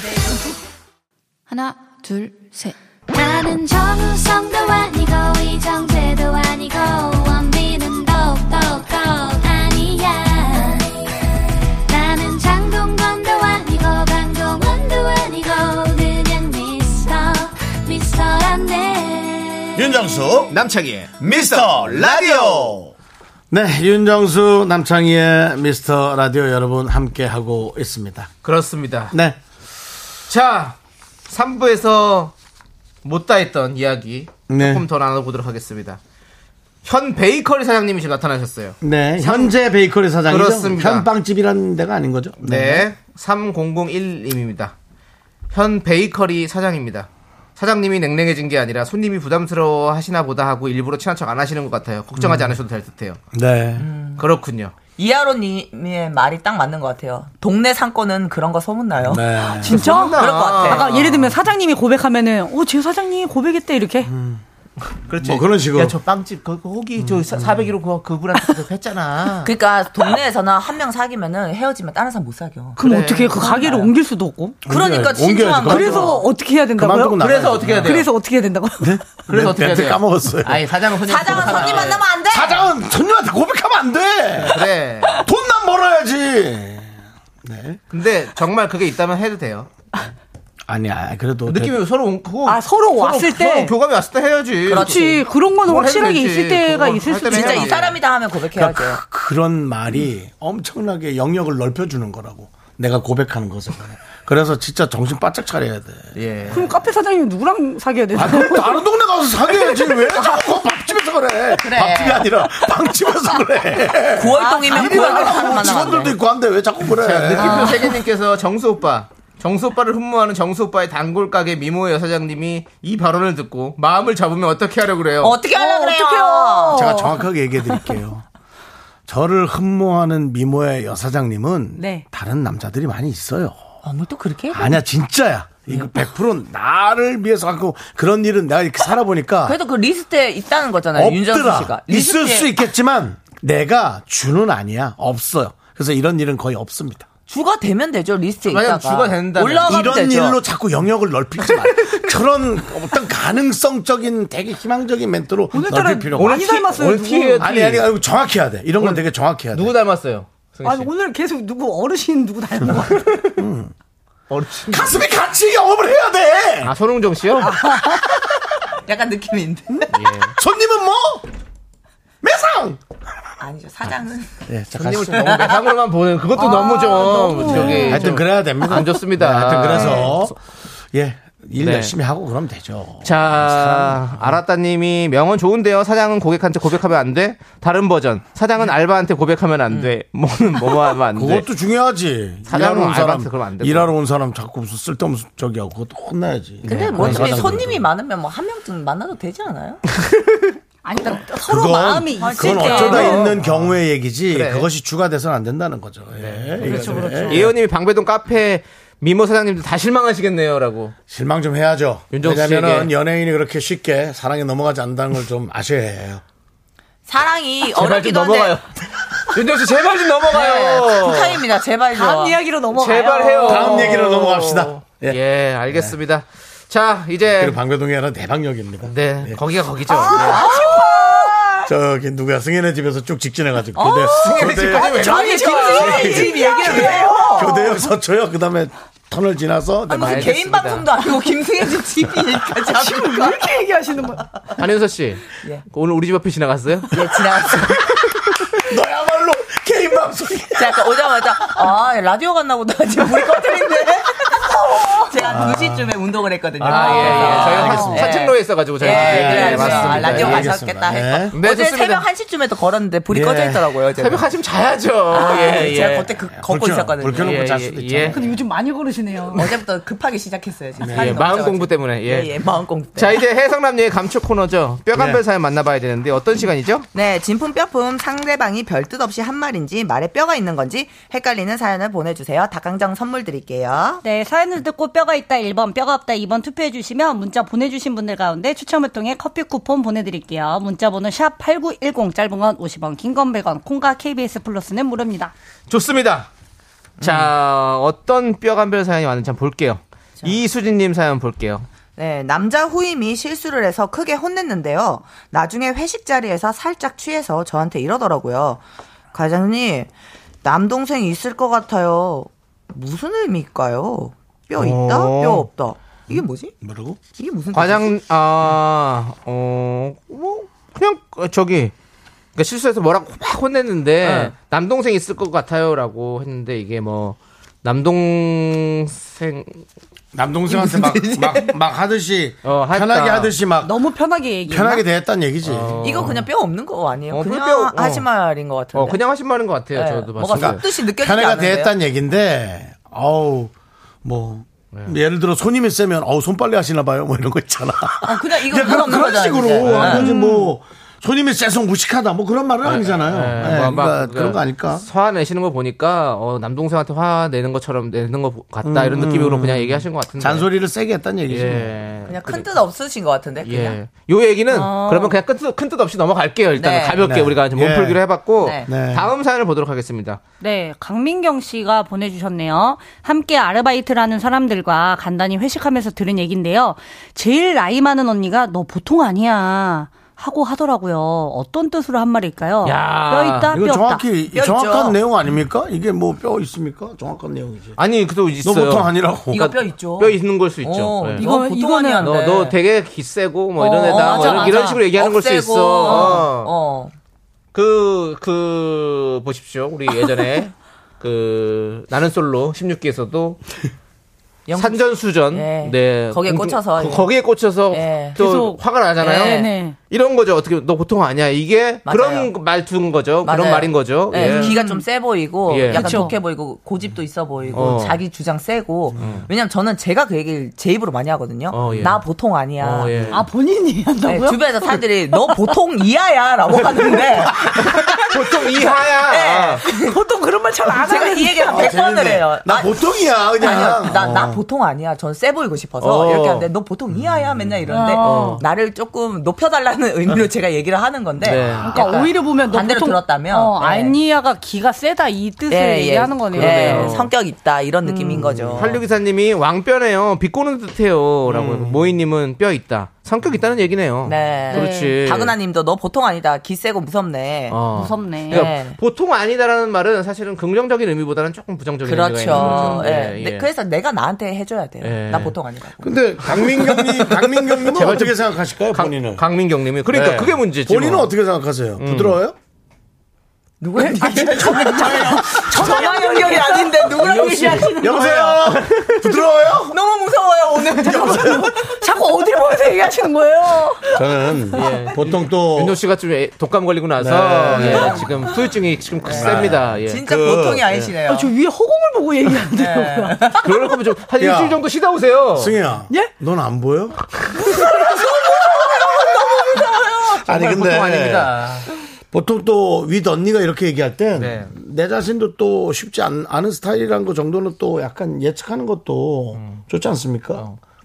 [SPEAKER 10] 하나, 둘, 셋. 나는 정우성도 아니고, 이정재도 아니고, 원빈은 더욱더 아니야. 나는 장동건도 아니고, 강동원도 아니고, 그냥 미스터, 미스터란데.
[SPEAKER 3] 윤정수 남창희의 미스터 라디오 네 윤정수 남창희의 미스터 라디오 여러분 함께 하고 있습니다
[SPEAKER 4] 그렇습니다.
[SPEAKER 3] 네
[SPEAKER 4] 자, 3부에서 못다 했던 이야기
[SPEAKER 3] 네.
[SPEAKER 4] 조금 더 나눠보도록 하겠습니다. 현 베이커리 사장님이 지금 나타나셨어요.
[SPEAKER 3] 네, 현재 베이커리 사장이죠
[SPEAKER 4] 그렇습니다.
[SPEAKER 3] 현빵집이라는 데가 아닌 거죠
[SPEAKER 4] 네. 3001님입니다. 현 베이커리 사장입니다. 사장님이 냉랭해진 게 아니라 손님이 부담스러워 하시나 보다 하고 일부러 친한 척 안 하시는 것 같아요. 걱정하지
[SPEAKER 7] 음.
[SPEAKER 4] 않으셔도 될 듯해요.
[SPEAKER 3] 네.
[SPEAKER 4] 음. 그렇군요.
[SPEAKER 7] 이하로님의 말이 딱 맞는 것 같아요. 동네 상권은 그런 거 소문나요.
[SPEAKER 4] 네.
[SPEAKER 12] 진짜?
[SPEAKER 7] 그럴 것 같아.
[SPEAKER 12] 아까 아. 예를 들면 사장님이 고백하면은 어제 사장님 고백했대 이렇게.
[SPEAKER 4] 그렇지.
[SPEAKER 3] 뭐 그런 식으로.
[SPEAKER 4] 야, 저 빵집, 그, 그 호기, 저 401호 그, 그분한테 그 했잖아.
[SPEAKER 7] 그러니까 동네에서는 한 명 사귀면은 헤어지면 다른 사람 못 사귀어.
[SPEAKER 12] 그럼 어떻게 그 가게를 옮길 수도 없고.
[SPEAKER 7] 그러니까
[SPEAKER 3] 옮겨야지, 진정한 옮겨야지.
[SPEAKER 12] 그래서
[SPEAKER 3] 그만둬.
[SPEAKER 12] 어떻게 해야 된다고요?
[SPEAKER 3] 그만두고 나가야지. 그래서 어떻게 해야 돼요?
[SPEAKER 12] 그래서 어떻게 해야 된다고요?
[SPEAKER 3] 그래서
[SPEAKER 4] 어떻게 해야 돼요?
[SPEAKER 3] 네, 까먹었어요
[SPEAKER 4] 아니, 사장은 손님
[SPEAKER 7] 사장은 손님 만나면 안 돼.
[SPEAKER 3] 네. 사장은 손님한테 고백하면 안돼
[SPEAKER 4] 아, 그래.
[SPEAKER 3] 돈난 벌어야지 네
[SPEAKER 4] 근데 정말 그게 있다면 해도 돼요. 네.
[SPEAKER 3] 아니야 그래도
[SPEAKER 4] 느낌이
[SPEAKER 3] 대-
[SPEAKER 4] 서로 온- 그거
[SPEAKER 12] 아, 서로 왔을 때?
[SPEAKER 4] 서로 교감이 왔을 때 해야지.
[SPEAKER 12] 그렇지. 그런 거는
[SPEAKER 4] 그걸
[SPEAKER 12] 확실하게
[SPEAKER 4] 해도 되지.
[SPEAKER 12] 있을 때가
[SPEAKER 4] 그건
[SPEAKER 12] 있을
[SPEAKER 4] 할
[SPEAKER 12] 수
[SPEAKER 4] 때는
[SPEAKER 7] 진짜
[SPEAKER 4] 해야지.
[SPEAKER 7] 이 사람이다 하면
[SPEAKER 3] 그러니까
[SPEAKER 7] 고백해야죠.
[SPEAKER 3] 그- 그런 말이 엄청나게 영역을 넓혀주는 거라고 내가 고백하는 것을 그래서 진짜 정신 바짝 차려야 돼
[SPEAKER 4] 예.
[SPEAKER 12] 그럼 카페 사장님 누구랑 사귀어야 되나?
[SPEAKER 3] 아, 그럼 다른 동네 가서 사귀어야지. 왜 자꾸 밥집에서 그래.
[SPEAKER 12] 그래.
[SPEAKER 3] 밥집이 아니라 빵집에서 그래.
[SPEAKER 7] 구월동이면
[SPEAKER 3] 일이
[SPEAKER 7] 구월동
[SPEAKER 3] 많아.
[SPEAKER 7] 사람 만나면 안
[SPEAKER 3] 직원들도 있고 한데 왜 자꾸 그래.
[SPEAKER 4] 자,
[SPEAKER 3] 아.
[SPEAKER 4] 느낌표 세계님께서 정수 오빠. 정수 오빠를 흠모하는 정수 오빠의 단골 가게 미모의 여사장님이 이 발언을 듣고 마음을 잡으면 어떻게 하려고 그래요?
[SPEAKER 7] 어떻게 하려고 그래요?
[SPEAKER 3] 아, 제가 정확하게 얘기해 드릴게요. 저를 흠모하는 미모의 여사장님은
[SPEAKER 12] 네.
[SPEAKER 3] 다른 남자들이 많이 있어요. 네.
[SPEAKER 7] 아무 또 그렇게? 해요?
[SPEAKER 3] 아니야, 진짜야. 이거 100% 나를 위해서 하고 그런 일은 내가 이렇게 살아보니까
[SPEAKER 7] 그래도 그 리스트에 있다는 거잖아요. 윤정수
[SPEAKER 3] 없더라.
[SPEAKER 7] 씨가.
[SPEAKER 3] 있을
[SPEAKER 7] 리스트에- 아.
[SPEAKER 3] 수 있겠지만 내가 주는 아니야. 없어요. 그래서 이런 일은 거의 없습니다.
[SPEAKER 7] 주가 되면 되죠 리스트에
[SPEAKER 4] 만약
[SPEAKER 7] 있다가
[SPEAKER 4] 주가 된다면.
[SPEAKER 7] 어, 올라가면
[SPEAKER 3] 이런
[SPEAKER 7] 되죠.
[SPEAKER 3] 일로 자꾸 영역을 넓히지 마. 그런 어떤 가능성적인 되게 희망적인 멘트로 넓힐 필요가
[SPEAKER 4] 오늘
[SPEAKER 3] 없어.
[SPEAKER 4] 티- 오늘 티예요, 티.
[SPEAKER 3] 아니 아니 아니, 정확히 해야 돼. 이런 건 되게 정확히 해야 돼.
[SPEAKER 4] 누구 닮았어요?
[SPEAKER 12] 아 오늘 계속 누구 어르신 누구 닮은 거
[SPEAKER 4] 어르신.
[SPEAKER 3] 가슴이 같이 영업을 해야 돼.
[SPEAKER 4] 아, 손흥정 씨요?
[SPEAKER 7] 약간 느낌인데
[SPEAKER 3] 손님은 뭐 매상.
[SPEAKER 7] 아니죠 사장은
[SPEAKER 3] 예, 자,
[SPEAKER 4] 손님을
[SPEAKER 3] 가시죠.
[SPEAKER 4] 좀 너무 매상으로만 보는 그것도 너무 좀 저기
[SPEAKER 3] 네. 하여튼
[SPEAKER 4] 좀
[SPEAKER 3] 그래야 됩니다. 네,
[SPEAKER 4] 안 좋습니다.
[SPEAKER 3] 하여튼 그래서
[SPEAKER 7] 아.
[SPEAKER 3] 예 일
[SPEAKER 4] 네.
[SPEAKER 3] 열심히 하고 그럼 되죠.
[SPEAKER 4] 자, 알았다님이 명언 좋은데요. 사장은 고객한테 고백하면 안 돼. 다른 버전. 사장은 알바한테 고백하면 안 돼. 뭐는 뭐뭐 하면 안 돼.
[SPEAKER 3] 그것도 중요하지.
[SPEAKER 4] 사장은
[SPEAKER 3] 일하러 온 사람,
[SPEAKER 4] 알바한테 그러면 안 되고.
[SPEAKER 3] 일하러 온 사람 자꾸 무슨 쓸데없는 저기 하고 그것도 혼나야지.
[SPEAKER 7] 근데
[SPEAKER 3] 네,
[SPEAKER 7] 뭐
[SPEAKER 3] 그런
[SPEAKER 7] 어차피
[SPEAKER 3] 사장들.
[SPEAKER 7] 손님이 많으면 뭐 한 명쯤 만나도 되지 않아요?
[SPEAKER 12] 아니 그러니까 서로
[SPEAKER 3] 그건-
[SPEAKER 12] 마음이 있을
[SPEAKER 3] 그건
[SPEAKER 12] 때
[SPEAKER 3] 어쩌다 있는 경우의 얘기지
[SPEAKER 4] 그래. 네.
[SPEAKER 3] 그것이 주가 돼서는 안 된다는 거죠. 예.
[SPEAKER 12] 그렇죠,
[SPEAKER 3] 이거는.
[SPEAKER 12] 그렇죠.
[SPEAKER 4] 예원님이 방배동 카페 미모 사장님도 다 실망하시겠네요라고.
[SPEAKER 3] 실망 좀 해야죠.
[SPEAKER 4] 윤정수
[SPEAKER 3] 왜냐면은
[SPEAKER 4] 씨에게.
[SPEAKER 3] 연예인이 그렇게 쉽게 사랑에 넘어가지 않는다는 걸 좀 아셔야 해요.
[SPEAKER 7] 사랑이
[SPEAKER 4] 제발 좀
[SPEAKER 7] 어렵기도
[SPEAKER 4] 넘어가요.
[SPEAKER 7] 한데 네.
[SPEAKER 4] 윤정 씨 제발 좀 넘어가요. 네.
[SPEAKER 7] 부탁입니다 제발 좀
[SPEAKER 12] 다음 이야기로 넘어가요.
[SPEAKER 4] 제발 해요.
[SPEAKER 3] 다음 얘기로 넘어갑시다.
[SPEAKER 4] 예,
[SPEAKER 3] 예.
[SPEAKER 4] 알겠습니다. 자, 이제
[SPEAKER 3] 그리고 방배동이 예. 하나 대박역입니다.
[SPEAKER 4] 네, 거기가 거기죠.
[SPEAKER 7] 아!
[SPEAKER 3] 저기 누가 승현의 집에서 쭉 직진해가지고 교대
[SPEAKER 4] 어, 승현의 집까지 왜
[SPEAKER 7] 아니 김승희 집 얘기를 왜 해요?
[SPEAKER 3] 교대역 서초역 그다음에 터널 지나서 네,
[SPEAKER 7] 무슨
[SPEAKER 3] 말-
[SPEAKER 7] 개인
[SPEAKER 4] 알겠습니다.
[SPEAKER 7] 방송도 아니고 김승희 집 집이니까
[SPEAKER 12] 지금 왜 이렇게 얘기하시는 거야?
[SPEAKER 4] 안윤서 씨.
[SPEAKER 7] 예.
[SPEAKER 4] 오늘 우리 집 앞에 지나갔어요?
[SPEAKER 7] 예 지나갔어요
[SPEAKER 3] 너야말로 개인 방송이
[SPEAKER 7] 제가 아까 오자마자 아 라디오 갔나 보다 지금 불이 꺼뜨린데 제가 2시쯤에 운동을 했거든요
[SPEAKER 4] 아, 예, 예. 저희 가
[SPEAKER 7] 알겠습니다.
[SPEAKER 4] 사층로에 있어가지고 저희
[SPEAKER 7] 예,
[SPEAKER 4] 집이.
[SPEAKER 7] 예,
[SPEAKER 4] 예,
[SPEAKER 7] 예,
[SPEAKER 4] 맞습니다.
[SPEAKER 7] 아, 라디오
[SPEAKER 4] 예.
[SPEAKER 7] 가셨겠다
[SPEAKER 3] 알겠습니다.
[SPEAKER 7] 했고
[SPEAKER 4] 네,
[SPEAKER 7] 어제
[SPEAKER 4] 좋습니다.
[SPEAKER 7] 새벽 1시쯤에 또 걸었는데 불이
[SPEAKER 3] 예.
[SPEAKER 7] 꺼져 있더라고요 제가.
[SPEAKER 4] 새벽 한시면 자야죠. 예, 예.
[SPEAKER 7] 아, 제가 그때 그, 걷고
[SPEAKER 3] 불켜-
[SPEAKER 7] 있었거든요 예.
[SPEAKER 3] 불켜놓고
[SPEAKER 4] 예,
[SPEAKER 3] 잘 수도
[SPEAKER 4] 예,
[SPEAKER 3] 있잖아요.
[SPEAKER 4] 예.
[SPEAKER 12] 근데 요즘 많이 걸으시네요.
[SPEAKER 7] 어제부터 급하게 시작했어요 지금
[SPEAKER 4] 예, 마음 공부 때문에. 예.
[SPEAKER 7] 예, 예, 마음 공부
[SPEAKER 4] 자,
[SPEAKER 7] 때문에
[SPEAKER 4] 이제 해성남녀의 감축 코너죠. 뼈간별
[SPEAKER 3] 네.
[SPEAKER 4] 사연 만나봐야 되는데 어떤 시간이죠?
[SPEAKER 7] 네, 진품 뼈품 상대방이 별뜻 없이 한 말인지 말에 뼈가 있는 건지 헷갈리는 사연을 보내주세요. 닭강정 선물 드릴게요.
[SPEAKER 12] 네, 사연을 듣고 뼈가 있다 1번, 뼈가 없다 2번 투표해 주시면 문자 보내 주신 분들 가운데 추첨을 통해 커피 쿠폰 보내 드릴게요. 문자 번호 샵 8910 짧은 건 50원, 긴 건 100원. 콩과 KBS 플러스는 무료입니다.
[SPEAKER 4] 좋습니다. 자, 어떤 뼈간별 사연이 왔는지 한번 볼게요. 이수진님 사연 볼게요.
[SPEAKER 7] 네, 남자 후임이 실수를 해서 크게 혼냈는데요. 나중에 회식 자리에서 살짝 취해서 저한테 이러더라고요. 과장님, 남동생 있을 것 같아요. 무슨 의미일까요? 뼈 있다?
[SPEAKER 4] 어.
[SPEAKER 7] 뼈 없다?
[SPEAKER 3] 음,
[SPEAKER 7] 이게 뭐지?
[SPEAKER 3] 모르고
[SPEAKER 7] 이게 무슨 뜻이지?
[SPEAKER 4] 과장, 음, 아, 어, 뭐, 그냥, 어, 저기, 그러니까 실수해서 뭐라고 막 혼냈는데,
[SPEAKER 7] 네.
[SPEAKER 4] 남동생 있을 것 같아요. 라고 했는데, 이게 뭐, 남동생,
[SPEAKER 3] 남동생한테 막 막 하듯이
[SPEAKER 4] 어, 하였다.
[SPEAKER 3] 편하게 하듯이 막
[SPEAKER 12] 너무 편하게 얘기해.
[SPEAKER 3] 편하게 대했다는 얘기지.
[SPEAKER 7] 이거 그냥 뼈 없는 거 아니에요?
[SPEAKER 4] 어,
[SPEAKER 7] 그냥
[SPEAKER 4] 뼈- 어.
[SPEAKER 7] 하신 말인 것 같은데.
[SPEAKER 4] 어, 그냥 하신 말인 것 같아요.
[SPEAKER 7] 네,
[SPEAKER 4] 저도
[SPEAKER 7] 뭐가
[SPEAKER 4] 봤을 때.
[SPEAKER 7] 뜻이 느껴지지
[SPEAKER 3] 편애가
[SPEAKER 7] 않는데요?
[SPEAKER 3] 대했다는 얘기인데 어우 뭐
[SPEAKER 4] 네.
[SPEAKER 3] 예를 들어 손님이 세면 어우 손빨래 하시나 봐요 뭐 이런 거 있잖아.
[SPEAKER 7] 그냥 이거
[SPEAKER 3] 야,
[SPEAKER 7] 돈
[SPEAKER 3] 그런,
[SPEAKER 7] 없는
[SPEAKER 3] 그런
[SPEAKER 7] 거잖아요,
[SPEAKER 3] 식으로
[SPEAKER 7] 이제. 네.
[SPEAKER 4] 네.
[SPEAKER 3] 한 거지 뭐 손님이 세서 무식하다 뭐 그런 말은 아니잖아요. 예,
[SPEAKER 4] 뭐 막
[SPEAKER 3] 그러니까 그런 거 아닐까?
[SPEAKER 4] 화내시는 거 보니까 어, 남동생한테 화내는 것처럼 내는 거 보- 같다 이런 느낌으로 그냥 얘기하신 것
[SPEAKER 3] 음,
[SPEAKER 4] 같은데.
[SPEAKER 3] 잔소리를 세게 했다는 얘기지. 뭐.
[SPEAKER 4] 네. 예.
[SPEAKER 7] 그냥 큰 뜻 없으신 것 같은데 그냥. 어.
[SPEAKER 4] 예. 요 얘기는 그러면 그냥 큰뜻 큰뜻 없이 넘어갈게요. 일단 은
[SPEAKER 7] 네.
[SPEAKER 4] 가볍게
[SPEAKER 3] 네.
[SPEAKER 4] 우리가 이제
[SPEAKER 3] 예.
[SPEAKER 4] 몸풀기로 해봤고
[SPEAKER 7] 네.
[SPEAKER 3] 네.
[SPEAKER 4] 다음 사연을 보도록 하겠습니다.
[SPEAKER 12] 네, 강민경 씨가 보내주셨네요. 함께 아르바이트를 하는 사람들과 간단히 회식하면서 들은 얘기인데요. 제일 나이 많은 언니가 너 보통 아니야. 하고 하더라고요. 어떤 뜻으로 한 말일까요?
[SPEAKER 4] 야,
[SPEAKER 12] 뼈 있다, 뼈
[SPEAKER 3] 이거
[SPEAKER 12] 없다.
[SPEAKER 3] 정확히
[SPEAKER 7] 뼈 있죠.
[SPEAKER 3] 정확한 내용 아닙니까? 이게 뭐 뼈 있습니까? 정확한 내용이지.
[SPEAKER 4] 아니 그도 있어요.
[SPEAKER 3] 너 보통 아니라고.
[SPEAKER 7] 이거 뼈 있죠.
[SPEAKER 4] 뼈 있는 걸 수 있죠.
[SPEAKER 7] 어,
[SPEAKER 4] 예.
[SPEAKER 7] 이거
[SPEAKER 12] 너
[SPEAKER 7] 보통
[SPEAKER 12] 이거는-
[SPEAKER 7] 아니야.
[SPEAKER 4] 너, 너 되게 기세고 뭐
[SPEAKER 7] 어,
[SPEAKER 4] 이런 애다 뭐
[SPEAKER 7] 맞아,
[SPEAKER 4] 이런, 이런
[SPEAKER 7] 맞아.
[SPEAKER 4] 식으로 얘기하는 걸 수
[SPEAKER 7] 억세고.
[SPEAKER 4] 있어. 어.
[SPEAKER 7] 어.
[SPEAKER 4] 그, 그, 보십시오. 우리 예전에, 그, 나는 솔로 16기에서도
[SPEAKER 7] 영국-
[SPEAKER 4] 산전수전.
[SPEAKER 7] 예.
[SPEAKER 4] 네.
[SPEAKER 7] 거기에
[SPEAKER 4] 공중-
[SPEAKER 7] 꽂혀서.
[SPEAKER 4] 거- 거기에 꽂혀서
[SPEAKER 7] 예.
[SPEAKER 4] 또
[SPEAKER 12] 계속-
[SPEAKER 4] 화가 나잖아요.
[SPEAKER 12] 네, 네.
[SPEAKER 4] 이런 거죠. 어떻게, 너 보통 아니야. 이게
[SPEAKER 7] 맞아요.
[SPEAKER 4] 그런 말투인 거죠. 그런
[SPEAKER 7] 맞아요.
[SPEAKER 4] 말인 거죠.
[SPEAKER 7] 네,
[SPEAKER 4] 예.
[SPEAKER 7] 귀가 좀 세 보이고
[SPEAKER 4] 예.
[SPEAKER 7] 약간
[SPEAKER 12] 그쵸.
[SPEAKER 7] 독해 보이고 고집도 있어 보이고
[SPEAKER 4] 어. 음.
[SPEAKER 7] 자기 주장 세고 왜냐면 저는 제가 그 얘기를 제 입으로 많이 하거든요.
[SPEAKER 4] 어, 예.
[SPEAKER 7] 나 보통 아니야.
[SPEAKER 4] 어, 예.
[SPEAKER 12] 아, 본인이
[SPEAKER 7] 네,
[SPEAKER 12] 한다고요?
[SPEAKER 7] 주변에서 사람들이 너 보통 이하야라고 하는데
[SPEAKER 4] 보통
[SPEAKER 7] 예.
[SPEAKER 4] 이하야.
[SPEAKER 5] 보통 그런 말 잘 안
[SPEAKER 7] 네. 제가
[SPEAKER 5] 하는데.
[SPEAKER 7] 이 얘기를
[SPEAKER 4] 아,
[SPEAKER 7] 한 100번을 해요. 아, 아니요, 나,
[SPEAKER 4] 어.
[SPEAKER 7] 나 보통 아니야. 전 세 보이고 싶어서.
[SPEAKER 5] 어.
[SPEAKER 7] 이렇게 하는데, 너 보통 이하야? 맨날 이러는데,
[SPEAKER 5] 어.
[SPEAKER 7] 나를 조금
[SPEAKER 4] 어.
[SPEAKER 7] 높여달라는 의미로 제가 얘기를 하는 건데.
[SPEAKER 5] 네. 그러니까 오히려 보면 너
[SPEAKER 7] 반대로
[SPEAKER 5] 보통-
[SPEAKER 7] 들었다면.
[SPEAKER 5] 어,
[SPEAKER 7] 아니야가 기가 세다 이 뜻을
[SPEAKER 5] 얘기하는 거네요. 음.
[SPEAKER 7] 예,
[SPEAKER 4] 그러네요.
[SPEAKER 7] 성격 있다. 이런 느낌인 거죠.
[SPEAKER 4] 한류기사님이 왕뼈네요. 비꼬는 듯해요. 라고
[SPEAKER 3] 음.
[SPEAKER 4] 해서 모이님은 뼈 있다. 성격 있다는 얘기네요.
[SPEAKER 7] 네.
[SPEAKER 4] 그렇지.
[SPEAKER 7] 다그나님도 너 보통 아니다. 기 세고 무섭네.
[SPEAKER 4] 예. 어.
[SPEAKER 7] 무섭네.
[SPEAKER 4] 그러니까 보통 아니다라는 말은 사실은 긍정적인 의미보다는 조금 부정적인 의미가 있는
[SPEAKER 7] 그렇죠.
[SPEAKER 4] 거죠.
[SPEAKER 7] 예. 근데 그래서 내가 나한테 해줘야 돼요.
[SPEAKER 4] 예.
[SPEAKER 7] 나 보통 아니라고.
[SPEAKER 3] 근데 강민경님, 강민경님은
[SPEAKER 4] 제발
[SPEAKER 3] 어떻게
[SPEAKER 4] 좀-
[SPEAKER 3] 생각하실까요, 본인은? 네.
[SPEAKER 4] 강민경님이 그러니까 그게 문제지.
[SPEAKER 3] 본인은
[SPEAKER 4] 뭐.
[SPEAKER 3] 어떻게 생각하세요? 부드러워요?
[SPEAKER 7] 누구예요?
[SPEAKER 3] 전화
[SPEAKER 7] 연결이 아닌데 누구랑
[SPEAKER 4] 음.
[SPEAKER 7] 얘기하시는
[SPEAKER 3] 여보세요?
[SPEAKER 4] 아, 예.
[SPEAKER 3] 부드러워요?
[SPEAKER 7] 너무 무서워요 오늘.
[SPEAKER 5] 자꾸 어디 보면서 얘기하시는 거예요?
[SPEAKER 3] 저는
[SPEAKER 4] 네.
[SPEAKER 3] 보통 또
[SPEAKER 4] 윤호 씨가 좀 애- 독감 걸리고 나서
[SPEAKER 3] 네.
[SPEAKER 4] 예, 지금 후유증이 지금 셉니다. 예.
[SPEAKER 5] 아, 저 위에 허공을 보고 얘기하는데요.
[SPEAKER 7] 예.
[SPEAKER 4] 그럴 거면 좀 한
[SPEAKER 3] 야.
[SPEAKER 4] 일주일 정도 쉬다 오세요.
[SPEAKER 3] 승희야.
[SPEAKER 5] 예?
[SPEAKER 3] 넌 안 보여? 아니
[SPEAKER 4] 정말
[SPEAKER 3] 근데
[SPEAKER 4] 보통 아닙니다.
[SPEAKER 3] 보통 또윗 언니가 이렇게 얘기할 땐
[SPEAKER 4] 네.
[SPEAKER 3] 내 자신도 또 쉽지 않, 은 스타일이라는 거 정도는 또 약간 예측하는 것도 좋지 않습니까?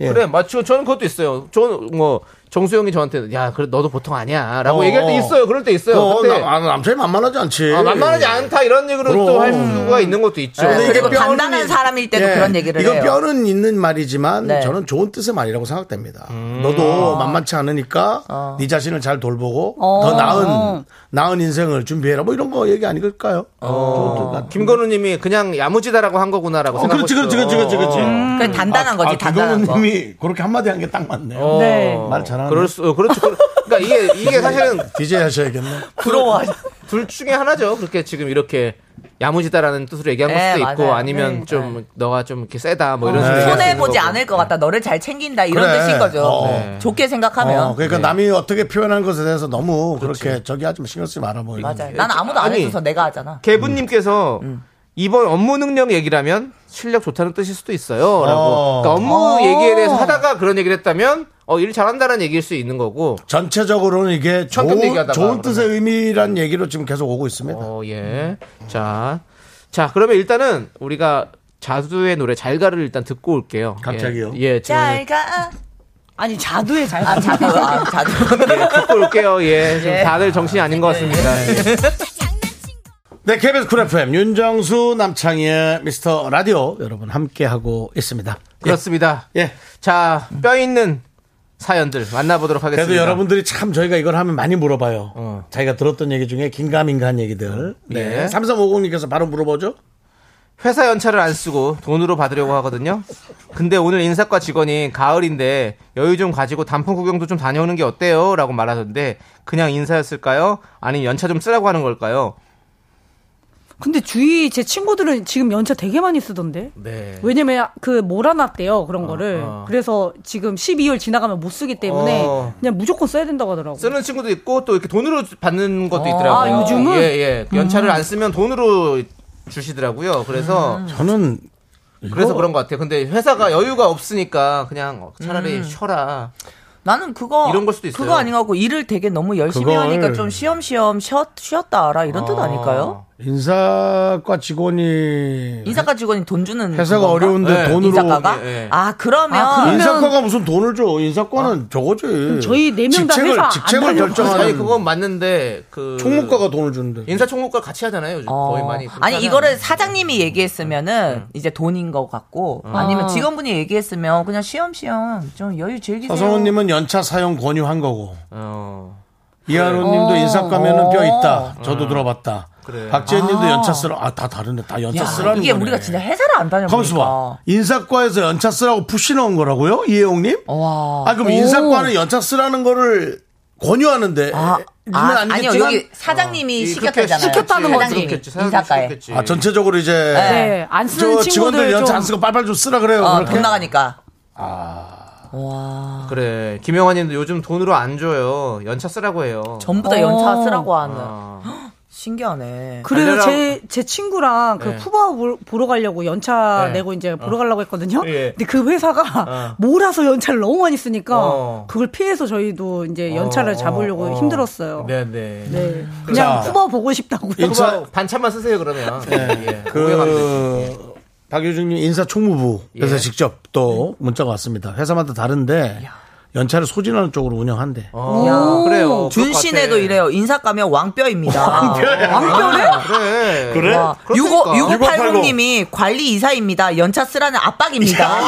[SPEAKER 3] 예.
[SPEAKER 4] 음. 어. 그래, 맞죠. 저는 그것도 있어요. 저는 뭐 정수영이 저한테 야, 그래 너도 보통 아니야라고
[SPEAKER 3] 어,
[SPEAKER 4] 얘기할 때
[SPEAKER 3] 어.
[SPEAKER 4] 있어요. 그럴 때 있어요.
[SPEAKER 3] 어,
[SPEAKER 4] 근데
[SPEAKER 3] 남- 아, 남편이 만만하지 않지.
[SPEAKER 4] 아, 만만하지 않다 이런 얘기로
[SPEAKER 3] 그럼.
[SPEAKER 4] 또 할 수가 있는 것도 있죠.
[SPEAKER 3] 근데 이게
[SPEAKER 7] 네. 그리고
[SPEAKER 3] 뼈는-
[SPEAKER 7] 단단한 사람일 때도
[SPEAKER 3] 예,
[SPEAKER 7] 그런 얘기를
[SPEAKER 3] 이건
[SPEAKER 7] 해요.
[SPEAKER 3] 뼈는 있는 말이지만
[SPEAKER 7] 네. 아.
[SPEAKER 3] 저는 좋은 뜻의 말이라고 생각됩니다. 너도 만만치 않으니까
[SPEAKER 7] 어.
[SPEAKER 3] 네 자신을 잘 돌보고
[SPEAKER 4] 어.
[SPEAKER 3] 더 나은 나은 인생을 준비해라 뭐 이런 거 얘기 아닐까요?
[SPEAKER 4] 어, 김건우님이 그냥 야무지다라고 한 거구나라고 어. 생각하고
[SPEAKER 3] 어, 그렇지, 그렇지, 그렇지, 그렇지, 그렇지.
[SPEAKER 7] 음, 그냥 그러니까 단단한
[SPEAKER 3] 아,
[SPEAKER 7] 거지,
[SPEAKER 3] 아,
[SPEAKER 7] 단단한 거.
[SPEAKER 3] 김건우님이 그렇게 한마디 한 게 딱 맞네요.
[SPEAKER 7] 음.
[SPEAKER 4] 어,
[SPEAKER 3] 말 잘하는.
[SPEAKER 4] 그럴 수, 어, 그렇죠. 그러- 그러니까 이게 이게 사실은
[SPEAKER 3] DJ 하셔야겠네.
[SPEAKER 7] 부러워.
[SPEAKER 4] 둘 중에 하나죠. 그렇게 지금 이렇게 야무지다라는 뜻으로 얘기한 걸
[SPEAKER 7] 네,
[SPEAKER 4] 수도 있고
[SPEAKER 7] 맞아요.
[SPEAKER 4] 아니면
[SPEAKER 7] 네,
[SPEAKER 4] 좀 너가 좀 이렇게 세다
[SPEAKER 3] 어,
[SPEAKER 4] 뭐 이런 식으로 얘기할 수
[SPEAKER 7] 손해
[SPEAKER 4] 있는
[SPEAKER 7] 보지
[SPEAKER 4] 거고.
[SPEAKER 7] 않을 것 같다. 너를 잘 챙긴다 이런
[SPEAKER 3] 네. 그래.
[SPEAKER 7] 뜻인 거죠.
[SPEAKER 3] 어.
[SPEAKER 7] 네. 좋게 생각하면.
[SPEAKER 3] 어, 그러니까 남이 어떻게 표현한 것에 대해서 너무 그렇게 저기 하지 마 신경 쓰지 말아 뭐 이런.
[SPEAKER 7] 맞아요. 난 아무도 안
[SPEAKER 4] 아니.
[SPEAKER 7] 해줘서 내가 하잖아.
[SPEAKER 3] 그
[SPEAKER 4] 개분님께서
[SPEAKER 7] 음,
[SPEAKER 4] 이번 업무 능력 얘기라면 실력 좋다는 뜻일 수도 있어요. 라고.
[SPEAKER 3] 어.
[SPEAKER 4] 그러니까 업무
[SPEAKER 3] 어.
[SPEAKER 4] 얘기에 대해서 하다가 그런 얘기를 했다면 어, 일 잘한다는 얘기일 수 있는 거고.
[SPEAKER 3] 전체적으로는 이게
[SPEAKER 4] 성격
[SPEAKER 3] 좋은,
[SPEAKER 4] 얘기하다가
[SPEAKER 3] 좋은
[SPEAKER 4] 그러면.
[SPEAKER 3] 뜻의 의미란 얘기로 지금 계속 오고 있습니다.
[SPEAKER 4] 어, 예. 자. 자, 그러면 일단은 우리가 자두의 노래 잘가를 일단 듣고 올게요.
[SPEAKER 3] 갑자기요?
[SPEAKER 4] 예. 예 지금
[SPEAKER 7] 가.
[SPEAKER 5] 아니 자두에 잘. 아
[SPEAKER 7] 자두. 아, 자두.
[SPEAKER 4] 예, 듣고 올게요. 예. 지금 다들 정신이 아닌 것 같습니다. 예.
[SPEAKER 3] 네, KBS 쿨 FM 윤정수 남창희의 미스터 라디오 여러분 함께 하고 있습니다.
[SPEAKER 4] 그렇습니다.
[SPEAKER 3] 예.
[SPEAKER 4] 자, 뼈 있는 사연들 만나보도록 하겠습니다.
[SPEAKER 3] 그래도 여러분들이 참 저희가 이걸 하면 많이 물어봐요. 자기가 들었던 얘기 중에 긴가민가한 얘기들. 네.
[SPEAKER 4] 예.
[SPEAKER 3] 3350님께서 바로 물어보죠.
[SPEAKER 4] 회사 연차를 안 쓰고 돈으로 받으려고 하거든요. 근데 오늘 인사과 직원이 가을인데 여유 좀 가지고 단풍 구경도 좀 다녀오는 게 어때요? 라고 말하던데 그냥 인사였을까요? 아니면 연차 좀 쓰라고 하는 걸까요?
[SPEAKER 5] 근데 주위 제 친구들은 지금 연차 되게 많이 쓰던데.
[SPEAKER 4] 네.
[SPEAKER 5] 왜냐면 그 몰아놨대요 그런 거를.
[SPEAKER 4] 어.
[SPEAKER 5] 그래서 지금 12월 지나가면 못 쓰기 때문에
[SPEAKER 4] 어.
[SPEAKER 5] 그냥 무조건 써야 된다고 하더라고.
[SPEAKER 4] 쓰는 친구도 있고 또 이렇게 돈으로 받는 것도
[SPEAKER 5] 아,
[SPEAKER 4] 있더라고요.
[SPEAKER 5] 요즘은?
[SPEAKER 4] 예, 예. 연차를 안 쓰면 돈으로 주시더라고요. 그래서
[SPEAKER 3] 음. 저는
[SPEAKER 4] 그래서 그런 것 같아요. 근데 회사가 여유가 없으니까 그냥 차라리
[SPEAKER 7] 음.
[SPEAKER 4] 쉬어라.
[SPEAKER 7] 나는 그거
[SPEAKER 4] 이런 걸 수도 있어요.
[SPEAKER 7] 그거 아닌가 하고 일을 되게 너무 열심히
[SPEAKER 3] 그걸-
[SPEAKER 7] 하니까 좀 쉬엄쉬엄 쉬었, 쉬었다 알아 이런 뜻 아닐까요?
[SPEAKER 3] 인사과 직원이
[SPEAKER 7] 인사과 직원이 돈 주는
[SPEAKER 3] 회사가
[SPEAKER 7] 그건가?
[SPEAKER 3] 어려운데 돈으로-
[SPEAKER 7] 인사과가
[SPEAKER 3] 예, 예.
[SPEAKER 7] 아 그러면,
[SPEAKER 3] 인사과가 무슨 돈을 줘? 인사과는 저거지. 직책을, 직책을 결정하는
[SPEAKER 4] 아니 그건 맞는데 그
[SPEAKER 3] 총무과가 돈을 주는데.
[SPEAKER 4] 인사 총무과 같이 하잖아요. 요즘 거의 많이. 그렇게
[SPEAKER 7] 어. 아니
[SPEAKER 4] 하잖아요.
[SPEAKER 7] 이거를 사장님이 얘기했으면은 이제 돈인 것 같고 아니면
[SPEAKER 4] 아.
[SPEAKER 7] 직원분이 얘기했으면 그냥 쉬엄쉬엄 좀 여유 즐기세요.
[SPEAKER 3] 어, 서성훈님은 연차 사용 권유한 거고.
[SPEAKER 4] 어.
[SPEAKER 3] 이하로님도
[SPEAKER 7] 그래요.
[SPEAKER 3] 인사과면은
[SPEAKER 7] 어.
[SPEAKER 3] 뼈 있다. 저도 들어봤다.
[SPEAKER 4] 음. 그래.
[SPEAKER 3] 박지현님도
[SPEAKER 7] 아.
[SPEAKER 3] 연차 쓰라. 아다 다른데 다 연차
[SPEAKER 7] 야,
[SPEAKER 3] 쓰라는
[SPEAKER 7] 이게
[SPEAKER 3] 거네.
[SPEAKER 7] 우리가 진짜 그러니까. 회사를 안
[SPEAKER 3] 가만있어 봐.
[SPEAKER 7] 다녀보니까
[SPEAKER 3] 인사과에서 연차 쓰라고 푸시 넣은 거라고요? 이혜용님? 아, 그럼
[SPEAKER 7] 어, 오.
[SPEAKER 3] 인사과는 연차 쓰라는 거를 권유하는데. 아,
[SPEAKER 7] 아, 아니요
[SPEAKER 3] 어,
[SPEAKER 7] 여기 사장님이 시켰다잖아요. 사장님이 예, 인사과에.
[SPEAKER 3] 아, 전체적으로 이제.
[SPEAKER 7] 네, 안 쓰는
[SPEAKER 3] 저 직원들
[SPEAKER 7] 친구들
[SPEAKER 3] 연차
[SPEAKER 7] 좀-
[SPEAKER 3] 안 쓰고 빨빨 좀 쓰라 그래요.
[SPEAKER 7] 어,
[SPEAKER 3] 그렇게.
[SPEAKER 7] 돈 나가니까.
[SPEAKER 4] 그래 김영환님도 요즘 돈으로 안 줘요. 연차 쓰라고 해요.
[SPEAKER 7] 전부 다 연차 쓰라고 하는. 신기하네.
[SPEAKER 12] 그래서 제, 제 친구랑 그
[SPEAKER 7] 네.
[SPEAKER 12] 푸바 볼- 보러 가려고 연차
[SPEAKER 7] 네.
[SPEAKER 12] 내고 이제 보러
[SPEAKER 7] 어.
[SPEAKER 12] 가려고 했거든요.
[SPEAKER 7] 예.
[SPEAKER 12] 근데 그 회사가 몰아서 연차를 너무 많이 쓰니까
[SPEAKER 5] 어.
[SPEAKER 12] 그걸 피해서 저희도 이제 연차를
[SPEAKER 5] 어,
[SPEAKER 12] 잡으려고
[SPEAKER 5] 어.
[SPEAKER 12] 힘들었어요.
[SPEAKER 5] 네네.
[SPEAKER 12] 네.
[SPEAKER 3] 자.
[SPEAKER 12] 그냥 푸바 보고 싶다고요.
[SPEAKER 3] 인사-
[SPEAKER 5] 반찬만 쓰세요 그러면.
[SPEAKER 4] 예.
[SPEAKER 3] 네. 그 박효준님 인사 총무부에서
[SPEAKER 5] 예.
[SPEAKER 3] 직접 또 문자가 왔습니다. 회사마다 다른데 연차를 소진하는 쪽으로 운영한대.
[SPEAKER 7] 어. 이야.
[SPEAKER 5] 그래요.
[SPEAKER 7] 준
[SPEAKER 5] 그럴 것
[SPEAKER 7] 씨네도
[SPEAKER 5] 같아.
[SPEAKER 7] 이래요. 인사 가면 왕뼈입니다.
[SPEAKER 5] 왕뼈야?
[SPEAKER 7] 왕뼈래?
[SPEAKER 5] 그래.
[SPEAKER 3] 아, 네? 그래?
[SPEAKER 7] 와,
[SPEAKER 5] 그렇다니까.
[SPEAKER 7] 65, 6580님이 관리 이사입니다. 연차 쓰라는 압박입니다.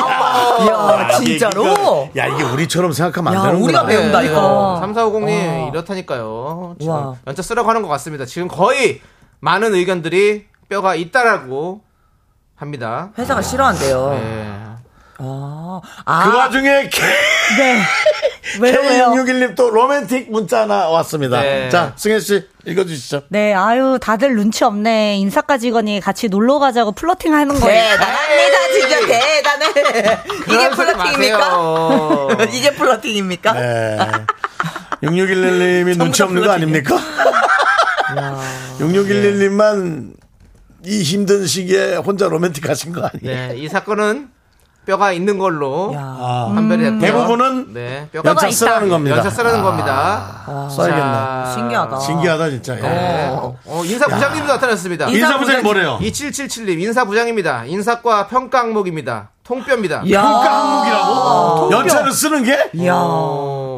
[SPEAKER 7] 이야, 진짜로?
[SPEAKER 3] 야 이게 우리처럼 생각하면 안
[SPEAKER 7] 야,
[SPEAKER 3] 되는
[SPEAKER 7] 우리가 배운다, 이거.
[SPEAKER 3] 어.
[SPEAKER 5] 3450님
[SPEAKER 7] 와.
[SPEAKER 5] 네. 이렇다니까요. 지금
[SPEAKER 7] 와.
[SPEAKER 5] 연차 쓰라고 하는 것 같습니다. 지금 거의 많은 의견들이 뼈가 있다라고 합니다.
[SPEAKER 7] 회사가 싫어한대요.
[SPEAKER 4] 예.
[SPEAKER 5] 네.
[SPEAKER 7] 아,
[SPEAKER 3] 그 와중에 K
[SPEAKER 12] 네.
[SPEAKER 3] K661님 또 로맨틱 문자 하나 왔습니다.
[SPEAKER 5] 네.
[SPEAKER 3] 자 승혜 씨 읽어주시죠.
[SPEAKER 4] 네, 아유, 다들 눈치 없네. 인사까지거니 같이 놀러 가자고 플러팅 하는
[SPEAKER 7] 네.
[SPEAKER 4] 거예요.
[SPEAKER 7] 어,
[SPEAKER 12] 아,
[SPEAKER 7] 대단합니다, 진짜 대단해. 이게
[SPEAKER 4] 그런 소리
[SPEAKER 7] 플러팅입니까?
[SPEAKER 5] 마세요.
[SPEAKER 7] 이게 플러팅입니까?
[SPEAKER 3] 네. 6611님이 눈치 없는 거 아닙니까? 6611님만 이 힘든 시기에 혼자 로맨틱하신 거 아니에요?
[SPEAKER 4] 예,
[SPEAKER 5] 네, 이 사건은 뼈가 있는 걸로
[SPEAKER 3] 아,
[SPEAKER 7] 음.
[SPEAKER 5] 판별이 됐고요.
[SPEAKER 3] 대부분은
[SPEAKER 5] 네,
[SPEAKER 3] 연차 쓰라는 겁니다.
[SPEAKER 5] 연차 쓰라는
[SPEAKER 3] 아,
[SPEAKER 5] 겁니다.
[SPEAKER 3] 써야겠네.
[SPEAKER 5] 자,
[SPEAKER 7] 신기하다.
[SPEAKER 3] 신기하다 진짜. 예.
[SPEAKER 5] 네. 어, 인사 부장님도 나타났습니다.
[SPEAKER 3] 인사 부장이 뭐래요?
[SPEAKER 5] 2777님 인사 부장입니다. 인사과 평가 항목입니다. 통뼈입니다.
[SPEAKER 3] 평가 항목이라고? 연차를 쓰는 게?
[SPEAKER 7] 아, 이야,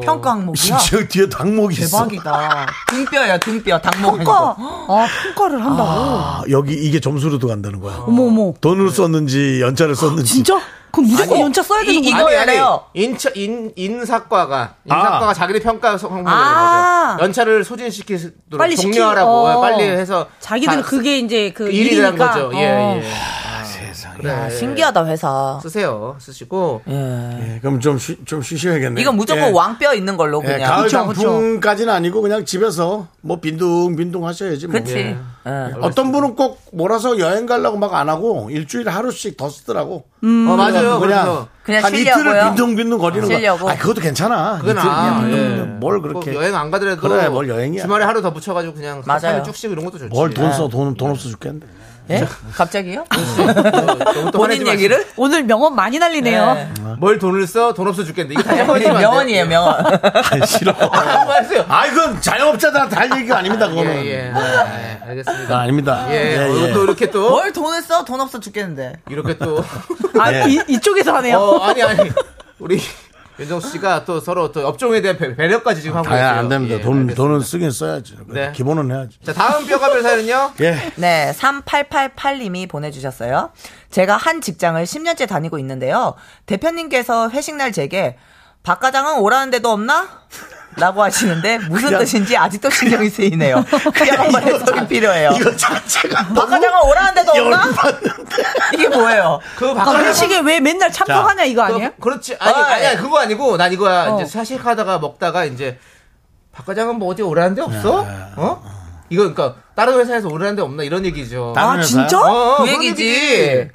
[SPEAKER 7] 평가 항목이야?
[SPEAKER 3] 진짜 뒤에 닭목이 있어.
[SPEAKER 7] 대박이다. 등뼈야, 등뼈, 당목.
[SPEAKER 12] 평가. 아, 평가를 한다고.
[SPEAKER 3] 아, 여기 이게 점수로 들어간다는 거야.
[SPEAKER 12] 어머, 어머.
[SPEAKER 3] 돈을 썼는지
[SPEAKER 7] 아,
[SPEAKER 3] 연차를 썼는지.
[SPEAKER 12] 진짜? 그럼 무조건
[SPEAKER 7] 아니,
[SPEAKER 12] 연차 써야 되는
[SPEAKER 7] 이-
[SPEAKER 12] 거야?
[SPEAKER 7] 이거-
[SPEAKER 5] 아니, 아니,
[SPEAKER 7] 왜요?
[SPEAKER 5] 인차, 인, 인사과가, 인사과가
[SPEAKER 3] 아.
[SPEAKER 5] 자기를 평가 항목을
[SPEAKER 12] 아.
[SPEAKER 5] 거죠. 연차를 소진시키도록
[SPEAKER 12] 빨리 시키-
[SPEAKER 5] 독려하라고
[SPEAKER 12] 어.
[SPEAKER 5] 빨리 해서.
[SPEAKER 12] 자기들은
[SPEAKER 5] 다-
[SPEAKER 12] 그게 이제 그
[SPEAKER 5] 일이라는
[SPEAKER 12] 일이니까.
[SPEAKER 5] 거죠. 예,
[SPEAKER 12] 어.
[SPEAKER 5] 예.
[SPEAKER 3] 세상에.
[SPEAKER 7] 야, 신기하다, 회사.
[SPEAKER 5] 쓰세요. 쓰시고.
[SPEAKER 3] 예, 그럼 좀, 쉬, 좀 쉬셔야겠네요.
[SPEAKER 7] 이건 무조건
[SPEAKER 3] 예.
[SPEAKER 7] 왕뼈 있는 걸로
[SPEAKER 3] 예,
[SPEAKER 7] 그냥. 그렇죠,
[SPEAKER 3] 가을
[SPEAKER 7] 그쵸, 그쵸.
[SPEAKER 3] 장풍까지는 아니고 그냥 집에서 뭐 빈둥빈둥 하셔야지 뭐.
[SPEAKER 7] 그치.
[SPEAKER 3] 예.
[SPEAKER 7] 예.
[SPEAKER 3] 어떤 분은 꼭 몰아서 여행 가려고 막 안 하고 일주일에 하루씩 더 쓰더라고.
[SPEAKER 7] 음.
[SPEAKER 12] 음.
[SPEAKER 5] 어,
[SPEAKER 3] 그냥
[SPEAKER 5] 맞아요. 그래서.
[SPEAKER 7] 그냥
[SPEAKER 3] 한 이틀을
[SPEAKER 7] 쉬려고요?
[SPEAKER 3] 빈둥빈둥 거리는
[SPEAKER 7] 쉬려고.
[SPEAKER 3] 거. 아, 그것도 괜찮아.
[SPEAKER 5] 그건
[SPEAKER 3] 이틀
[SPEAKER 5] 아,
[SPEAKER 3] 빈둥빈둥
[SPEAKER 5] 예.
[SPEAKER 3] 뭘
[SPEAKER 5] 꼭
[SPEAKER 3] 그렇게
[SPEAKER 5] 여행 안 가더라도
[SPEAKER 3] 그래, 뭘 여행이야.
[SPEAKER 5] 주말에 하루 더 붙여가지고 그냥
[SPEAKER 7] 맞아요.
[SPEAKER 5] 3일 쭉씩 이런 아. 것도 좋지.
[SPEAKER 3] 뭘 돈 써, 돈, 돈 없어 죽겠는데.
[SPEAKER 7] 예? 갑자기요?
[SPEAKER 5] 너무 네. 어, 또 화내지
[SPEAKER 7] 본인
[SPEAKER 5] 마시고.
[SPEAKER 7] 얘기를?
[SPEAKER 12] 오늘 명언 많이 날리네요.
[SPEAKER 7] 네.
[SPEAKER 5] 뭘 돈을 써? 돈 없어 죽겠는데. 이게 다시 한번 해주면 안 돼요.
[SPEAKER 7] 명언이에요, 명언.
[SPEAKER 3] 아, 싫어.
[SPEAKER 5] 한번 하세요.
[SPEAKER 3] 아, 그건 자영업자들한테 할 얘기가 아닙니다,
[SPEAKER 5] 예,
[SPEAKER 3] 그거는.
[SPEAKER 5] 예. 네, 알겠습니다.
[SPEAKER 3] 아, 아닙니다.
[SPEAKER 5] 예, 어, 또 이렇게 또.
[SPEAKER 7] 뭘 돈을 써? 돈 없어 죽겠는데.
[SPEAKER 5] 이렇게 또.
[SPEAKER 12] 아,
[SPEAKER 5] 예.
[SPEAKER 3] 네.
[SPEAKER 12] 이, 이쪽에서 하네요.
[SPEAKER 5] 어, 아니, 아니. 우리 윤정수 씨가 또 서로 또 업종에 대한 배, 려까지 지금 하고
[SPEAKER 3] 아,
[SPEAKER 5] 있어요.
[SPEAKER 3] 안 됩니다.
[SPEAKER 5] 예,
[SPEAKER 3] 돈,
[SPEAKER 5] 알겠습니다.
[SPEAKER 3] 돈은 쓰긴 써야지.
[SPEAKER 5] 네.
[SPEAKER 3] 기본은 해야지.
[SPEAKER 5] 자, 다음 뼈가별 사연은요?
[SPEAKER 3] 예.
[SPEAKER 7] 네, 3888님이 보내주셨어요. 제가 한 직장을 10년째 다니고 있는데요. 대표님께서 회식날 제게 박 과장은 오라는 데도 없나? 라고 하시는데 무슨 뜻인지 아직도 신경이 쓰이네요. 그냥 한번 해석이 필요해요.
[SPEAKER 3] 이거 그 자체가.
[SPEAKER 7] 박 과장은 오라는 데도 없나?
[SPEAKER 3] 열받는데.
[SPEAKER 7] 이게 뭐예요?
[SPEAKER 5] 그
[SPEAKER 12] 아,
[SPEAKER 5] 박하는
[SPEAKER 12] 회식에 왜 맨날 참석하냐 이거 예? 아니에요? 예.
[SPEAKER 5] 그, 그렇지. 아니,
[SPEAKER 7] 어이.
[SPEAKER 5] 아니, 아니, 그거 아니고, 난 이거야.
[SPEAKER 12] 어.
[SPEAKER 5] 이제 사식하다가 먹다가, 이제, 박 과장은 뭐 어디 오라는 데 없어?
[SPEAKER 3] 아,
[SPEAKER 5] 어? 이거, 그니까, 다른 회사에서 오라는 데 없나? 이런 얘기죠.
[SPEAKER 3] 다른
[SPEAKER 12] 아,
[SPEAKER 3] 회사요?
[SPEAKER 12] 진짜?
[SPEAKER 5] 어, 어,
[SPEAKER 7] 그
[SPEAKER 5] 그런
[SPEAKER 7] 얘기지.
[SPEAKER 5] 얘기지.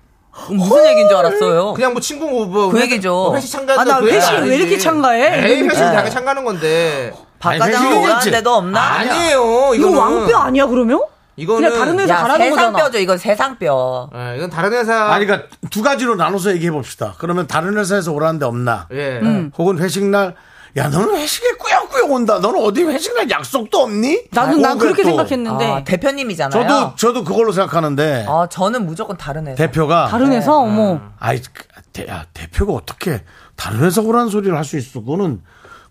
[SPEAKER 7] 무슨 얘기인 줄 알았어요.
[SPEAKER 5] 그냥 뭐 친구 뭐.
[SPEAKER 7] 그
[SPEAKER 5] 회사-
[SPEAKER 7] 얘기죠.
[SPEAKER 5] 회식 참가한
[SPEAKER 12] 아, 나 회식 왜 이렇게 참가해?
[SPEAKER 5] 에이, 회식
[SPEAKER 3] 아.
[SPEAKER 12] 이러니까.
[SPEAKER 5] 당연히 참가하는 건데.
[SPEAKER 7] 박
[SPEAKER 3] 아니,
[SPEAKER 7] 과장은
[SPEAKER 3] 회식이겠지.
[SPEAKER 7] 오라는 데도 없나?
[SPEAKER 5] 아니에요.
[SPEAKER 12] 이거
[SPEAKER 5] 이거는.
[SPEAKER 12] 왕뼈 아니야 그러면?
[SPEAKER 5] 이거는.
[SPEAKER 12] 그냥 다른 회사-
[SPEAKER 7] 야,
[SPEAKER 12] 잘하는 거잖아.
[SPEAKER 7] 세상뼈죠. 이건 세상뼈.
[SPEAKER 4] 아,
[SPEAKER 5] 예, 이건 다른 회사.
[SPEAKER 3] 아니, 그러니까 두 가지로 나눠서 얘기해 봅시다. 그러면 다른 회사에서 오라는 데 없나?
[SPEAKER 5] 예.
[SPEAKER 3] 혹은 회식날, 야, 너는 회식에 꾸역꾸역 온다. 너는 어디 회식날 약속도 없니?
[SPEAKER 12] 나는 난
[SPEAKER 3] 오게
[SPEAKER 12] 그렇게
[SPEAKER 3] 또.
[SPEAKER 12] 생각했는데
[SPEAKER 7] 아, 대표님이잖아요.
[SPEAKER 3] 저도, 저도 그걸로 생각하는데,
[SPEAKER 7] 아, 저는 무조건 다른 회사.
[SPEAKER 3] 대표가,
[SPEAKER 12] 다른 회사 어머
[SPEAKER 3] 아이, 그, 대, 야, 대표가 어떻게 다른 회사 오라는 소리를 할 수 있어? 그거는,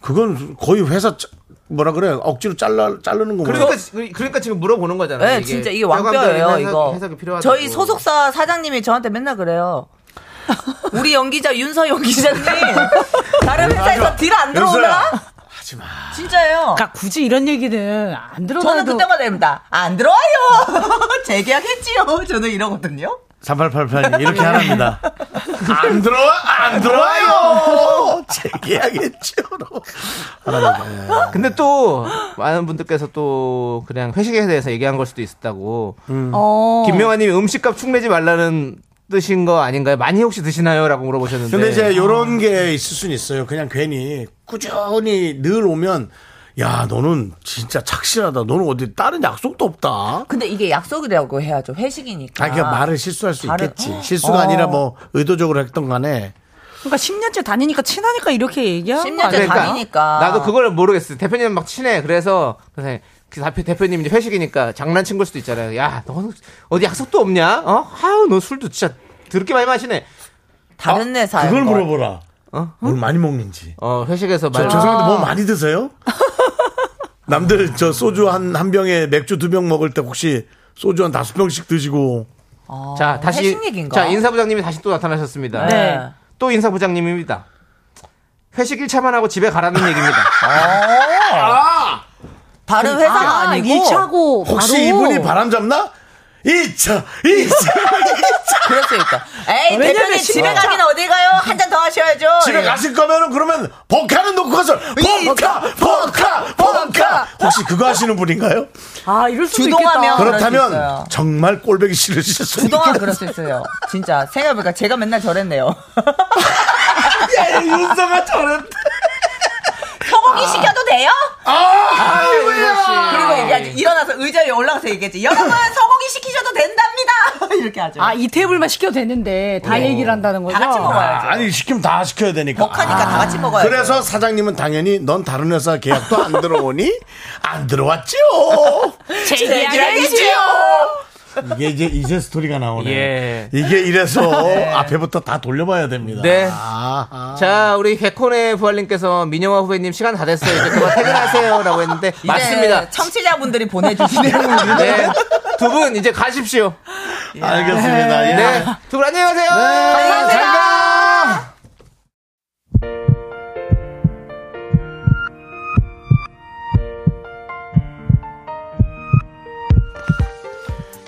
[SPEAKER 3] 그건 거의 회사, 짜- 뭐라 그래? 억지로 잘라, 자르는 거구나.
[SPEAKER 5] 그러니까, 지- 그러니까 지금 물어보는 거잖아요.
[SPEAKER 7] 네, 진짜 이게 왕뼈예요, 이거.
[SPEAKER 4] 그
[SPEAKER 7] 저희 소속사 사장님이 저한테 맨날 그래요. 우리 연기자 윤서영 기자님 다른 회사에서 딜 안 들어오나?
[SPEAKER 3] 윤서야, 하지 마.
[SPEAKER 7] 진짜예요.
[SPEAKER 12] 그러니까 굳이 이런 얘기는 안 들어도
[SPEAKER 7] 저는 그때마다 됩니다. 안 들어와요. 재계약했지요. 저는 이러거든요.
[SPEAKER 3] 3888 이렇게 하랍니다. 안 들어와 안 들어와요. 제기하겠죠로.
[SPEAKER 5] 근데 또 많은 분들께서 또 그냥 회식에 대해서 얘기한 걸 수도 있었다고.
[SPEAKER 12] 어.
[SPEAKER 5] 김명아님이 음식값 축내지 말라는 뜻인 거 아닌가요? 많이 혹시 드시나요?라고
[SPEAKER 3] 네.
[SPEAKER 7] 네,
[SPEAKER 3] 아.
[SPEAKER 5] 물어보셨는데.
[SPEAKER 3] 근데 이제 요런 게 있을 수는 있어요. 그냥 괜히 꾸준히 늘 오면 야, 너는 진짜 착실하다. 너는 어디 다른 약속도 없다.
[SPEAKER 7] 근데 이게 약속이라고 해야죠. 회식이니까.
[SPEAKER 3] 아, 그러니까 말을 실수할 수
[SPEAKER 7] 말을-
[SPEAKER 3] 있겠지. 실수가
[SPEAKER 7] 어.
[SPEAKER 3] 아니라 뭐 의도적으로 했던 간에
[SPEAKER 5] 그러니까 10년째 다니니까 친하니까 이렇게 얘기하는 거
[SPEAKER 7] 10년째
[SPEAKER 5] 아니야?
[SPEAKER 4] 그러니까 나도 그걸 모르겠어. 대표님 막 친해. 그래서 그래서 그 대표- 대표님 이제 회식이니까 장난친 걸 수도 있잖아요. 야, 너 어디 약속도 없냐? 어? 아유, 너 술도 진짜 더럽게 많이 마시네.
[SPEAKER 7] 다른 회사에
[SPEAKER 3] 아, 그걸 물어보라. 뭘 많이 먹는지.
[SPEAKER 4] 어, 회식에서
[SPEAKER 3] 저,
[SPEAKER 4] 많이-
[SPEAKER 3] 죄송한데 뭐
[SPEAKER 4] 아.
[SPEAKER 3] 많이 드세요? 남들 저 소주 한 한 병에 맥주 두 병 먹을 때 혹시 소주 한 다섯 병씩 드시고
[SPEAKER 4] 자, 다시
[SPEAKER 3] 회식 얘기인가?
[SPEAKER 4] 자, 인사 부장님이 다시 또 나타나셨습니다.
[SPEAKER 3] 네.
[SPEAKER 4] 또 인사 부장님입니다. 회식 1차만 하고 집에 가라는 얘기입니다.
[SPEAKER 7] 다른 회사가 아, 니고
[SPEAKER 3] 혹시 이분이 바람 잡나? 2차, 2차,
[SPEAKER 7] 그럴 수 있다. 에이, 대표님 집에 가긴 어디 가요? 한 잔 더 하셔야죠.
[SPEAKER 3] 집에
[SPEAKER 7] 예.
[SPEAKER 3] 가실 거면은 그러면 복카는 놓고 가서 복카, 복카, 복카. 혹시 그거 하시는 분인가요?
[SPEAKER 5] 아, 이럴 수도
[SPEAKER 7] 주동하면
[SPEAKER 5] 있겠다.
[SPEAKER 7] 그럴 수
[SPEAKER 3] 그렇다면
[SPEAKER 7] 있어요.
[SPEAKER 3] 정말 꼴보기 싫으실 수
[SPEAKER 7] 그동안
[SPEAKER 3] 있겠다.
[SPEAKER 7] 그럴 수 있어요. 진짜 생각해보니까 제가 맨날 저랬네요.
[SPEAKER 3] 야, 윤서가 저랬다.
[SPEAKER 7] 소고기 시켜도 돼요?
[SPEAKER 3] 아, 아이고야.
[SPEAKER 7] 그리고 얘기하지. 일어나서 의자에 올라가서 얘기했지. 여러분 소고기 시키셔도 된답니다. 이렇게 하죠.
[SPEAKER 5] 아, 이 테이블만 시켜도 되는데 다 얘기를 한다는 거죠?
[SPEAKER 7] 같이
[SPEAKER 3] 아, 아니 시키면 다 시켜야 되니까. 아.
[SPEAKER 7] 먹하니까 다 같이 먹어야죠.
[SPEAKER 3] 그래서 사장님은 당연히 넌 다른 회사 계약도 안 들어오니 안 들어왔지요. 이게 이제 이제 스토리가 나오네.
[SPEAKER 4] 예.
[SPEAKER 3] 이게 이래서
[SPEAKER 4] 네.
[SPEAKER 3] 앞에부터 다 돌려봐야 됩니다.
[SPEAKER 4] 네.
[SPEAKER 3] 아하.
[SPEAKER 4] 자, 우리 개콘의 부활님께서 민영화 후배님 시간 다 됐어요. 이제 그만 퇴근하세요라고 했는데
[SPEAKER 5] 네.
[SPEAKER 4] 맞습니다.
[SPEAKER 7] 청취자분들이 보내주시네요.
[SPEAKER 4] 네. 두 분 이제 가십시오.
[SPEAKER 3] 알겠습니다. 예.
[SPEAKER 4] 네. 두 분 안녕히 가세요. 감사합니다.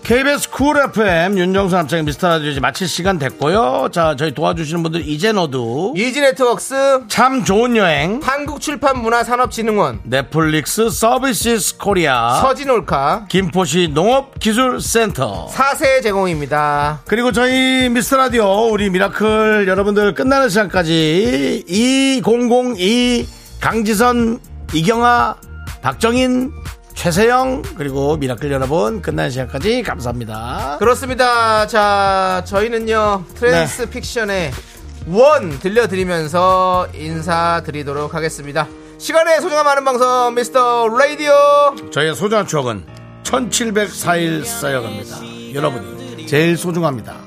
[SPEAKER 3] KBS 쿨 FM 윤정수 남창의 미스터라디오 이제 마칠 시간 됐고요. 자 저희 도와주시는 분들 이제 너도
[SPEAKER 4] 이지 네트웍스
[SPEAKER 3] 참 좋은 여행
[SPEAKER 4] 한국출판문화산업진흥원
[SPEAKER 3] 넷플릭스 서비스 코리아
[SPEAKER 4] 서진올카
[SPEAKER 3] 김포시 농업기술센터
[SPEAKER 4] 사세 제공입니다.
[SPEAKER 3] 그리고 저희 미스터라디오 우리 미라클 여러분들 끝나는 시간까지 2002 강지선 이경아 박정인 최세영 그리고 미라클 여러분 끝나는 시간까지 감사합니다.
[SPEAKER 4] 그렇습니다. 자, 저희는요 트랜스 픽션의 원 들려드리면서 인사드리도록 하겠습니다. 시간의 소중함 아는 방송 미스터 라디오.
[SPEAKER 3] 저희의 소중한 추억은 1704일 쌓여갑니다. 여러분이 제일 소중합니다.